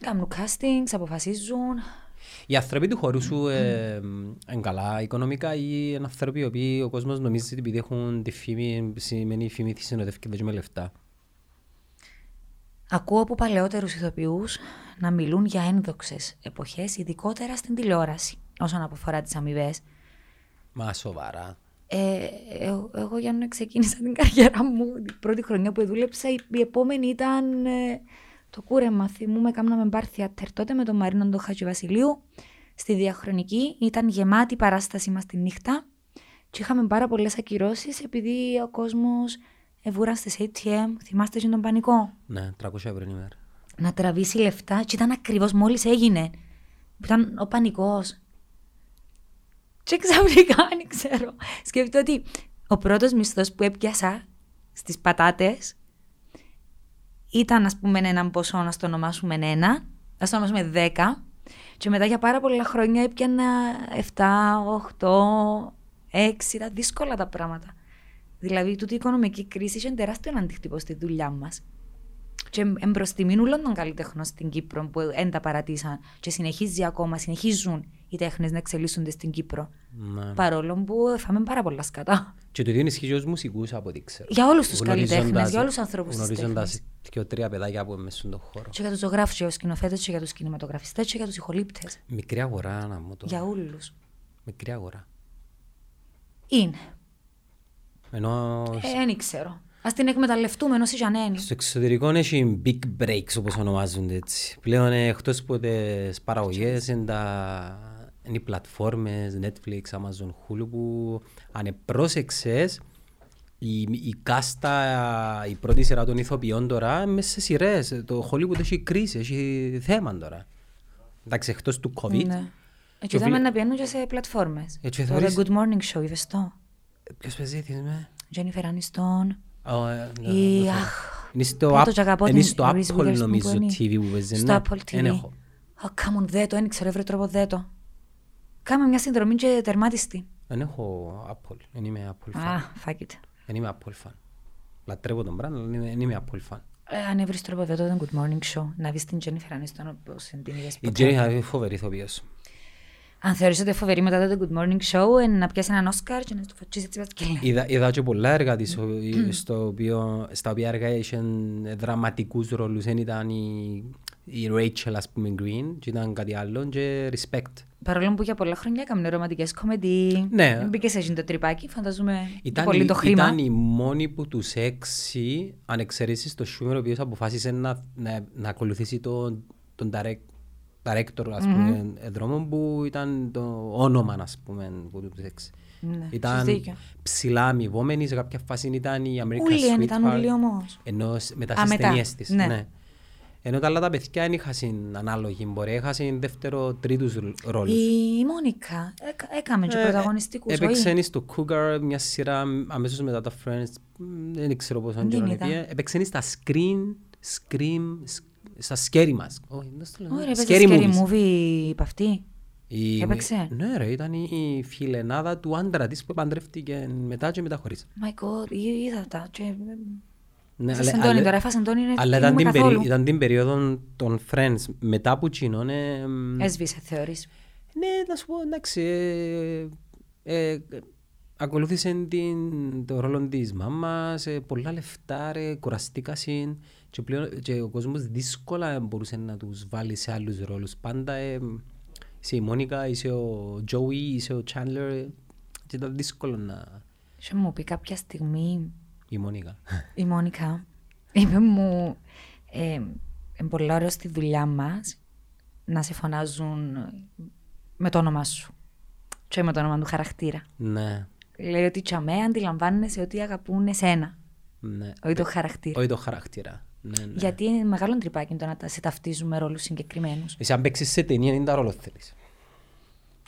[SPEAKER 1] Κάνουν castings, αποφασίζουν.
[SPEAKER 2] Οι άνθρωποι του χώρου σου ε, είναι καλά οικονομικά ή είναι άνθρωποι οι οποίοι ο κόσμος νομίζει ότι επειδή έχουν τη φήμη, σημαίνει η φήμη τη συνοδεύκεται και με λεφτά.
[SPEAKER 1] Ακούω από παλαιότερους ηθοποιούς να μιλούν για ένδοξες εποχές, ειδικότερα στην τηλεόραση, όσον αφορά τις αμοιβές.
[SPEAKER 2] Μα σοβαρά.
[SPEAKER 1] Ε, ε, εγώ για να ξεκίνησα την καριέρα μου, την πρώτη χρονιά που δούλεψα, η, η επόμενη ήταν ε, το κούρεμα. Θυμούμε, κάμναμε μπαρ θεατέρ τότε με τον Μαρίνο τον Χατζηβασιλείου. Στη διαχρονική ήταν γεμάτη η παράστασή μας τη νύχτα και είχαμε πάρα πολλές ακυρώσεις επειδή ο κόσμος εβούραν στις ATM, θυμάστε και τον πανικό,
[SPEAKER 2] Ναι, 300 ευρώ την ημέρα.
[SPEAKER 1] να τραβήσει λεφτά και ήταν ακριβώς μόλις έγινε. που Ήταν ο πανικός, και ξαφνικά, δεν ξέρω. Σκέφτομαι ότι ο πρώτος μισθός που έπιασα στις πατάτες ήταν, ας πούμε, έναν ποσό, να το ονομάσουμε ένα, να το ονομάσουμε δέκα. Και μετά για πάρα πολλά χρόνια έπιανα 7, 8, 6. Ήταν δύσκολα τα πράγματα. Δηλαδή, τούτη η οικονομική κρίση είχε τεράστιο αντίκτυπο στη δουλειά μας. Και εμπροστιμήν όλων των καλλιτεχνών στην Κύπρο που δεν τα παρατήσαν. Και συνεχίζει ακόμα, συνεχίζουν οι τέχνες να εξελίσσονται στην Κύπρο.
[SPEAKER 2] Ναι.
[SPEAKER 1] Παρόλο που φάμε πάρα πολλά σκατά.
[SPEAKER 2] Και το ίδιο ισχύει και ως μουσικούς από ό,τι ξέρω.
[SPEAKER 1] Για όλους τους
[SPEAKER 2] Γνωρίζοντας-
[SPEAKER 1] καλλιτέχνες, για όλους τους ανθρώπους της
[SPEAKER 2] Γνωρίζοντας
[SPEAKER 1] τέχνης.
[SPEAKER 2] και τρία παιδάκια που είναι μέσα στον χώρο.
[SPEAKER 1] Και για τους ζωγράφους, για τους σκηνοθέτες, και για τους κινηματογραφιστές, και για τους ηχολήπτες.
[SPEAKER 2] Μικρή αγορά να μου το.
[SPEAKER 1] Για όλους.
[SPEAKER 2] Μικρή αγορά.
[SPEAKER 1] Είναι.
[SPEAKER 2] Ενώ
[SPEAKER 1] Ε, Δεν ξέρω. Ας την εκμεταλλευτούμε ενώ Ζανένη.
[SPEAKER 2] στο εξωτερικό έχει big breaks όπως ονομάζονται έτσι. Πλέον ε, εκτός από τις παραγωγές είναι, τα... είναι οι πλατφόρμες Netflix, Amazon, Hulu που αν επρόσεξες η, η κάστα, η πρώτη σειρά των ηθοποιών τώρα είναι μέσα σε σειρές. Το Hollywood έχει κρίση, έχει θέμα τώρα. Εντάξει, εκτός του COVID.
[SPEAKER 1] Ναι. Ε,
[SPEAKER 2] Και
[SPEAKER 1] Και είδαμε
[SPEAKER 2] βλέ-
[SPEAKER 1] να πηγαίνουν και σε πλατφόρμες.
[SPEAKER 2] Ε, και
[SPEAKER 1] το
[SPEAKER 2] θεωρείς-
[SPEAKER 1] The Good Morning Show, είδες το.
[SPEAKER 2] Ποιος παίζει, τι με.
[SPEAKER 1] Jennifer Aniston.
[SPEAKER 2] Ω, ε, ναι,
[SPEAKER 1] Ή,
[SPEAKER 2] ναι, ναι.
[SPEAKER 1] αχ, πρέπει
[SPEAKER 2] Είναι στο
[SPEAKER 1] να το και
[SPEAKER 2] Apple,
[SPEAKER 1] αγαπώ
[SPEAKER 2] είναι
[SPEAKER 1] την
[SPEAKER 2] στο
[SPEAKER 1] Reese
[SPEAKER 2] Apple
[SPEAKER 1] Witherspoon
[SPEAKER 2] νομίζω
[SPEAKER 1] που είναι.
[SPEAKER 2] TV που παίζει.
[SPEAKER 1] Στο
[SPEAKER 2] ναι.
[SPEAKER 1] Apple TV.
[SPEAKER 2] Εν έχω.
[SPEAKER 1] Α, κάμουν δε το, δεν ξέρω, βρε τρόπο δε το. Κάμε μια συνδρομή και τερμάτιστη.
[SPEAKER 2] Δεν έχω Apple, δεν είμαι Apple
[SPEAKER 1] Α,
[SPEAKER 2] fan.
[SPEAKER 1] fuck it.
[SPEAKER 2] Δεν είμαι Apple fan. Λατρεύω τον brand, αλλά δεν είμαι- δεν είμαι Apple fan.
[SPEAKER 1] Ε, αν έβρεις τρόπο δε το, ήταν Good Morning Show. Να δεις την Jennifer Aniston όπως την είδες
[SPEAKER 2] Η
[SPEAKER 1] ποτέ.
[SPEAKER 2] Jenny είναι φοβερή ηθοποιός.
[SPEAKER 1] Αν θεωρείς ότι φοβερή μετά το Good Morning Show, ε, να πιάσει έναν Όσκαρ και να του φωτίσεις έτσι πας και λέει.
[SPEAKER 2] Είδα, είδα και πολλά έργα της, ο- η- στο οποίο, στα οποία έργα είχαν δραματικούς ρόλους. Δεν ήταν η, η Rachel, ας πούμε, Green, και ήταν κάτι άλλο και respect.
[SPEAKER 1] Παρόλο που για πολλά χρόνια έκαμε ρομαντικές κομμεντί.
[SPEAKER 2] Ναι.
[SPEAKER 1] Μπήκε σε εκείνο το τρυπάκι, φανταζούμε
[SPEAKER 2] Ήταν,
[SPEAKER 1] πολύ
[SPEAKER 2] η-
[SPEAKER 1] το χρήμα.
[SPEAKER 2] ήταν η μόνη που τους έξι, αν εξαιρέσεις το Σούμερ, ο οποίος αποφάσισε να, να, να ακολουθήσει τον, τον direct, director, ας πούμε, δρόμο που ήταν το όνομα, ας πούμε, που του έξι.
[SPEAKER 1] Ναι,
[SPEAKER 2] Ήταν
[SPEAKER 1] έχεις δίκιο.
[SPEAKER 2] ψηλά αμοιβόμενης, σε κάποια φάση ήταν η American
[SPEAKER 1] Ούλι, εν
[SPEAKER 2] Sweetheart.
[SPEAKER 1] ήταν ούλι όμως.
[SPEAKER 2] Ενώ σ- μετά
[SPEAKER 1] Α,
[SPEAKER 2] στις
[SPEAKER 1] μετά,
[SPEAKER 2] ταινίες της.
[SPEAKER 1] ναι.
[SPEAKER 2] Ναι. Ενώ τα άλλα τα παιδιά δεν είχαν ανάλογη πορεία, είχαν δεύτερο, τρίτους ρόλους.
[SPEAKER 1] Η Μόνικα έκα- έκαμε
[SPEAKER 2] Ε,
[SPEAKER 1] και πρωταγωνιστικούς.
[SPEAKER 2] Έπαιξε
[SPEAKER 1] όχι.
[SPEAKER 2] εις στο Cougar μια σειρά αμέσως μετά τα Friends. μ, Δεν ξέρω πόσο
[SPEAKER 1] Δεν
[SPEAKER 2] καιρό
[SPEAKER 1] είδα.
[SPEAKER 2] είναι. Έπαιξε εις στα Screen, Scream, σ- στα Scary Mask. Όχι, δεν στο λέω.
[SPEAKER 1] Ωραία, έπαιζε
[SPEAKER 2] Scary
[SPEAKER 1] scary
[SPEAKER 2] Movies.
[SPEAKER 1] movie είπα αυτή.
[SPEAKER 2] Η-
[SPEAKER 1] Έπαιξε.
[SPEAKER 2] Ναι ρε, ήταν η η φιλενάδα του άντρα της που παντρεύτηκε μετά και μετά χωρίς.
[SPEAKER 1] My God, ή- είδα τα. και- Mm.
[SPEAKER 2] Ναι,
[SPEAKER 1] Φας
[SPEAKER 2] αλλά-
[SPEAKER 1] Αντώνη,
[SPEAKER 2] αλλά-
[SPEAKER 1] τώρα φας Αντώνη είναι
[SPEAKER 2] Αλλά
[SPEAKER 1] δεν
[SPEAKER 2] ήταν
[SPEAKER 1] είμαι
[SPEAKER 2] την, περί-
[SPEAKER 1] καθόλου.
[SPEAKER 2] ήταν την περίοδο των Friends. Μετά που κοινών... ε, μ,
[SPEAKER 1] Έσβησε, θεωρείς.
[SPEAKER 2] Ναι, να σου πω, εντάξει. Ε, ε, ε, ακολούθησε την, το ρόλο της μάμας, πολλά λεφτά, ρε, κουραστήκα συν. Και, πλέον, και ο κόσμος δύσκολα μπορούσε να τους βάλει σε άλλους ρόλους. Πάντα ε, είσαι η Μόνικα, είσαι ο Τζόι, είσαι ο Τσάντλερ. ε, Και ήταν δύσκολο να.
[SPEAKER 1] Και μου πει κάποια στιγμή
[SPEAKER 2] Η Μόνικα.
[SPEAKER 1] η Μόνικα είπε μου ε, «Εν πολύ ωραίο στη δουλειά μας να σε φωνάζουν με το όνομά σου και με το όνομα του χαρακτήρα.
[SPEAKER 2] ναι,
[SPEAKER 1] Λέει ότι τσαμέ αντιλαμβάνεσαι ότι αγαπούν εσένα,
[SPEAKER 2] ναι.
[SPEAKER 1] Ε, όχι το χαρακτήρα.
[SPEAKER 2] Όχι το χαρακτήρα. Ναι, ναι.
[SPEAKER 1] Γιατί είναι μεγάλο τρυπάκι το να τα σε ταυτίζουμε ρόλους συγκεκριμένους.
[SPEAKER 2] Εσύ αν παίξεις σε ταινία, είναι τα ρόλο θέλεις.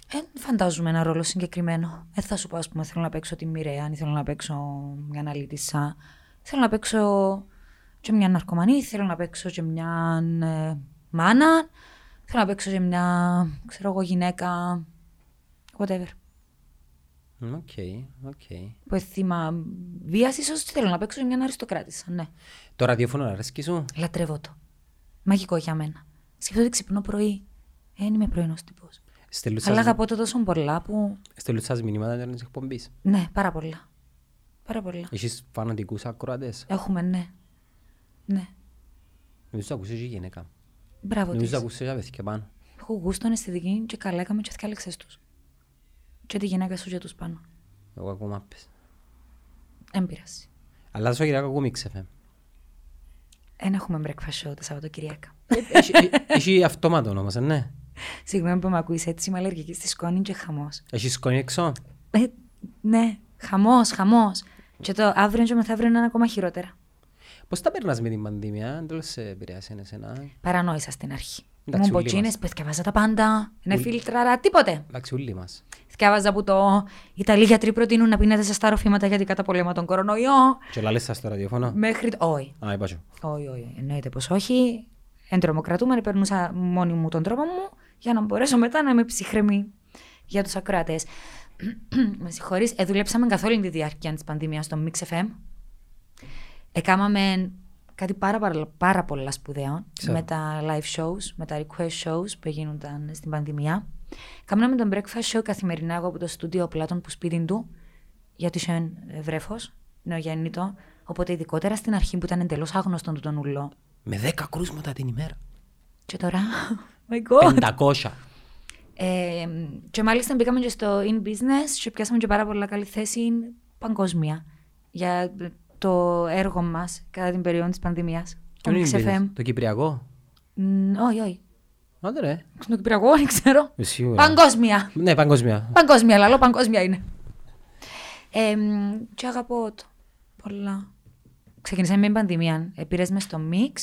[SPEAKER 1] Δεν Ε, φαντάζομαι ένα ρόλο συγκεκριμένο. Δεν θα σου πω, ας πούμε, θέλω να παίξω τη μοιραία, ή θέλω να παίξω μια αναλυτισά. Θέλω να παίξω και μια ναρκωμανή, θέλω να παίξω και μια ε, μάνα, θέλω να παίξω και μια, ξέρω εγώ, γυναίκα. Whatever.
[SPEAKER 2] Οκ, οκ.
[SPEAKER 1] Που θύμα βίας, ίσως θέλω να παίξω και μια αριστοκράτησα. Ναι.
[SPEAKER 2] Το ραδιόφωνο αρέσκει σου.
[SPEAKER 1] Λατρεύω το. Μαγικό για μένα. Σκεφτόμουν ότι ξυπνώ πρωί. Ε, Δεν είμαι πρωινός τύπος.
[SPEAKER 2] Στέλνουν
[SPEAKER 1] Αλλά
[SPEAKER 2] Ε, σας-
[SPEAKER 1] αγαπώ το τόσο πολλά που.
[SPEAKER 2] Στέλνουν σας μηνύματα για να τις εκπομπείς.
[SPEAKER 1] Ναι, πάρα πολλά. Πάρα πολλά.
[SPEAKER 2] Έχεις φανατικούς ακροατές.
[SPEAKER 1] Έχουμε, ναι. Ναι.
[SPEAKER 2] Νομίζω ότι ακούσες και γυναίκα.
[SPEAKER 1] Μπράβο
[SPEAKER 2] Νομίζω
[SPEAKER 1] της.
[SPEAKER 2] ότι ακούσες και παιδιά πάνω.
[SPEAKER 1] Έχω γούστο αισθητική και καλά έκαμε και θυκάλεξες τους. Και τη γυναίκα σου για τους πάνω.
[SPEAKER 2] Εγώ ακόμα πες.
[SPEAKER 1] Εν πειράζει.
[SPEAKER 2] Αλλά στο γυναίκα ακόμη ξεφέ.
[SPEAKER 1] Εν έχουμε breakfast show τα Σαββατοκυριακά.
[SPEAKER 2] Ε, E Έχει αυτόματο όμως, ε, ναι.
[SPEAKER 1] Συγγνώμη που με ακούεις έτσι, είμαι αλλεργική στη σκόνη και χαμός.
[SPEAKER 2] Έχεις σκόνη έξω.
[SPEAKER 1] Ε, ναι, χαμός, χαμός. Και το αύριο και μεθαύριο είναι ακόμα χειρότερα.
[SPEAKER 2] Πώς τα περνάς με την πανδημία, αν τέλος σε επηρεάσαν εσένα.
[SPEAKER 1] Παρανόησα στην αρχή.
[SPEAKER 2] Εντάξει,
[SPEAKER 1] Μου
[SPEAKER 2] όλοι
[SPEAKER 1] μποτσίνες, που θυκάβαζα τα πάντα. Ναι, φίλτραρα, τίποτε.
[SPEAKER 2] Εντάξει, όλοι μας.
[SPEAKER 1] Θυκάβαζα που το Ιταλοί γιατροί προτείνουν να πίνετε σωστά ροφήματα γιατί καταπολεμά τον κορονοϊό.
[SPEAKER 2] Και όλα λες σας στο ραδιόφωνο.
[SPEAKER 1] Μέχρι. το- Όχι.
[SPEAKER 2] Α, είπα σου.
[SPEAKER 1] Όχι, όχι. Εννοείται πως όχι. Εντρομοκρατούμενη, περνούσα μόνη μου τον τρόπο μου για να μπορέσω μετά να είμαι ψυχραιμή για τους ακράτε. με συγχωρείς, ε, δουλέψαμε καθ' όλη τη διάρκεια της πανδημίας στο Mix FM. Εκάμαμε κάτι πάρα, πάρα, πάρα πολλά σπουδαίο
[SPEAKER 2] Ξέρω.
[SPEAKER 1] με τα live shows, με τα request shows που γίνονταν στην πανδημία. Κάμναμε τον breakfast show καθημερινά εγώ από το στούντιο Πλάτων που σπίτι του, γιατί είσαι βρέφο, νεογέννητο. ναι, Οπότε ειδικότερα στην αρχή που ήταν εντελώς άγνωστον του τον ουλό.
[SPEAKER 2] Με 10 κρούσματα την ημέρα.
[SPEAKER 1] Και τώρα. Oh my god.
[SPEAKER 2] 500.
[SPEAKER 1] Ε, και μάλιστα μπήκαμε και στο in business και πιάσαμε και πάρα πολλά καλή θέση παγκόσμια για ε, το έργο μας κατά την περίοδο της πανδημίας.
[SPEAKER 2] Ποιον είναι
[SPEAKER 1] Onyx
[SPEAKER 2] η business,
[SPEAKER 1] FM.
[SPEAKER 2] Το Κυπριακό.
[SPEAKER 1] Μ, Όχι, όχι.
[SPEAKER 2] Άντε ρε.
[SPEAKER 1] Στον Κυπριακό, δεν ξέρω.
[SPEAKER 2] Ε, σίγουρα.
[SPEAKER 1] Παγκόσμια.
[SPEAKER 2] Ναι, παγκόσμια.
[SPEAKER 1] Παγκόσμια, λαλό, παγκόσμια είναι. Ε, μ, και αγαπώ το. Πολλά. Ξεκινήσαμε με την πανδημία. Ε, πήρες μες στο mix.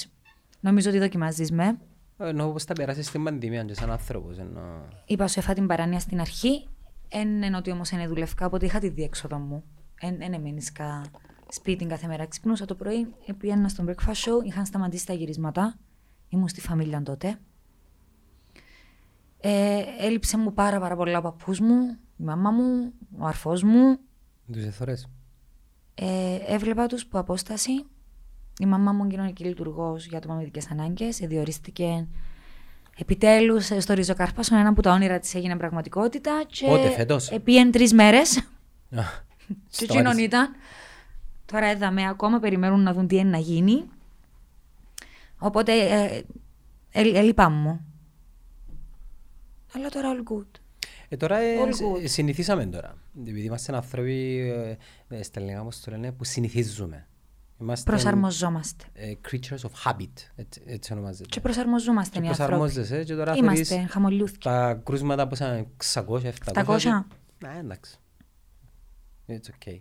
[SPEAKER 1] Νομίζω ότι δοκιμάζεις με.
[SPEAKER 2] Εννοώ πώς θα περάσεις στην πανδημία και σαν άνθρωπος. εννοώ.
[SPEAKER 1] Είπα σου έφα την παράνοια στην αρχή. Εν ενώ ότι όμως είναι δουλευκά, οπότε είχα τη διέξοδο μου. Εν, εν εμείνησκα σπίτι κάθε μέρα. Ξυπνούσα το πρωί, ε, πήγαινα στο breakfast show, είχαν σταματήσει τα γυρίσματα. Ήμουν στη φαμίλια τότε. Ε, έλειψε μου πάρα, πάρα πολλά ο παππούς μου, η μαμά μου, ο αρφός μου.
[SPEAKER 2] Τους εθωρές.
[SPEAKER 1] Ε, έβλεπα τους που απόσταση. Η μαμά μου είναι κοινωνική λειτουργός για άτομα με ειδικές ανάγκες. Ε, Διορίστηκε επιτέλους στο Ριζοκαρπάσο, ένα που τα όνειρα της έγινε πραγματικότητα. Και
[SPEAKER 2] Πότε, φέτος?
[SPEAKER 1] Επίεν τρεις μέρες.
[SPEAKER 2] Α,
[SPEAKER 1] Τι
[SPEAKER 2] σταμάτησε.
[SPEAKER 1] κοινων ήταν. Τώρα έδαμε ακόμα, περιμένουν να δουν τι είναι να γίνει. Οπότε ε, ε, ε, λυπάμαι μου. Αλλά τώρα all good.
[SPEAKER 2] Ε, τώρα ε,
[SPEAKER 1] All
[SPEAKER 2] συ-
[SPEAKER 1] good.
[SPEAKER 2] συνηθίσαμε τώρα. Επειδή είμαστε άνθρωποι, ε, ε, στα ελληνικά όπως το λένε, που συνηθίζουμε. Είμαστε
[SPEAKER 1] Προσαρμοζόμαστε.
[SPEAKER 2] ε, creatures of habit, έτσι, έτσι ονομάζεται.
[SPEAKER 1] Και προσαρμοζόμαστε
[SPEAKER 2] Και
[SPEAKER 1] οι άνθρωποι.
[SPEAKER 2] προσαρμόζεσαι και τώρα
[SPEAKER 1] Είμαστε
[SPEAKER 2] θεωρείς
[SPEAKER 1] χαμολιούθηκοι.
[SPEAKER 2] τα κρούσματα που ήταν 600, 700.
[SPEAKER 1] 700.
[SPEAKER 2] Ναι, εντάξει. It's okay.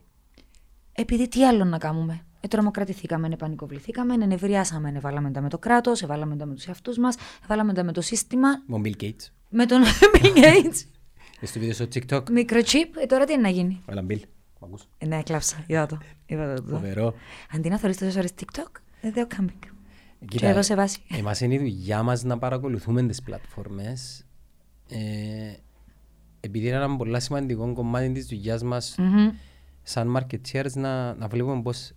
[SPEAKER 1] Επειδή τι άλλο να κάνουμε. Ε, τρομοκρατηθήκαμε, επανικοβληθήκαμε, ενευριάσαμε, εβάλαμε ναι, τα με το κράτος, εβάλαμε τα με τους εαυτούς μας, εβάλαμε ε, τα με το σύστημα,
[SPEAKER 2] Με ο Bill Gates.
[SPEAKER 1] με τον Bill Gates.
[SPEAKER 2] Στο βίντεο στο TikTok.
[SPEAKER 1] Μικροτσίπ, ε, τώρα τι είναι να γίνει.
[SPEAKER 2] Έλα, Bill. Μ' ακούς.
[SPEAKER 1] Ε, ναι, κλάψα. Είδα το. Είδα το.
[SPEAKER 2] Φοβερό.
[SPEAKER 1] Αντί να θεωρείς τόσες ώρες TikTok, δεν δέω κάμπινγκ.
[SPEAKER 2] Κοίτα,
[SPEAKER 1] εδώ σε βάση.
[SPEAKER 2] Εμάς είναι η δουλειά μας να παρακολουθούμε τις πλατφόρμες. Ε, επειδή είναι ένα πολύ σημαντικό κομμάτι της δουλειάς μας
[SPEAKER 1] Μμμ.
[SPEAKER 2] σαν marketeers να, να βλέπουμε πώς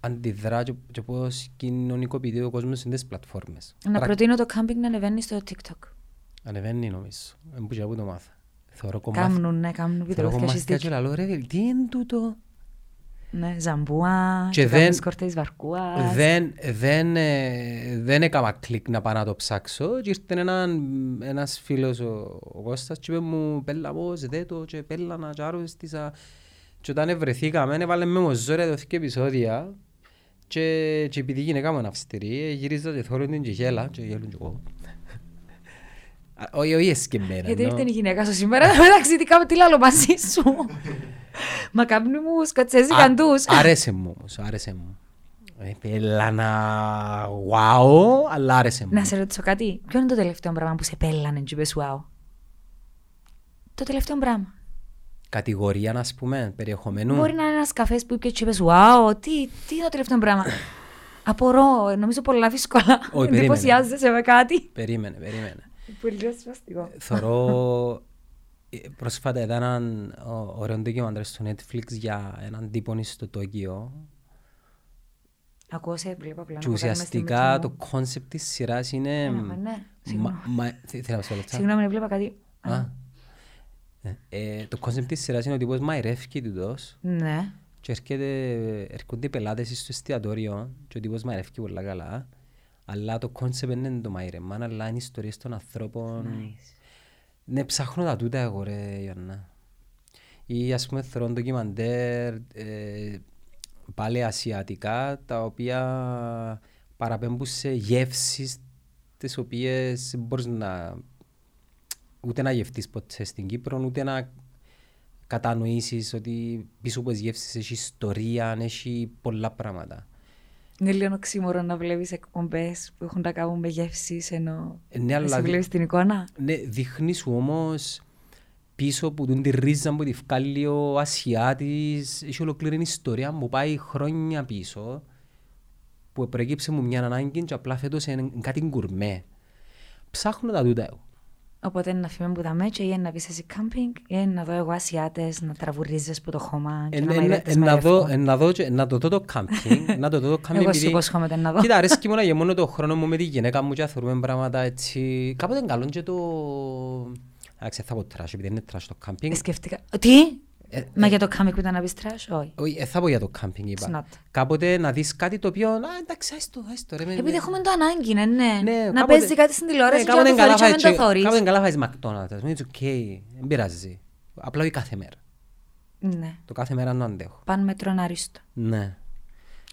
[SPEAKER 2] αντιδρά και, και πώς κοινωνικοποιείται ο κόσμος στις πλατφόρμες.
[SPEAKER 1] Να
[SPEAKER 2] Πρα-
[SPEAKER 1] προτείνω το κάμπινγκ να ανεβαίνει στο TikTok.
[SPEAKER 2] Ανεβαίνει νομίζω. Εν που και που το μάθα. Θεωρώ κομμάτι.
[SPEAKER 1] Κάμνουν, ναι, κάμνουν
[SPEAKER 2] Θεωρώ
[SPEAKER 1] βιτροφιά
[SPEAKER 2] κομμάτι και
[SPEAKER 1] στις
[SPEAKER 2] λαλό ρε, τι είναι τούτο.
[SPEAKER 1] Ναι, ζαμπούα,
[SPEAKER 2] Και
[SPEAKER 1] και
[SPEAKER 2] δεν-
[SPEAKER 1] δεν... κορτές βαρκούας.
[SPEAKER 2] Δεν, δεν, ε, δεν έκανα κλικ να πάω να το ψάξω και ήρθε έναν, ένας φίλος ο, ο Κώστας και είπε μου «Πέλα πώς, δε το» και «Πέλα να τσάρουστησα». Και όταν βρεθήκαμε, έβαλε με μοζόρια δόθηκε επεισόδια και, και επειδή η γυναίκα μου είναι αυστηρή, ε, γυρίζα και θόλω την και γέλα και γέλουν και εγώ. Α, Όχι, όχι εσκεμμένα.
[SPEAKER 1] Γιατί
[SPEAKER 2] εννοώ.
[SPEAKER 1] ήρθε η γυναίκα σου σήμερα, μεταξύ τι κάνω, τι λάλο μαζί σου. Μα κάμνουν μου
[SPEAKER 2] Α,
[SPEAKER 1] σκοτσέζικα τους.
[SPEAKER 2] Άρεσε μου όμως, άρεσε μου. Ε, Πέλα να... Wow, αλλά άρεσε μου.
[SPEAKER 1] Να σε ρωτήσω κάτι. Ποιο είναι το τελευταίο πράγμα που σε πέλανε και είπες wow. Το τελευταίο πράγμα.
[SPEAKER 2] κατηγορία, να πούμε, περιεχομένου.
[SPEAKER 1] Μπορεί να είναι ένας καφές που είπες και είπες wow, τι, τι είναι το τελευταίο πράγμα. Απορώ, νομίζω πολλά δύσκολα.
[SPEAKER 2] Όχι, περίμενε.
[SPEAKER 1] Εντυπωσιάζεσαι με κάτι.
[SPEAKER 2] Περίμενε, περίμενε.
[SPEAKER 1] Πολύ ριζοσπαστικό.
[SPEAKER 2] Θωρώ, ε, πρόσφατα είδα έναν ο- ωραίο ντοκιμαντέρ στο Netflix για έναν τύπο στο Τόκιο
[SPEAKER 1] Ακούω σε, βλέπω απλά.
[SPEAKER 2] και ουσιαστικά το κόνσεπτ της σειράς είναι...
[SPEAKER 1] Έλα, ναι, συγγνώμη.
[SPEAKER 2] μα- μα- θε- Θέλω να σου πω λεπτά.
[SPEAKER 1] Συγγνώμη, ναι. έβλεπα κάτι.
[SPEAKER 2] Α. Ε, ε, Το κόνσεπτ της σειράς είναι ο τύπος μαϊρεύκει τούτος
[SPEAKER 1] Ναι.
[SPEAKER 2] και έρχεται, έρχονται οι πελάτες στο εστιατόριο και ο τύπος μαϊρεύκει πολλά καλά αλλά το κόνσεπτ δεν είναι το μαϊρεμά αλλά είναι ιστορίες των ανθρώπων Ναι, ψάχνω τα τούτα εγώ ρε Ιωάννα. Ή ας πούμε θεωρώ ντοκιμαντέρ ε, πάλι ασιατικά τα οποία παραπέμπουν σε γεύσεις τις οποίες μπορείς να ούτε να γευτείς ποτέ στην Κύπρο ούτε να κατανοήσεις ότι πίσω από τις γεύσεις έχει ιστορία, έχει πολλά πράγματα.
[SPEAKER 1] Είναι λίγο οξύμορο να βλέπεις εκπομπές που έχουν να κάνουν με γεύσεις ενώ.
[SPEAKER 2] Ε, Ναι,
[SPEAKER 1] Εσύ
[SPEAKER 2] αλλά δι-
[SPEAKER 1] βλέπεις την εικόνα.
[SPEAKER 2] Ναι, δείχνεις σου όμως πίσω από την τη ρίζα που τη βγάλει ο Ασιάτης, έχει ολοκληρή ιστορία που πάει χρόνια πίσω, που προέκυψε μου μια ανάγκη και απλά φέτος είναι κάτι γκουρμέ. Ψάχνω τα τούτα εγώ.
[SPEAKER 1] Οπότε είναι να φύγουμε που τα μέτια ή είναι να βγει εσύ κάμπινγκ ή είναι να δω εγώ Ασιάτες να τραβουρίζεις που το χώμα και
[SPEAKER 2] Ε,
[SPEAKER 1] να
[SPEAKER 2] ε,
[SPEAKER 1] μαϊρεύτες
[SPEAKER 2] ε, να δω-
[SPEAKER 1] μαϊρεύω.
[SPEAKER 2] ε, Να δω και- να το δω το κάμπινγκ. Να το δω το κάμπινγκ.
[SPEAKER 1] Εγώ
[SPEAKER 2] επειδή-
[SPEAKER 1] σου υποσχόμαι να δω.
[SPEAKER 2] Κοίτα, αρέσκει μόνο για μόνο το χρόνο μου με τη γυναίκα μου και θεωρούμε πράγματα έτσι... Κάποτε είναι καλό και το... Εντάξει, θα πω trash, επειδή είναι trash το κάμπινγκ.
[SPEAKER 1] Σκεφτήκα. Ε, Τι!
[SPEAKER 2] Ε,
[SPEAKER 1] Μα για το κάμπινγκ που ήταν να πεις trash, όχι.
[SPEAKER 2] Όχι, ε, θα πω για το κάμπινγκ, είπα.
[SPEAKER 1] It's not.
[SPEAKER 2] Κάποτε να δεις κάτι το οποίο... Α, εντάξει, ας το, ας το. Ρε, με-
[SPEAKER 1] Επειδή έχουμε το ανάγκη, ναι, ναι.
[SPEAKER 2] Ε, Ναι,
[SPEAKER 1] να
[SPEAKER 2] κάποτε-
[SPEAKER 1] παίζει κάτι στην τηλεόραση
[SPEAKER 2] Ναι,
[SPEAKER 1] και να
[SPEAKER 2] κάποτε
[SPEAKER 1] το
[SPEAKER 2] είναι καλά
[SPEAKER 1] θεωρείς και να μην το
[SPEAKER 2] φάει- Κάποτε
[SPEAKER 1] θεωρείς.
[SPEAKER 2] είναι καλά φάεις McDonald's, ας πούμε, it's okay, δεν πειράζει. Απλά όχι κάθε μέρα.
[SPEAKER 1] Ναι.
[SPEAKER 2] Το κάθε μέρα να αντέχω.
[SPEAKER 1] Παν με τροναρίστο.
[SPEAKER 2] Ναι.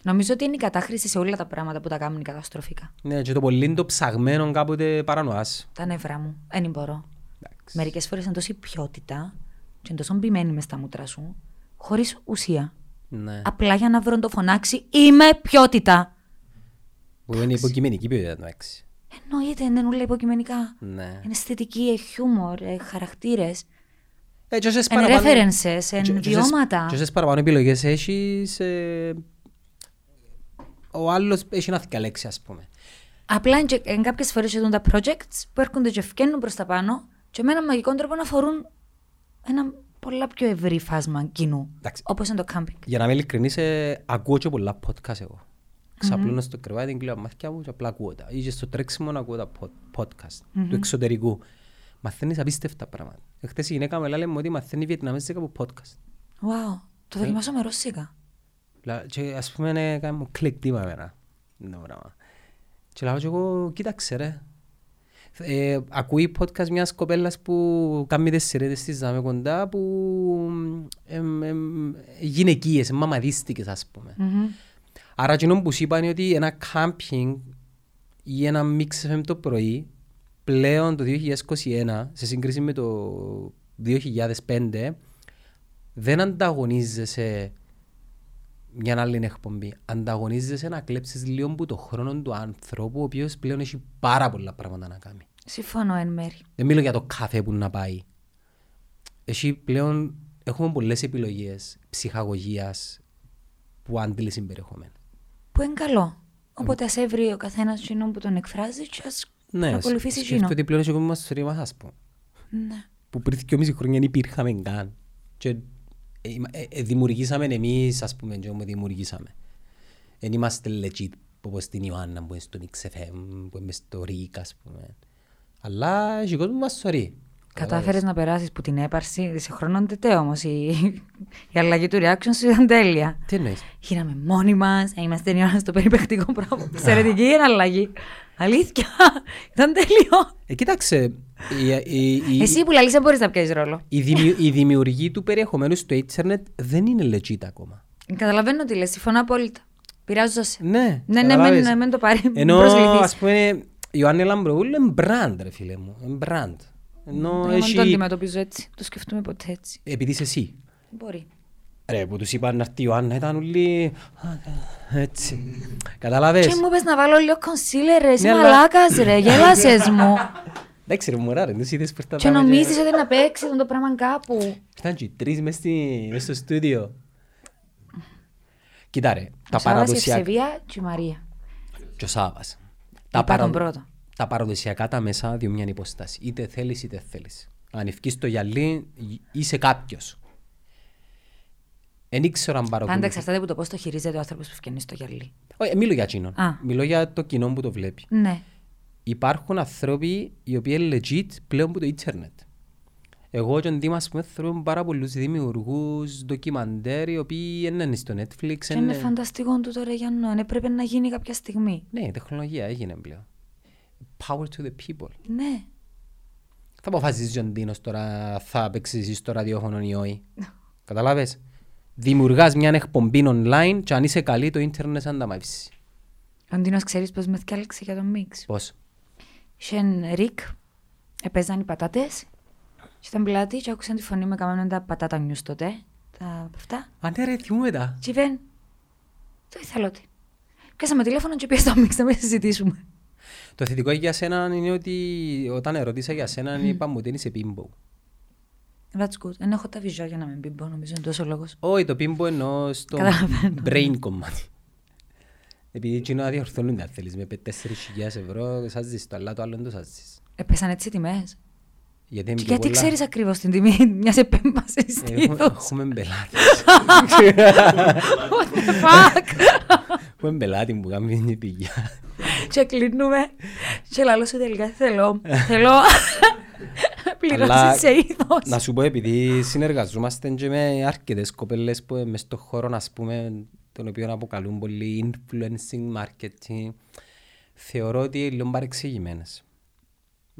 [SPEAKER 1] Νομίζω ότι είναι η κατάχρηση σε όλα τα πράγματα που τα κάνουν καταστροφικά.
[SPEAKER 2] Ναι, και το πολύ είναι το ψαγμένο κάποτε παρανοάς.
[SPEAKER 1] Τα νευρά μου. Δεν μπορώ.
[SPEAKER 2] Εντάξει.
[SPEAKER 1] Μερικές φορές είναι τόση ποιότητα και είναι τόσο μπημένη μες στα μούτρα σου, χωρίς ουσία.
[SPEAKER 2] Ναι.
[SPEAKER 1] Απλά για να βρουν το φωνάξει, είμαι ποιότητα.
[SPEAKER 2] Που είναι υποκειμενική ποιότητα, εντάξει.
[SPEAKER 1] Εννοείται, δεν είναι όλα υποκειμενικά.
[SPEAKER 2] Ναι.
[SPEAKER 1] Είναι αισθητική, έχει χιούμορ, έχει χαρακτήρες,
[SPEAKER 2] Ε, και όσες
[SPEAKER 1] εν
[SPEAKER 2] παραπάνω-
[SPEAKER 1] references,
[SPEAKER 2] και-
[SPEAKER 1] εν
[SPEAKER 2] και όσες-
[SPEAKER 1] βιώματα.
[SPEAKER 2] Και όσες παραπάνω επιλογές έχεις, ε, ο άλλος έχει να θυκαλέξει, ας πούμε.
[SPEAKER 1] Απλά είναι, και- είναι κάποιες φορές ήταν τα projects που έρχονται και φκαίνουν προς τα πάνω και με έναν μαγικό τρόπο να αφορούν ένα πολλά πιο ευρύ φάσμα κοινού.
[SPEAKER 2] Εντάξει.
[SPEAKER 1] Όπως είναι το κάμπινγκ.
[SPEAKER 2] Για να είμαι ειλικρινής, ε, ακούω και πολλά podcast εγώ. Ξαπλώνω στο κρεβάτι, κλείνω τα μάτια μου και απλά ακούω τα. Ή και στο τρέξιμο να ακούω τα pod- podcast του εξωτερικού. Μαθαίνεις απίστευτα πράγματα. Εχθές η γυναίκα μου έλεγε μου ότι μαθαίνει Βιετναμέζικα από podcast.
[SPEAKER 1] Wow,
[SPEAKER 2] Ε.
[SPEAKER 1] το δοκιμάσω με ρωσίκα.
[SPEAKER 2] Λα- Και ας πούμε ναι, κάνει μου κλικ τύπα εμένα. Είναι το πράγμα. Και λέω και εγώ, κοίταξε ρε. Ε, ακούει podcast μιας κοπέλας που κάνει τις σειρέτες της δάμε κοντά που εμ, εμ, γυναικείες, μαμαδίστικες ας πούμε. Άρα εκείνο που σου είπα είναι ότι ένα κάμπινγκ ή ένα mix FM το πρωί πλέον το 2021 σε σύγκριση με το 2005 δεν ανταγωνίζεσαι μια άλλη εκπομπή. Ανταγωνίζεσαι να κλέψεις λίγο που το χρόνο του ανθρώπου, ο οποίος πλέον έχει πάρα πολλά πράγματα να κάνει.
[SPEAKER 1] Συμφωνώ εν μέρη.
[SPEAKER 2] Δεν μιλώ για το κάθε που να πάει. Έχει πλέον έχουμε πολλές επιλογές ψυχαγωγίας που αντίλει περιεχόμενο.
[SPEAKER 1] Που είναι καλό. Οπότε ας έβρει ο καθένας εκείνον που τον εκφράζει και ας ακολουθήσει εκείνο.
[SPEAKER 2] σκέφτομαι Ναι, ότι πλέον έχει ακόμα μας ιστορία μας, ας πούμε.
[SPEAKER 1] Ναι.
[SPEAKER 2] Που πριν δυόμιση χρόνια δεν υπήρχαμε καν. Και ε, είμα- ε, ε, δημιουργήσαμε εμείς, ας πούμε, και όμως δημιουργήσαμε. Δεν είμαστε legit, όπως την Ιωάννα που είναι στον XFM, που είναι στο RIC, ας πούμε. Αλλά έχει κόσμο μας σωρεί.
[SPEAKER 1] Κατάφερες να περάσεις που την έπαρση σε χρόνο τετέ όμως. Η, η αλλαγή του reaction σου ήταν τέλεια.
[SPEAKER 2] Τι εννοείς.
[SPEAKER 1] Γίναμε μόνοι μας, ε, είμαστε η ώρα στο περιπεκτικό πράγμα. Εξαιρετική είναι αλλαγή. Αλήθεια, ήταν τέλειο.
[SPEAKER 2] Ε, κοίταξε, η, η, η,
[SPEAKER 1] Εσύ που λαλείς δεν μπορείς να πιάσεις ρόλο.
[SPEAKER 2] η, δημιου, η δημιουργή του περιεχομένου στο internet δεν είναι legit ακόμα.
[SPEAKER 1] Καταλαβαίνω τι λες, συμφωνώ απόλυτα. Πειράζω σε.
[SPEAKER 2] Ναι,
[SPEAKER 1] Ναι, ναι,
[SPEAKER 2] καταλάβες.
[SPEAKER 1] μεν- ναι, μεν το πάρει, μην
[SPEAKER 2] Ενώ,
[SPEAKER 1] προσβληθείς.
[SPEAKER 2] ας πούμε, η Ιωάννη Λαμπρογούλου είναι brand, ρε φίλε μου. Είναι brand. Ενώ
[SPEAKER 1] Εγώ Δεν το
[SPEAKER 2] έχει...
[SPEAKER 1] αντιμετωπίζω έτσι, το σκεφτούμε ποτέ έτσι.
[SPEAKER 2] Επειδή είσαι εσύ.
[SPEAKER 1] Μπορεί.
[SPEAKER 2] Ρε, που τους είπαν να έρθει η Ιωάννα, ήταν όλοι... Έτσι. Καταλάβες.
[SPEAKER 1] Και μου είπες να βάλω λίγο κονσίλερ, ρε, εσύ
[SPEAKER 2] Ναι, αλλά-
[SPEAKER 1] μαλάκας ρε, γέλασες μου.
[SPEAKER 2] Εντάξει ρε μωρά ρε, τους είδες πριν τα
[SPEAKER 1] και
[SPEAKER 2] πάμε
[SPEAKER 1] νομίζεις ότι να παίξεις το πράγμα κάπου.
[SPEAKER 2] Ήταν και οι τρεις μες στη- μες στο στούντιο. Κοίτα ρε,
[SPEAKER 1] Ο
[SPEAKER 2] τα
[SPEAKER 1] Σάββας, η
[SPEAKER 2] παραδοσιακά...
[SPEAKER 1] Ευσεβία και η Μαρία.
[SPEAKER 2] Και ο Σάββας.
[SPEAKER 1] Είπα
[SPEAKER 2] παραδο-
[SPEAKER 1] τον πρώτο.
[SPEAKER 2] τα παραδοσιακά τα μέσα διούν μια υποστάση. Είτε θέλεις είτε θέλεις. Αν ευκείς το γυαλί, είσαι κάποιος. Δεν ήξερα αν
[SPEAKER 1] Πάντα
[SPEAKER 2] παρακολουθεί.
[SPEAKER 1] εξαρτάται από το πώς το χειρίζεται ο άνθρωπος που φκαινεί στο γυαλί.
[SPEAKER 2] Όχι, ε, μιλώ για εκείνον.
[SPEAKER 1] Α.
[SPEAKER 2] Μιλώ για το κοινό που το βλέπει.
[SPEAKER 1] Ναι.
[SPEAKER 2] υπάρχουν άνθρωποι οι οποίοι είναι legit πλέον από το ίντερνετ. Εγώ και ο Δήμας πούμε θεωρούμε πάρα πολλούς δημιουργούς, ντοκιμαντέρ, οι οποίοι δεν είναι στο Netflix.
[SPEAKER 1] Και
[SPEAKER 2] εν-
[SPEAKER 1] είναι φανταστικό του τώρα για να ναι, πρέπει να γίνει κάποια στιγμή.
[SPEAKER 2] Ναι, η τεχνολογία έγινε πλέον. Power to the people.
[SPEAKER 1] Ναι.
[SPEAKER 2] Θα αποφασίζει ο Ντίνος τώρα, θα παίξεις εσύ στο ραδιόφωνο ή όχι. Καταλάβες. Δημιουργάς μια εκπομπή online και αν είσαι καλή το ίντερνετ σαν τα μαύσεις.
[SPEAKER 1] Ο Ντίνο ξέρεις πώς με θυκάλεξε για το μίξ.
[SPEAKER 2] Πώς.
[SPEAKER 1] Σεν Ρικ, έπαιζαν οι πατάτες. Και ήταν πλάτη και άκουσαν τη φωνή με καμένα τα πατάτα νιου τότε. Τα αυτά.
[SPEAKER 2] Α, ναι ρε, θυμούμαι τα.
[SPEAKER 1] Και είπαν, το ήθελα ότι. Πιάσαμε τηλέφωνο και πιάσα το μίξ να μην συζητήσουμε.
[SPEAKER 2] Το θετικό για σένα είναι ότι όταν ερωτήσα για σένα είπα μου ότι είσαι πίμπο.
[SPEAKER 1] That's good. Δεν έχω τα βιζιά για να μην μπει, νομίζω είναι τόσο λόγος.
[SPEAKER 2] Όχι, το πίμπο εννοώ στο
[SPEAKER 1] Καταλαβαίνω.
[SPEAKER 2] brain κομμάτι. Επειδή εκείνο να διορθώνουν τα θέλεις με 4.000 ευρώ, σάζεις το, αλλά το άλλο δεν το σάζεις.
[SPEAKER 1] Έπεσαν έτσι τιμές.
[SPEAKER 2] Γιατί, είναι
[SPEAKER 1] Και
[SPEAKER 2] πιο
[SPEAKER 1] γιατί
[SPEAKER 2] πολλά-
[SPEAKER 1] ξέρεις ακριβώς την τιμή μιας επέμβασης
[SPEAKER 2] Ε, έχουμε-
[SPEAKER 1] στήθου.
[SPEAKER 2] Έχουμε πελάτη.
[SPEAKER 1] What the fuck!
[SPEAKER 2] Έχουμε πελάτη που κάνει την πηγιά.
[SPEAKER 1] Και κλείνουμε. Και λαλό σου τελικά τι θέλω. Θέλω.
[SPEAKER 2] Αλλά
[SPEAKER 1] Πληρώσεις σε είδος.
[SPEAKER 2] Να σου πω, επειδή συνεργαζόμαστε και με αρκετές κοπέλες που ε, μες στον χώρο, ας πούμε, τον οποίο αποκαλούν πολύ influencing marketing, θεωρώ ότι είναι λίγο παρεξηγημένες.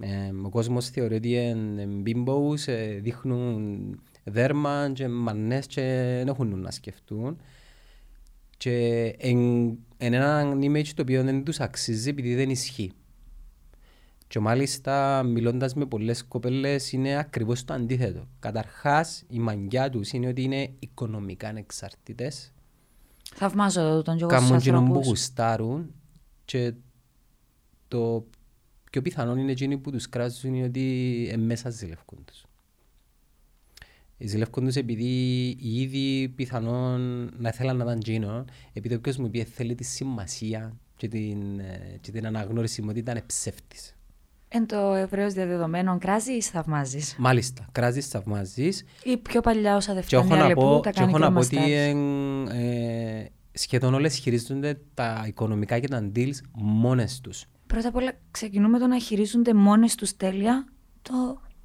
[SPEAKER 2] Ε, ο κόσμος θεωρεί ότι είναι μπίμπος, ε, δείχνουν δέρμα και μανές και δεν έχουν νου να σκεφτούν. Και είναι ένα image το οποίο δεν τους αξίζει επειδή δεν ισχύει. Και μάλιστα μιλώντας με πολλές κοπέλες είναι ακριβώς το αντίθετο. Καταρχάς, η μαγιά τους είναι ότι είναι οικονομικά ανεξαρτητές.
[SPEAKER 1] Θαυμάζω τον και εγώ στους
[SPEAKER 2] Κάνουν κοινό που
[SPEAKER 1] ανθρώπους.
[SPEAKER 2] γουστάρουν και το πιο πιθανό είναι εκείνοι που τους κράζουν είναι ότι μέσα ζηλευκούν τους. Ζηλευκούν τους επειδή οι ίδιοι πιθανόν να θέλαν να ήταν τζίνο, επειδή όποιος μου πει θέλει τη σημασία και την, ε, και την αναγνώριση μου ότι ήταν ψεύτης.
[SPEAKER 1] Εν το ευρέω διαδεδομένο, κράζει ή θαυμάζεις.
[SPEAKER 2] Μάλιστα, κράζεις, θαυμάζεις
[SPEAKER 1] Ή πιο παλιά όσα δεν
[SPEAKER 2] Και έχω
[SPEAKER 1] φτάνει
[SPEAKER 2] να
[SPEAKER 1] άλλοι
[SPEAKER 2] πω,
[SPEAKER 1] που τα
[SPEAKER 2] και
[SPEAKER 1] κάνει
[SPEAKER 2] έχω
[SPEAKER 1] και
[SPEAKER 2] να πω
[SPEAKER 1] μας
[SPEAKER 2] ότι εν, ε, σχεδόν όλες χειρίζονται τα οικονομικά και τα deals μόνες τους.
[SPEAKER 1] Πρώτα απ' όλα ξεκινούμε το να χειρίζονται μόνες τους τέλεια το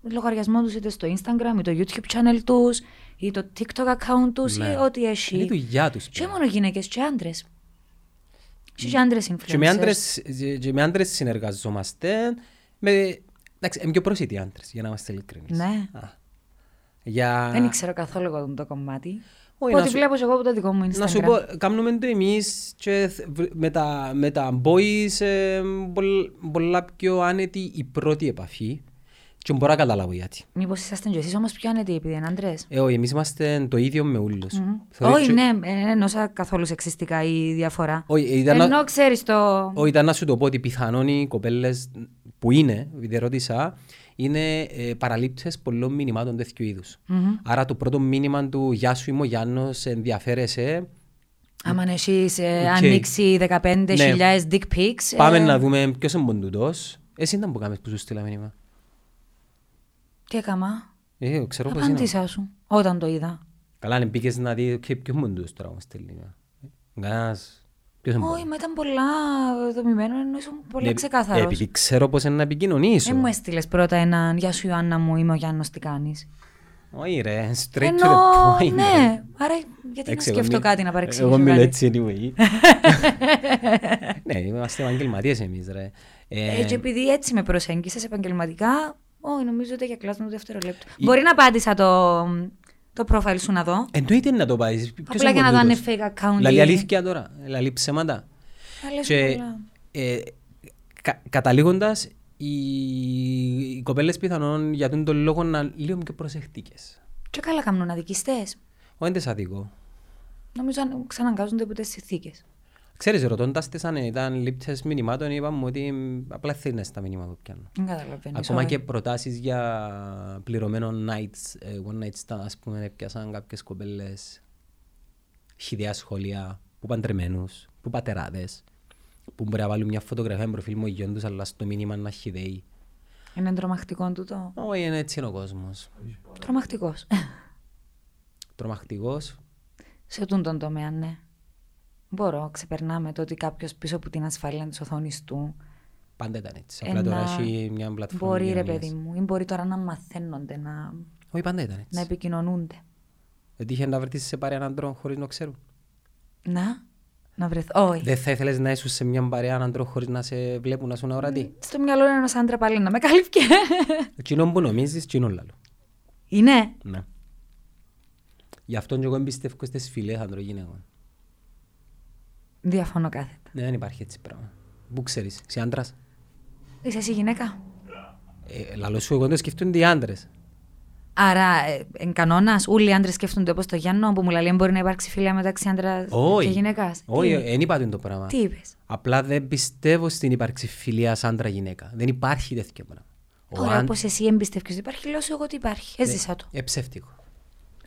[SPEAKER 1] λογαριασμό τους είτε στο Instagram ή το YouTube channel τους ή το TikTok account τους
[SPEAKER 2] Ναι.
[SPEAKER 1] ή ό,τι έχει.
[SPEAKER 2] Είναι η δουλειά τους.
[SPEAKER 1] Και
[SPEAKER 2] πλέον.
[SPEAKER 1] μόνο γυναίκες και άντρες. Και, και άντρες influencers.
[SPEAKER 2] Και με άντρες, και με άντρες συνεργαζόμαστε. Με, εντάξει, είμαι πιο πρόσιτοι οι άντρες, για να είμαστε ειλικρινείς.
[SPEAKER 1] Ναι.
[SPEAKER 2] Α. Για...
[SPEAKER 1] Δεν ξέρω καθόλου εγώ το κομμάτι.
[SPEAKER 2] Όχι, να
[SPEAKER 1] Ό,τι
[SPEAKER 2] σου-
[SPEAKER 1] βλέπω εγώ από το δικό μου Instagram.
[SPEAKER 2] Να σου πω, κάνουμε το εμείς και θ- βρ- με τα, με τα boys ε, πολλ- πολλά πιο άνετη η πρώτη επαφή και μπορώ να καταλάβω γιατί.
[SPEAKER 1] Μήπως ήσασταν και εσείς όμως πιο άνετοι επειδή είναι άντρες.
[SPEAKER 2] Ε, όχι, εμείς είμαστε το ίδιο με ούλους. Θεωρεί-
[SPEAKER 1] Όχι,
[SPEAKER 2] και-
[SPEAKER 1] ναι, ε, ε, εννοούσα καθόλου σεξιστικά η διαφορά.
[SPEAKER 2] Όχι, ήταν, να-
[SPEAKER 1] Ενώ ξέρεις το.
[SPEAKER 2] όχι, ήταν να σου το πω ότι πιθανόν οι κοπέλες που είναι, επειδή ρώτησα, είναι ε, παραλήψεις πολλών μηνυμάτων τέτοιου είδους. Άρα το πρώτο μήνυμα του «Γεια σου, είμαι ο Γιάννος, ενδιαφέρεσαι»,
[SPEAKER 1] Άμα εσύ ε,
[SPEAKER 2] Οκ.
[SPEAKER 1] ανοίξει 15.000
[SPEAKER 2] Ναι.
[SPEAKER 1] dick pics.
[SPEAKER 2] πάμε
[SPEAKER 1] ε,
[SPEAKER 2] να δούμε ποιος είναι ποντούτος. Εσύ ήταν που κάνεις που σου στείλα μήνυμα.
[SPEAKER 1] Τι έκανα.
[SPEAKER 2] Ε, ξέρω πως είναι.
[SPEAKER 1] Απάντησά σου. Όταν το είδα.
[SPEAKER 2] Καλά, αν πήγες να δεις «Οκ, ποιος είναι ποντούτος τώρα όμως τελικά. Κανένας. Ε, Ποιος είναι
[SPEAKER 1] Όχι,
[SPEAKER 2] ποντούτος.
[SPEAKER 1] μα ήταν πολλά δομημένο ενώ ήσουν
[SPEAKER 2] Ναι,
[SPEAKER 1] πολύ ξεκάθαρος.
[SPEAKER 2] Επειδή ξέρω πως είναι να επικοινωνήσω.
[SPEAKER 1] Δεν μου έστειλες πρώτα έναν Γεια σου Ιωάννα μου, είμαι ο Γιάννος, τι κάνεις.
[SPEAKER 2] Όχι ρε, straight to the point. ρε.
[SPEAKER 1] ναι. Άρα γιατί να
[SPEAKER 2] Εντάξει, εγώ
[SPEAKER 1] σκεφτώ
[SPEAKER 2] μι-
[SPEAKER 1] κάτι να παρεξηγήσω.
[SPEAKER 2] Εγώ μιλώ
[SPEAKER 1] κάτι.
[SPEAKER 2] έτσι anyway. ναι, είμαστε επαγγελματίες εμείς ρε. Ε,
[SPEAKER 1] Ε, και επειδή έτσι με προσέγγισες επαγγελματικά, όχι, νομίζω ότι για κλάσμα του δευτερολέπτου.
[SPEAKER 2] Η-
[SPEAKER 1] Μπορεί να απάντησα το, το profile σου να δω.
[SPEAKER 2] Εννοείται να το πάεις. Ποιος
[SPEAKER 1] Απλά
[SPEAKER 2] είναι
[SPEAKER 1] για να δω αν είναι
[SPEAKER 2] κοντούτος?
[SPEAKER 1] fake account.
[SPEAKER 2] Λαλεί
[SPEAKER 1] ή-
[SPEAKER 2] αλήθεια τώρα, λαλεί ψέματα.
[SPEAKER 1] Τα λες
[SPEAKER 2] Και,
[SPEAKER 1] πολλά.
[SPEAKER 2] ε, κα, καταλήγοντας, οι, οι κοπέλες πιθανόν για τον τον λόγο να είναι λίγο πιο προσεκτικές.
[SPEAKER 1] Και καλά κάνουν αδικιστές.
[SPEAKER 2] Ο έντες αδικό.
[SPEAKER 1] Νομίζω αν ξαναγκάζονται ποτέ στις συνθήκες.
[SPEAKER 2] Ξέρεις, ρωτώντας τις αν ήταν λήψες μηνυμάτων, είπαμε ότι μ, απλά θύνες τα μηνύματα που πιάνω.
[SPEAKER 1] Δεν καταλαβαίνεις.
[SPEAKER 2] Ακόμα
[SPEAKER 1] όχι.
[SPEAKER 2] και προτάσεις για πληρωμένο nights, ε, one night stand, ας πούμε, πιάσαν κάποιες κοπέλες χιδέα σχόλια, που παντρεμένους, που πατεράδες, που μπορεί να βάλουν μια φωτογραφία με προφίλ μου γιον τους, αλλά στο μήνυμα να χιδέει.
[SPEAKER 1] Είναι τρομακτικό τούτο.
[SPEAKER 2] Όχι, είναι έτσι είναι ο κόσμος.
[SPEAKER 1] Τρομακτικός.
[SPEAKER 2] Τρομακτικός.
[SPEAKER 1] Σε τούν τον τομέα, ναι. Μπορώ, ξεπερνάμε το ότι κάποιος πίσω από την ασφάλεια της οθόνης του
[SPEAKER 2] Πάντα ήταν έτσι.
[SPEAKER 1] Ε,
[SPEAKER 2] Απλά τώρα
[SPEAKER 1] να-
[SPEAKER 2] έχει μια πλατφόρμα.
[SPEAKER 1] μπορεί, ρε
[SPEAKER 2] επικοινωνίας.
[SPEAKER 1] παιδί μου, ή μπορεί τώρα να μαθαίνονται, να,
[SPEAKER 2] Όχι, πάντα ήταν
[SPEAKER 1] να
[SPEAKER 2] έτσι.
[SPEAKER 1] επικοινωνούνται.
[SPEAKER 2] Δεν είχε να βρεθείς σε παρέα έναν τρόπο χωρίς να ξέρουν.
[SPEAKER 1] Να, να βρεθώ. Όχι.
[SPEAKER 2] Δεν θα ήθελες να είσαι σε μια παρέα έναν τρόπο χωρίς να σε βλέπουν, να σου είναι ορατή.
[SPEAKER 1] Στο μυαλό είναι ένας άντρα πάλι να με καλύφθηκε.
[SPEAKER 2] Εκείνο που νομίζεις, εκείνο λαλό.
[SPEAKER 1] Είναι.
[SPEAKER 2] Ναι. Γι' αυτό και εγώ εμπιστεύω στις φιλές ανδρογυναίκων.
[SPEAKER 1] Διαφωνώ κάθετα.
[SPEAKER 2] Ναι, δεν υπάρχει έτσι πράγμα. Πού ξέρεις, είσαι άντρας.
[SPEAKER 1] Είσαι εσύ γυναίκα.
[SPEAKER 2] Ε, λαλός σου, εγώ δεν το σκεφτούνται οι άντρες.
[SPEAKER 1] Άρα, ε, εν κανόνας, όλοι οι άντρες σκέφτονται όπως το Γιάννο που μου λέει: «Εν Μπορεί να υπάρξει φιλία μεταξύ άντρας
[SPEAKER 2] Όχι.
[SPEAKER 1] και γυναίκα.
[SPEAKER 2] Όχι, δεν είπα το πράγμα.
[SPEAKER 1] Τι είπες.
[SPEAKER 2] Απλά δεν πιστεύω στην ύπαρξη φιλίας άντρα-γυναίκα. Δεν υπάρχει τέτοιο πράγμα. Ο
[SPEAKER 1] Ωραία,
[SPEAKER 2] άν-
[SPEAKER 1] όπως εσύ εμπιστεύεις υπάρχει, λέω σου εγώ ότι υπάρχει. Έζησα το.
[SPEAKER 2] Ε, ψεύτικο.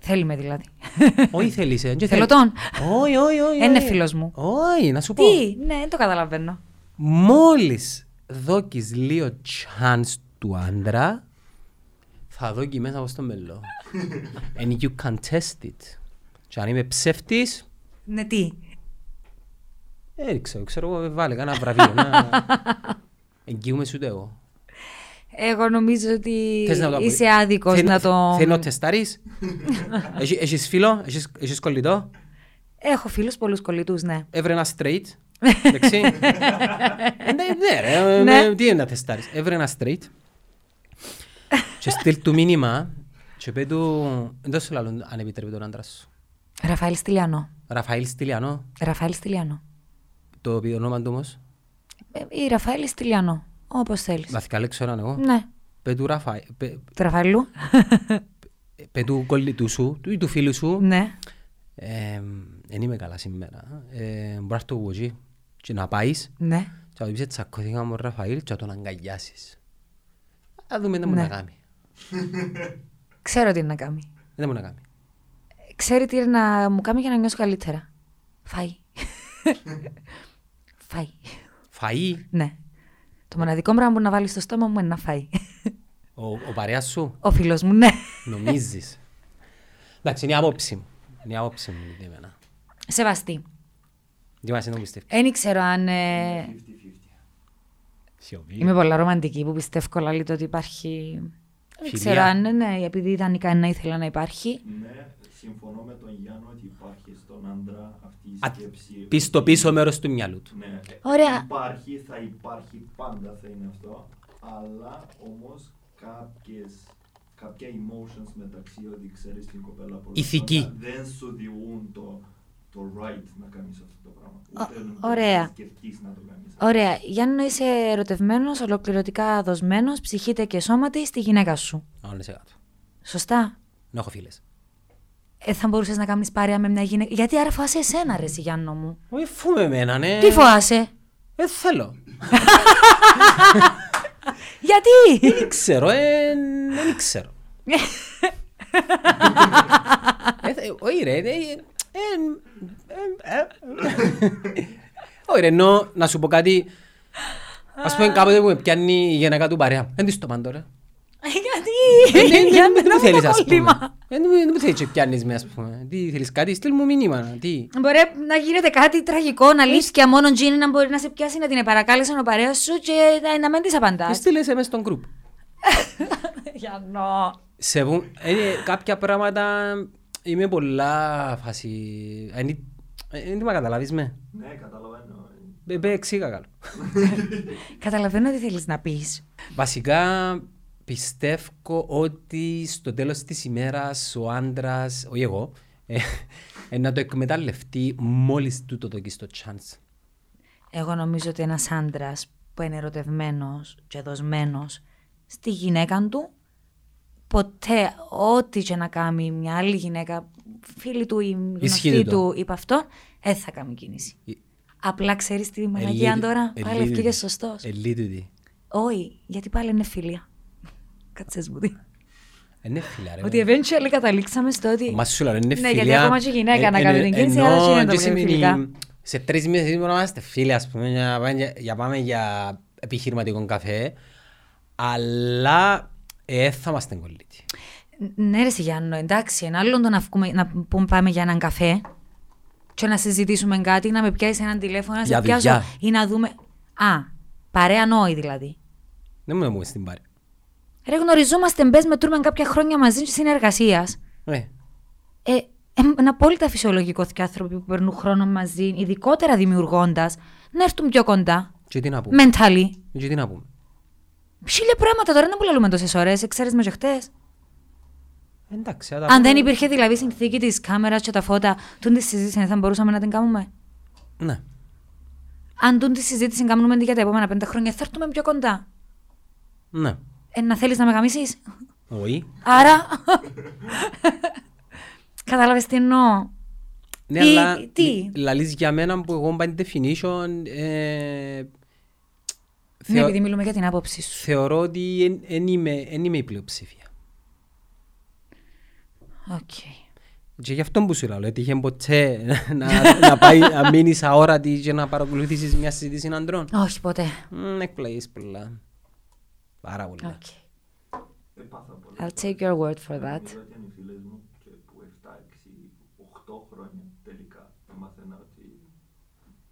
[SPEAKER 1] Θέλει με δηλαδή.
[SPEAKER 2] Όχι θέλεις. ε, και
[SPEAKER 1] Θέλω
[SPEAKER 2] θέλ-
[SPEAKER 1] τον.
[SPEAKER 2] Όχι, όχι, όχι.
[SPEAKER 1] Είναι
[SPEAKER 2] όχι.
[SPEAKER 1] φίλος μου.
[SPEAKER 2] Όχι, να σου πω.
[SPEAKER 1] Τι, ναι, δεν το καταλαβαίνω.
[SPEAKER 2] Μόλις δόκεις λίγο chance του άντρα, θα δω εκεί μέσα από στο μελό. And you can test it. Και αν είμαι ψεύτης,
[SPEAKER 1] Ναι, τι.
[SPEAKER 2] έριξα, ξέρω εγώ, ε, βάλε κανένα βραβείο. να... Εγγύουμε σου το εγώ.
[SPEAKER 1] Εγώ νομίζω ότι
[SPEAKER 2] Θες να το
[SPEAKER 1] Ε, είσαι
[SPEAKER 2] απο-
[SPEAKER 1] άδικο
[SPEAKER 2] Θέλει-
[SPEAKER 1] να το.
[SPEAKER 2] Θέλει να το τεστάρεις. Έχει- Έχεις φίλο, έχεις- έχεις κολλητό.
[SPEAKER 1] Έχω φίλους πολλούς κολλητούς, ναι.
[SPEAKER 2] Έβρε ένα straight. Εντάξει. Ε, ναι, ναι, ρε, ε,
[SPEAKER 1] Ναι.
[SPEAKER 2] ε, Τι είναι να τεστάρεις. Έβρε ένα straight. Και στείλ του μήνυμα. Και πέ του... Δεν σου λέω αν επιτρέπει τον άντρα σου.
[SPEAKER 1] Ραφαήλ Στυλιανό.
[SPEAKER 2] Ραφαήλ Στυλιανό.
[SPEAKER 1] Ραφαήλ Στυλιανό.
[SPEAKER 2] Το οποίο όνομα του όμως.
[SPEAKER 1] Ε, Ή Ραφαήλ Στυλιανό. Όπως θέλεις.
[SPEAKER 2] Μαθηκά λέξω έναν εγώ.
[SPEAKER 1] Ναι.
[SPEAKER 2] Πέ του Ραφαήλ. πέ-
[SPEAKER 1] Του Ραφαήλου.
[SPEAKER 2] Πέ του κολλητού σου του ή του φίλου σου.
[SPEAKER 1] ναι.
[SPEAKER 2] Δεν είμαι καλά σήμερα. Ε, Μπορώ να έρθω εγώ εκεί. Και να πάεις.
[SPEAKER 1] Ναι.
[SPEAKER 2] Και θα του πεις τσακώθηκα με τον Ραφαήλ και θα τον αγκαλιάσεις. Θα δούμε τι μου
[SPEAKER 1] Ναι.
[SPEAKER 2] να κάνει.
[SPEAKER 1] Ξέρω τι είναι να κάνει.
[SPEAKER 2] Δεν μου να κάνει.
[SPEAKER 1] Ξέρει τι είναι να μου κάνει για να νιώσω καλύτερα. Φάει. φάει.
[SPEAKER 2] Φαΐ,
[SPEAKER 1] Ναι. Το μοναδικό πράγμα που να βάλεις στο στόμα μου είναι να φάει.
[SPEAKER 2] ο, ο παρέας σου,
[SPEAKER 1] Ο φίλος μου, ναι.
[SPEAKER 2] νομίζεις. Εντάξει, είναι η άποψη μου. Είναι η άποψη μου για εμένα.
[SPEAKER 1] Σεβαστή.
[SPEAKER 2] Τι μας είναι το πιστεύει.
[SPEAKER 1] Δεν ξέρω αν. ε,
[SPEAKER 6] 50-50.
[SPEAKER 2] Σιωπή.
[SPEAKER 1] Είμαι πολλά ρομαντική που πιστεύω κολλάλη το ότι υπάρχει. Δεν
[SPEAKER 2] Φιλία.
[SPEAKER 1] ξέρω αν είναι, ναι, επειδή ιδανικά να ήθελα να υπάρχει.
[SPEAKER 6] Ναι, συμφωνώ με τον Γιάννο ότι υπάρχει στον άντρα αυτή η
[SPEAKER 2] Α,
[SPEAKER 6] σκέψη.
[SPEAKER 2] Πεις στο πίσω μέρος του μυαλού του.
[SPEAKER 6] Ναι,
[SPEAKER 1] Ωραία.
[SPEAKER 6] υπάρχει, θα υπάρχει, πάντα θα είναι αυτό. Αλλά όμως κάποιες, κάποια emotions μεταξύ ότι ξέρεις την κοπέλα πολύ
[SPEAKER 2] Ηθική.
[SPEAKER 6] καλά, δεν σου διούν το, το right να κάνεις αυτό το πράγμα. Ούτε να το
[SPEAKER 1] ωραία.
[SPEAKER 6] σκεφτείς να το κάνεις.
[SPEAKER 1] Ωραία. Γιάννη, είσαι ερωτευμένος, ολοκληρωτικά δοσμένος, ψυχείτε και σώματι στη γυναίκα σου.
[SPEAKER 2] Αν είσαι κάτω.
[SPEAKER 1] Σωστά.
[SPEAKER 2] Να έχω φίλες.
[SPEAKER 1] Ε, θα μπορούσες να κάνεις παρέα με μια γυναίκα. Γιατί άρα φοβάσαι εσένα, ρε, εσύ, Γιάννο μου.
[SPEAKER 2] Όχι φούμε εμένα, ναι.
[SPEAKER 1] Τι φοβάσαι.
[SPEAKER 2] Ε, θέλω.
[SPEAKER 1] Γιατί.
[SPEAKER 2] Δεν ξέρω, ε, δεν ξέρω. Ε, θε- Όχι ρε, ε, ε, ε, ε, ε. Όχι ρε, ενώ να σου πω κάτι, ας πούμε κάποτε που με πιάνει η γυναίκα του παρέα, δεν της το πάνε τώρα. Ε, ναι,
[SPEAKER 1] Γιατί.
[SPEAKER 2] ναι,
[SPEAKER 1] Για
[SPEAKER 2] Δεν
[SPEAKER 1] να
[SPEAKER 2] μου
[SPEAKER 1] μην
[SPEAKER 2] θέλεις
[SPEAKER 1] το
[SPEAKER 2] ας πούμε.
[SPEAKER 1] κόλλημα.
[SPEAKER 2] Ε, Δεν μου δεν μου θέλεις και πιάνεις με ας πούμε. Τι θέλεις κάτι, στείλ μου μήνυμα. Τι.
[SPEAKER 1] Μπορεί να γίνεται κάτι τραγικό, να λύσεις και μόνο τζίνι να μπορεί να σε πιάσει, να την επαρακάλεσε ο παρέας σου και να, να μην τη απαντάς.
[SPEAKER 2] Και στείλες μέσα στον group.
[SPEAKER 1] Γιάννο.
[SPEAKER 2] Σε βου- ε, κάποια πράγματα είμαι πολλά φάση. ε, είναι- ε, Δεν τι με καταλάβεις με.
[SPEAKER 6] Ναι, καταλαβαίνω.
[SPEAKER 2] Ε, Πε εξήγα καλό.
[SPEAKER 1] Καταλαβαίνω τι θέλεις να πεις.
[SPEAKER 2] Βασικά πιστεύω ότι στο τέλος της ημέρας ο άντρας, όχι εγώ, ε, ε, να το εκμεταλλευτεί μόλις τούτο το στο chance.
[SPEAKER 1] Εγώ νομίζω ότι ένας άντρας που είναι ερωτευμένος και δοσμένος στη γυναίκα του, ποτέ ό,τι και να κάνει μια άλλη γυναίκα, φίλη του ή γνωστή
[SPEAKER 2] Ισχύει το.
[SPEAKER 1] του, υπ' αυτόν, δεν θα κάνει κίνηση.
[SPEAKER 2] Ε,
[SPEAKER 1] Απλά ξέρεις τη μαλακία τώρα. Πάλι ευκήγε σωστό.
[SPEAKER 2] Ε- Ελίτουτη.
[SPEAKER 1] Όχι, γιατί πάλι είναι φίλια. Κάτσε μου δει.
[SPEAKER 2] Ε, Είναι φιλιά ρε.
[SPEAKER 1] Ότι eventually καταλήξαμε στο ότι.
[SPEAKER 2] Μα σου λέω, είναι
[SPEAKER 1] Ναι,
[SPEAKER 2] φιλιά. Ε,
[SPEAKER 1] γιατί ακόμα και η γυναίκα να κάνει την κίνηση, αλλά
[SPEAKER 2] ενώ
[SPEAKER 1] δεν είναι
[SPEAKER 2] και
[SPEAKER 1] το πολύ
[SPEAKER 2] σημαίνει,
[SPEAKER 1] φιλικά.
[SPEAKER 2] Σε τρεις μήνες μπορεί να είμαστε φίλοι, ας πούμε, για, να πάμε για- για πάμε για επιχειρηματικό καφέ, αλλά ε, θα είμαστε κολλήτοι.
[SPEAKER 1] Ναι, ρε σε Γιάννο, εντάξει, ένα άλλο το να, βγούμε- να πούμε πάμε για έναν καφέ και να συζητήσουμε κάτι, να με πιάσεις έναν τηλέφωνο, να σε
[SPEAKER 2] Για
[SPEAKER 1] πιάσω
[SPEAKER 2] δουλειά.
[SPEAKER 1] ή να δούμε. Α, παρέα νόη δηλαδή.
[SPEAKER 2] Δεν μου έμεινε στην πάρη.
[SPEAKER 1] Ρε, γνωριζόμαστε, μπες μετρούμε κάποια χρόνια μαζί συνεργασία.
[SPEAKER 2] Ε,
[SPEAKER 1] Ε, ε, είναι απόλυτα φυσιολογικό ότι άνθρωποι που περνούν χρόνο μαζί, ειδικότερα δημιουργώντας, να έρθουν πιο κοντά.
[SPEAKER 2] και τι να πούμε.
[SPEAKER 1] Mentally.
[SPEAKER 2] Και τι να πούμε.
[SPEAKER 1] Χίλια πράγματα τώρα να που λέμε τόσες ώρες, ξέρει ε, με και χτες.
[SPEAKER 2] Εντάξει, τα
[SPEAKER 1] Αν
[SPEAKER 2] πούμε.
[SPEAKER 1] δεν υπήρχε δηλαδή η συνθήκη της κάμερας και τα φώτα, τούν της συζήτησης δεν θα μπορούσαμε να την κάνουμε.
[SPEAKER 2] Ναι.
[SPEAKER 1] Αν τούν της συζήτησης κάνουμε για τα επόμενα πέντε χρόνια, θα έρθουμε πιο κοντά.
[SPEAKER 2] Ναι.
[SPEAKER 1] Ε, να θέλεις να με γαμίσεις.
[SPEAKER 2] Όχι.
[SPEAKER 1] Άρα. Κατάλαβες τι εννοώ.
[SPEAKER 2] Ναι,
[SPEAKER 1] Τι-
[SPEAKER 2] αλλά
[SPEAKER 1] τι?
[SPEAKER 2] λ- λαλείς για μένα που εγώ by definition ε,
[SPEAKER 1] Ναι,
[SPEAKER 2] θεω-
[SPEAKER 1] επειδή μιλούμε για την άποψή σου.
[SPEAKER 2] θεωρώ ότι εν- εν είμαι- εν είμαι η πλειοψηφία.
[SPEAKER 1] Οκ.
[SPEAKER 2] Και γι' αυτό που σου λέω, έτυχε ποτέ να, να πάει να μείνεις αόρατη και να παρακολουθήσεις μια συζήτηση αντρών.
[SPEAKER 1] Όχι ποτέ.
[SPEAKER 2] Μμ, Εκπλαγείς πολλά. Πάρα πολλά.
[SPEAKER 1] Οκ.
[SPEAKER 6] Επάθα Ε, πολλά.
[SPEAKER 1] I'll take your word for that.
[SPEAKER 6] Νομίζω ότι αν οι φίλες μου και που 7, 6, 8 χρόνια τελικά έμαθαινα ότι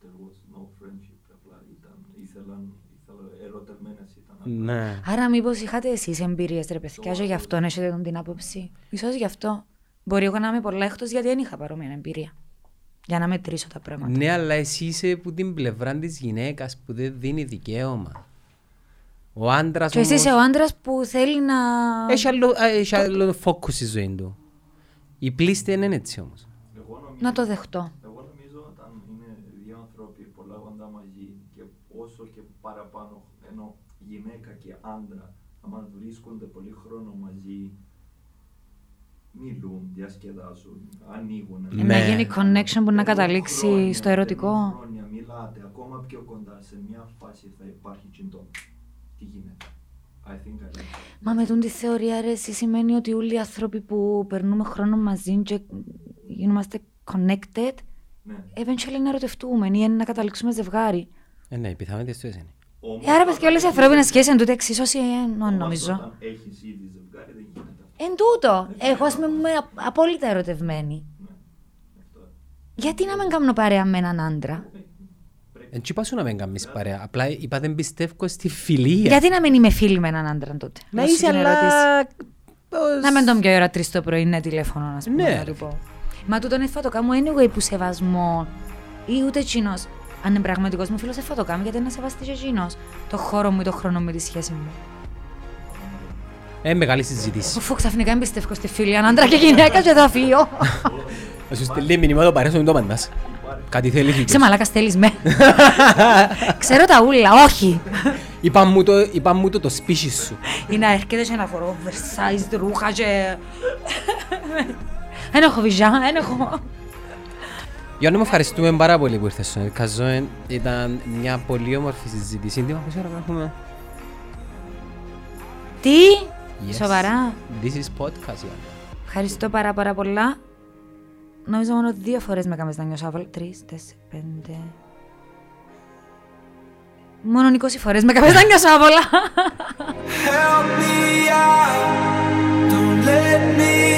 [SPEAKER 6] there was no friendship. Απλά ήταν, ήθελαν, ήθελαν ερωτευμένες ήταν. απλά.
[SPEAKER 2] Ναι.
[SPEAKER 1] Άρα, μήπως είχατε εσείς εμπειρίες, ρε παιδιά, και γι' αυτό να έχετε τον την άποψη. σω γι' αυτό. Μπορεί εγώ να είμαι πολλά εκτός γιατί δεν είχα παρόμοια εμπειρία. Για να μετρήσω τα πράγματα.
[SPEAKER 2] Ναι, αλλά εσύ είσαι που την πλευρά της γυναίκας που δεν δίνει δικαίωμα. Ο άντρας.
[SPEAKER 1] Και εσύ είσαι ο άντρας που θέλει να.
[SPEAKER 2] Έχει άλλο, α, έχει άλλο focus στη ζωή του. Η πλήστη δεν είναι έτσι όμως.
[SPEAKER 6] Εγώ νομίζω,
[SPEAKER 1] Να το δεχτώ.
[SPEAKER 6] εγώ νομίζω όταν είναι δύο άνθρωποι πολλά κοντά μαζί και όσο και παραπάνω ενώ γυναίκα και άντρα άμα βρίσκονται πολύ χρόνο μαζί μιλούν, διασκεδάζουν, ανοίγουν.
[SPEAKER 1] Ε,
[SPEAKER 2] Ναι.
[SPEAKER 1] Να γίνει connection που να
[SPEAKER 6] Ενώ χρόνια,
[SPEAKER 1] καταλήξει στο
[SPEAKER 6] ενώ
[SPEAKER 1] ερωτικό.
[SPEAKER 6] Χρόνια μιλάτε, ακόμα πιο κοντά σε μια φάση θα υπάρχει τσιντό. Τι γίνεται. I think I like
[SPEAKER 1] Μα με τούν τη θεωρία, ρε, εσύ σημαίνει ότι όλοι οι άνθρωποι που περνούμε χρόνο μαζί και γινόμαστε connected,
[SPEAKER 6] Ναι.
[SPEAKER 1] eventually να ερωτευτούμε ή να καταλήξουμε ζευγάρι.
[SPEAKER 2] Ε, ναι, οι πιθανότητε του είναι.
[SPEAKER 6] Όμως,
[SPEAKER 1] Ε, άρα, παιδιά, όλες οι ανθρώπινε σχέσει εν τούτε εξίσωση εννοώ,
[SPEAKER 6] όμως
[SPEAKER 1] νομίζω.
[SPEAKER 6] Όταν έχεις ήδη ζευγάρι δεν γίνεται αυτό.
[SPEAKER 1] Εν τούτο, εγώ ας πούμε είμαι α- απόλυτα ερωτευμένη.
[SPEAKER 6] Ναι. Αυτό.
[SPEAKER 1] Γιατί να μην κάνω παρέα με έναν άντρα,
[SPEAKER 2] Εν τσι πάσου Ε, να μην κάνεις παρέα. Απλά είπα δεν πιστεύω στη φιλία.
[SPEAKER 1] Γιατί να μην είμαι φίλη με έναν άντρα τότε.
[SPEAKER 2] Να
[SPEAKER 1] Αυτή
[SPEAKER 2] είσαι
[SPEAKER 1] είναι η
[SPEAKER 2] αλλά... ε,
[SPEAKER 1] ερώτηση.
[SPEAKER 2] ως-
[SPEAKER 1] Να μην τον πιω η ώρα 3 το πρωί, είναι τηλέφωνο, να πούμε.
[SPEAKER 2] Ναι.
[SPEAKER 1] Να του πω. Μα τούτον εφα το κάνω anyway που σεβασμό. Ή ούτε εκείνο. Αν είναι πραγματικός μου φίλος, εφα το κάνω γιατί να σεβαστείς και εκείνο. Το χώρο μου ή το χρόνο μου ή τη σχέση μου.
[SPEAKER 2] Ε, μεγάλη συζήτηση.
[SPEAKER 1] Αφού ξαφνικά εμπιστεύω στη φίλη, αν άντρα και γυναίκα, και θα φύγω.
[SPEAKER 2] Θα σου στείλει μηνύμα το παρέσω το μαντάς. Κάτι θέλεις
[SPEAKER 1] Είσαι
[SPEAKER 2] χίλιος.
[SPEAKER 1] μαλάκας, θέλεις με. Ξέρω τα ούλα, όχι.
[SPEAKER 2] Είπα μου το, είπα μου το το σπίτι σου.
[SPEAKER 1] Ή να έρχεται σε ένα φορό oversized ρούχα και... Δεν έχω βιζά, δεν έχω...
[SPEAKER 2] Γιάννη μου ευχαριστούμε πάρα πολύ που ήρθες στον Ελκαζόεν. Ήταν μια πολύ όμορφη συζήτηση. Τι μάχος ώρα που έχουμε.
[SPEAKER 1] Τι!
[SPEAKER 2] Yes.
[SPEAKER 1] Σοβαρά.
[SPEAKER 2] This is podcast, Γιάννη.
[SPEAKER 1] Ευχαριστώ πάρα πάρα πολλά. Νομίζω μόνο δύο φορές με έκαμες να νιώσω άβολα. Τρεις, τέσσερις, πέντε... Μόνο 20 φορές με έκαμες να νιώσω άβολα.
[SPEAKER 8] Help me out. Don't let me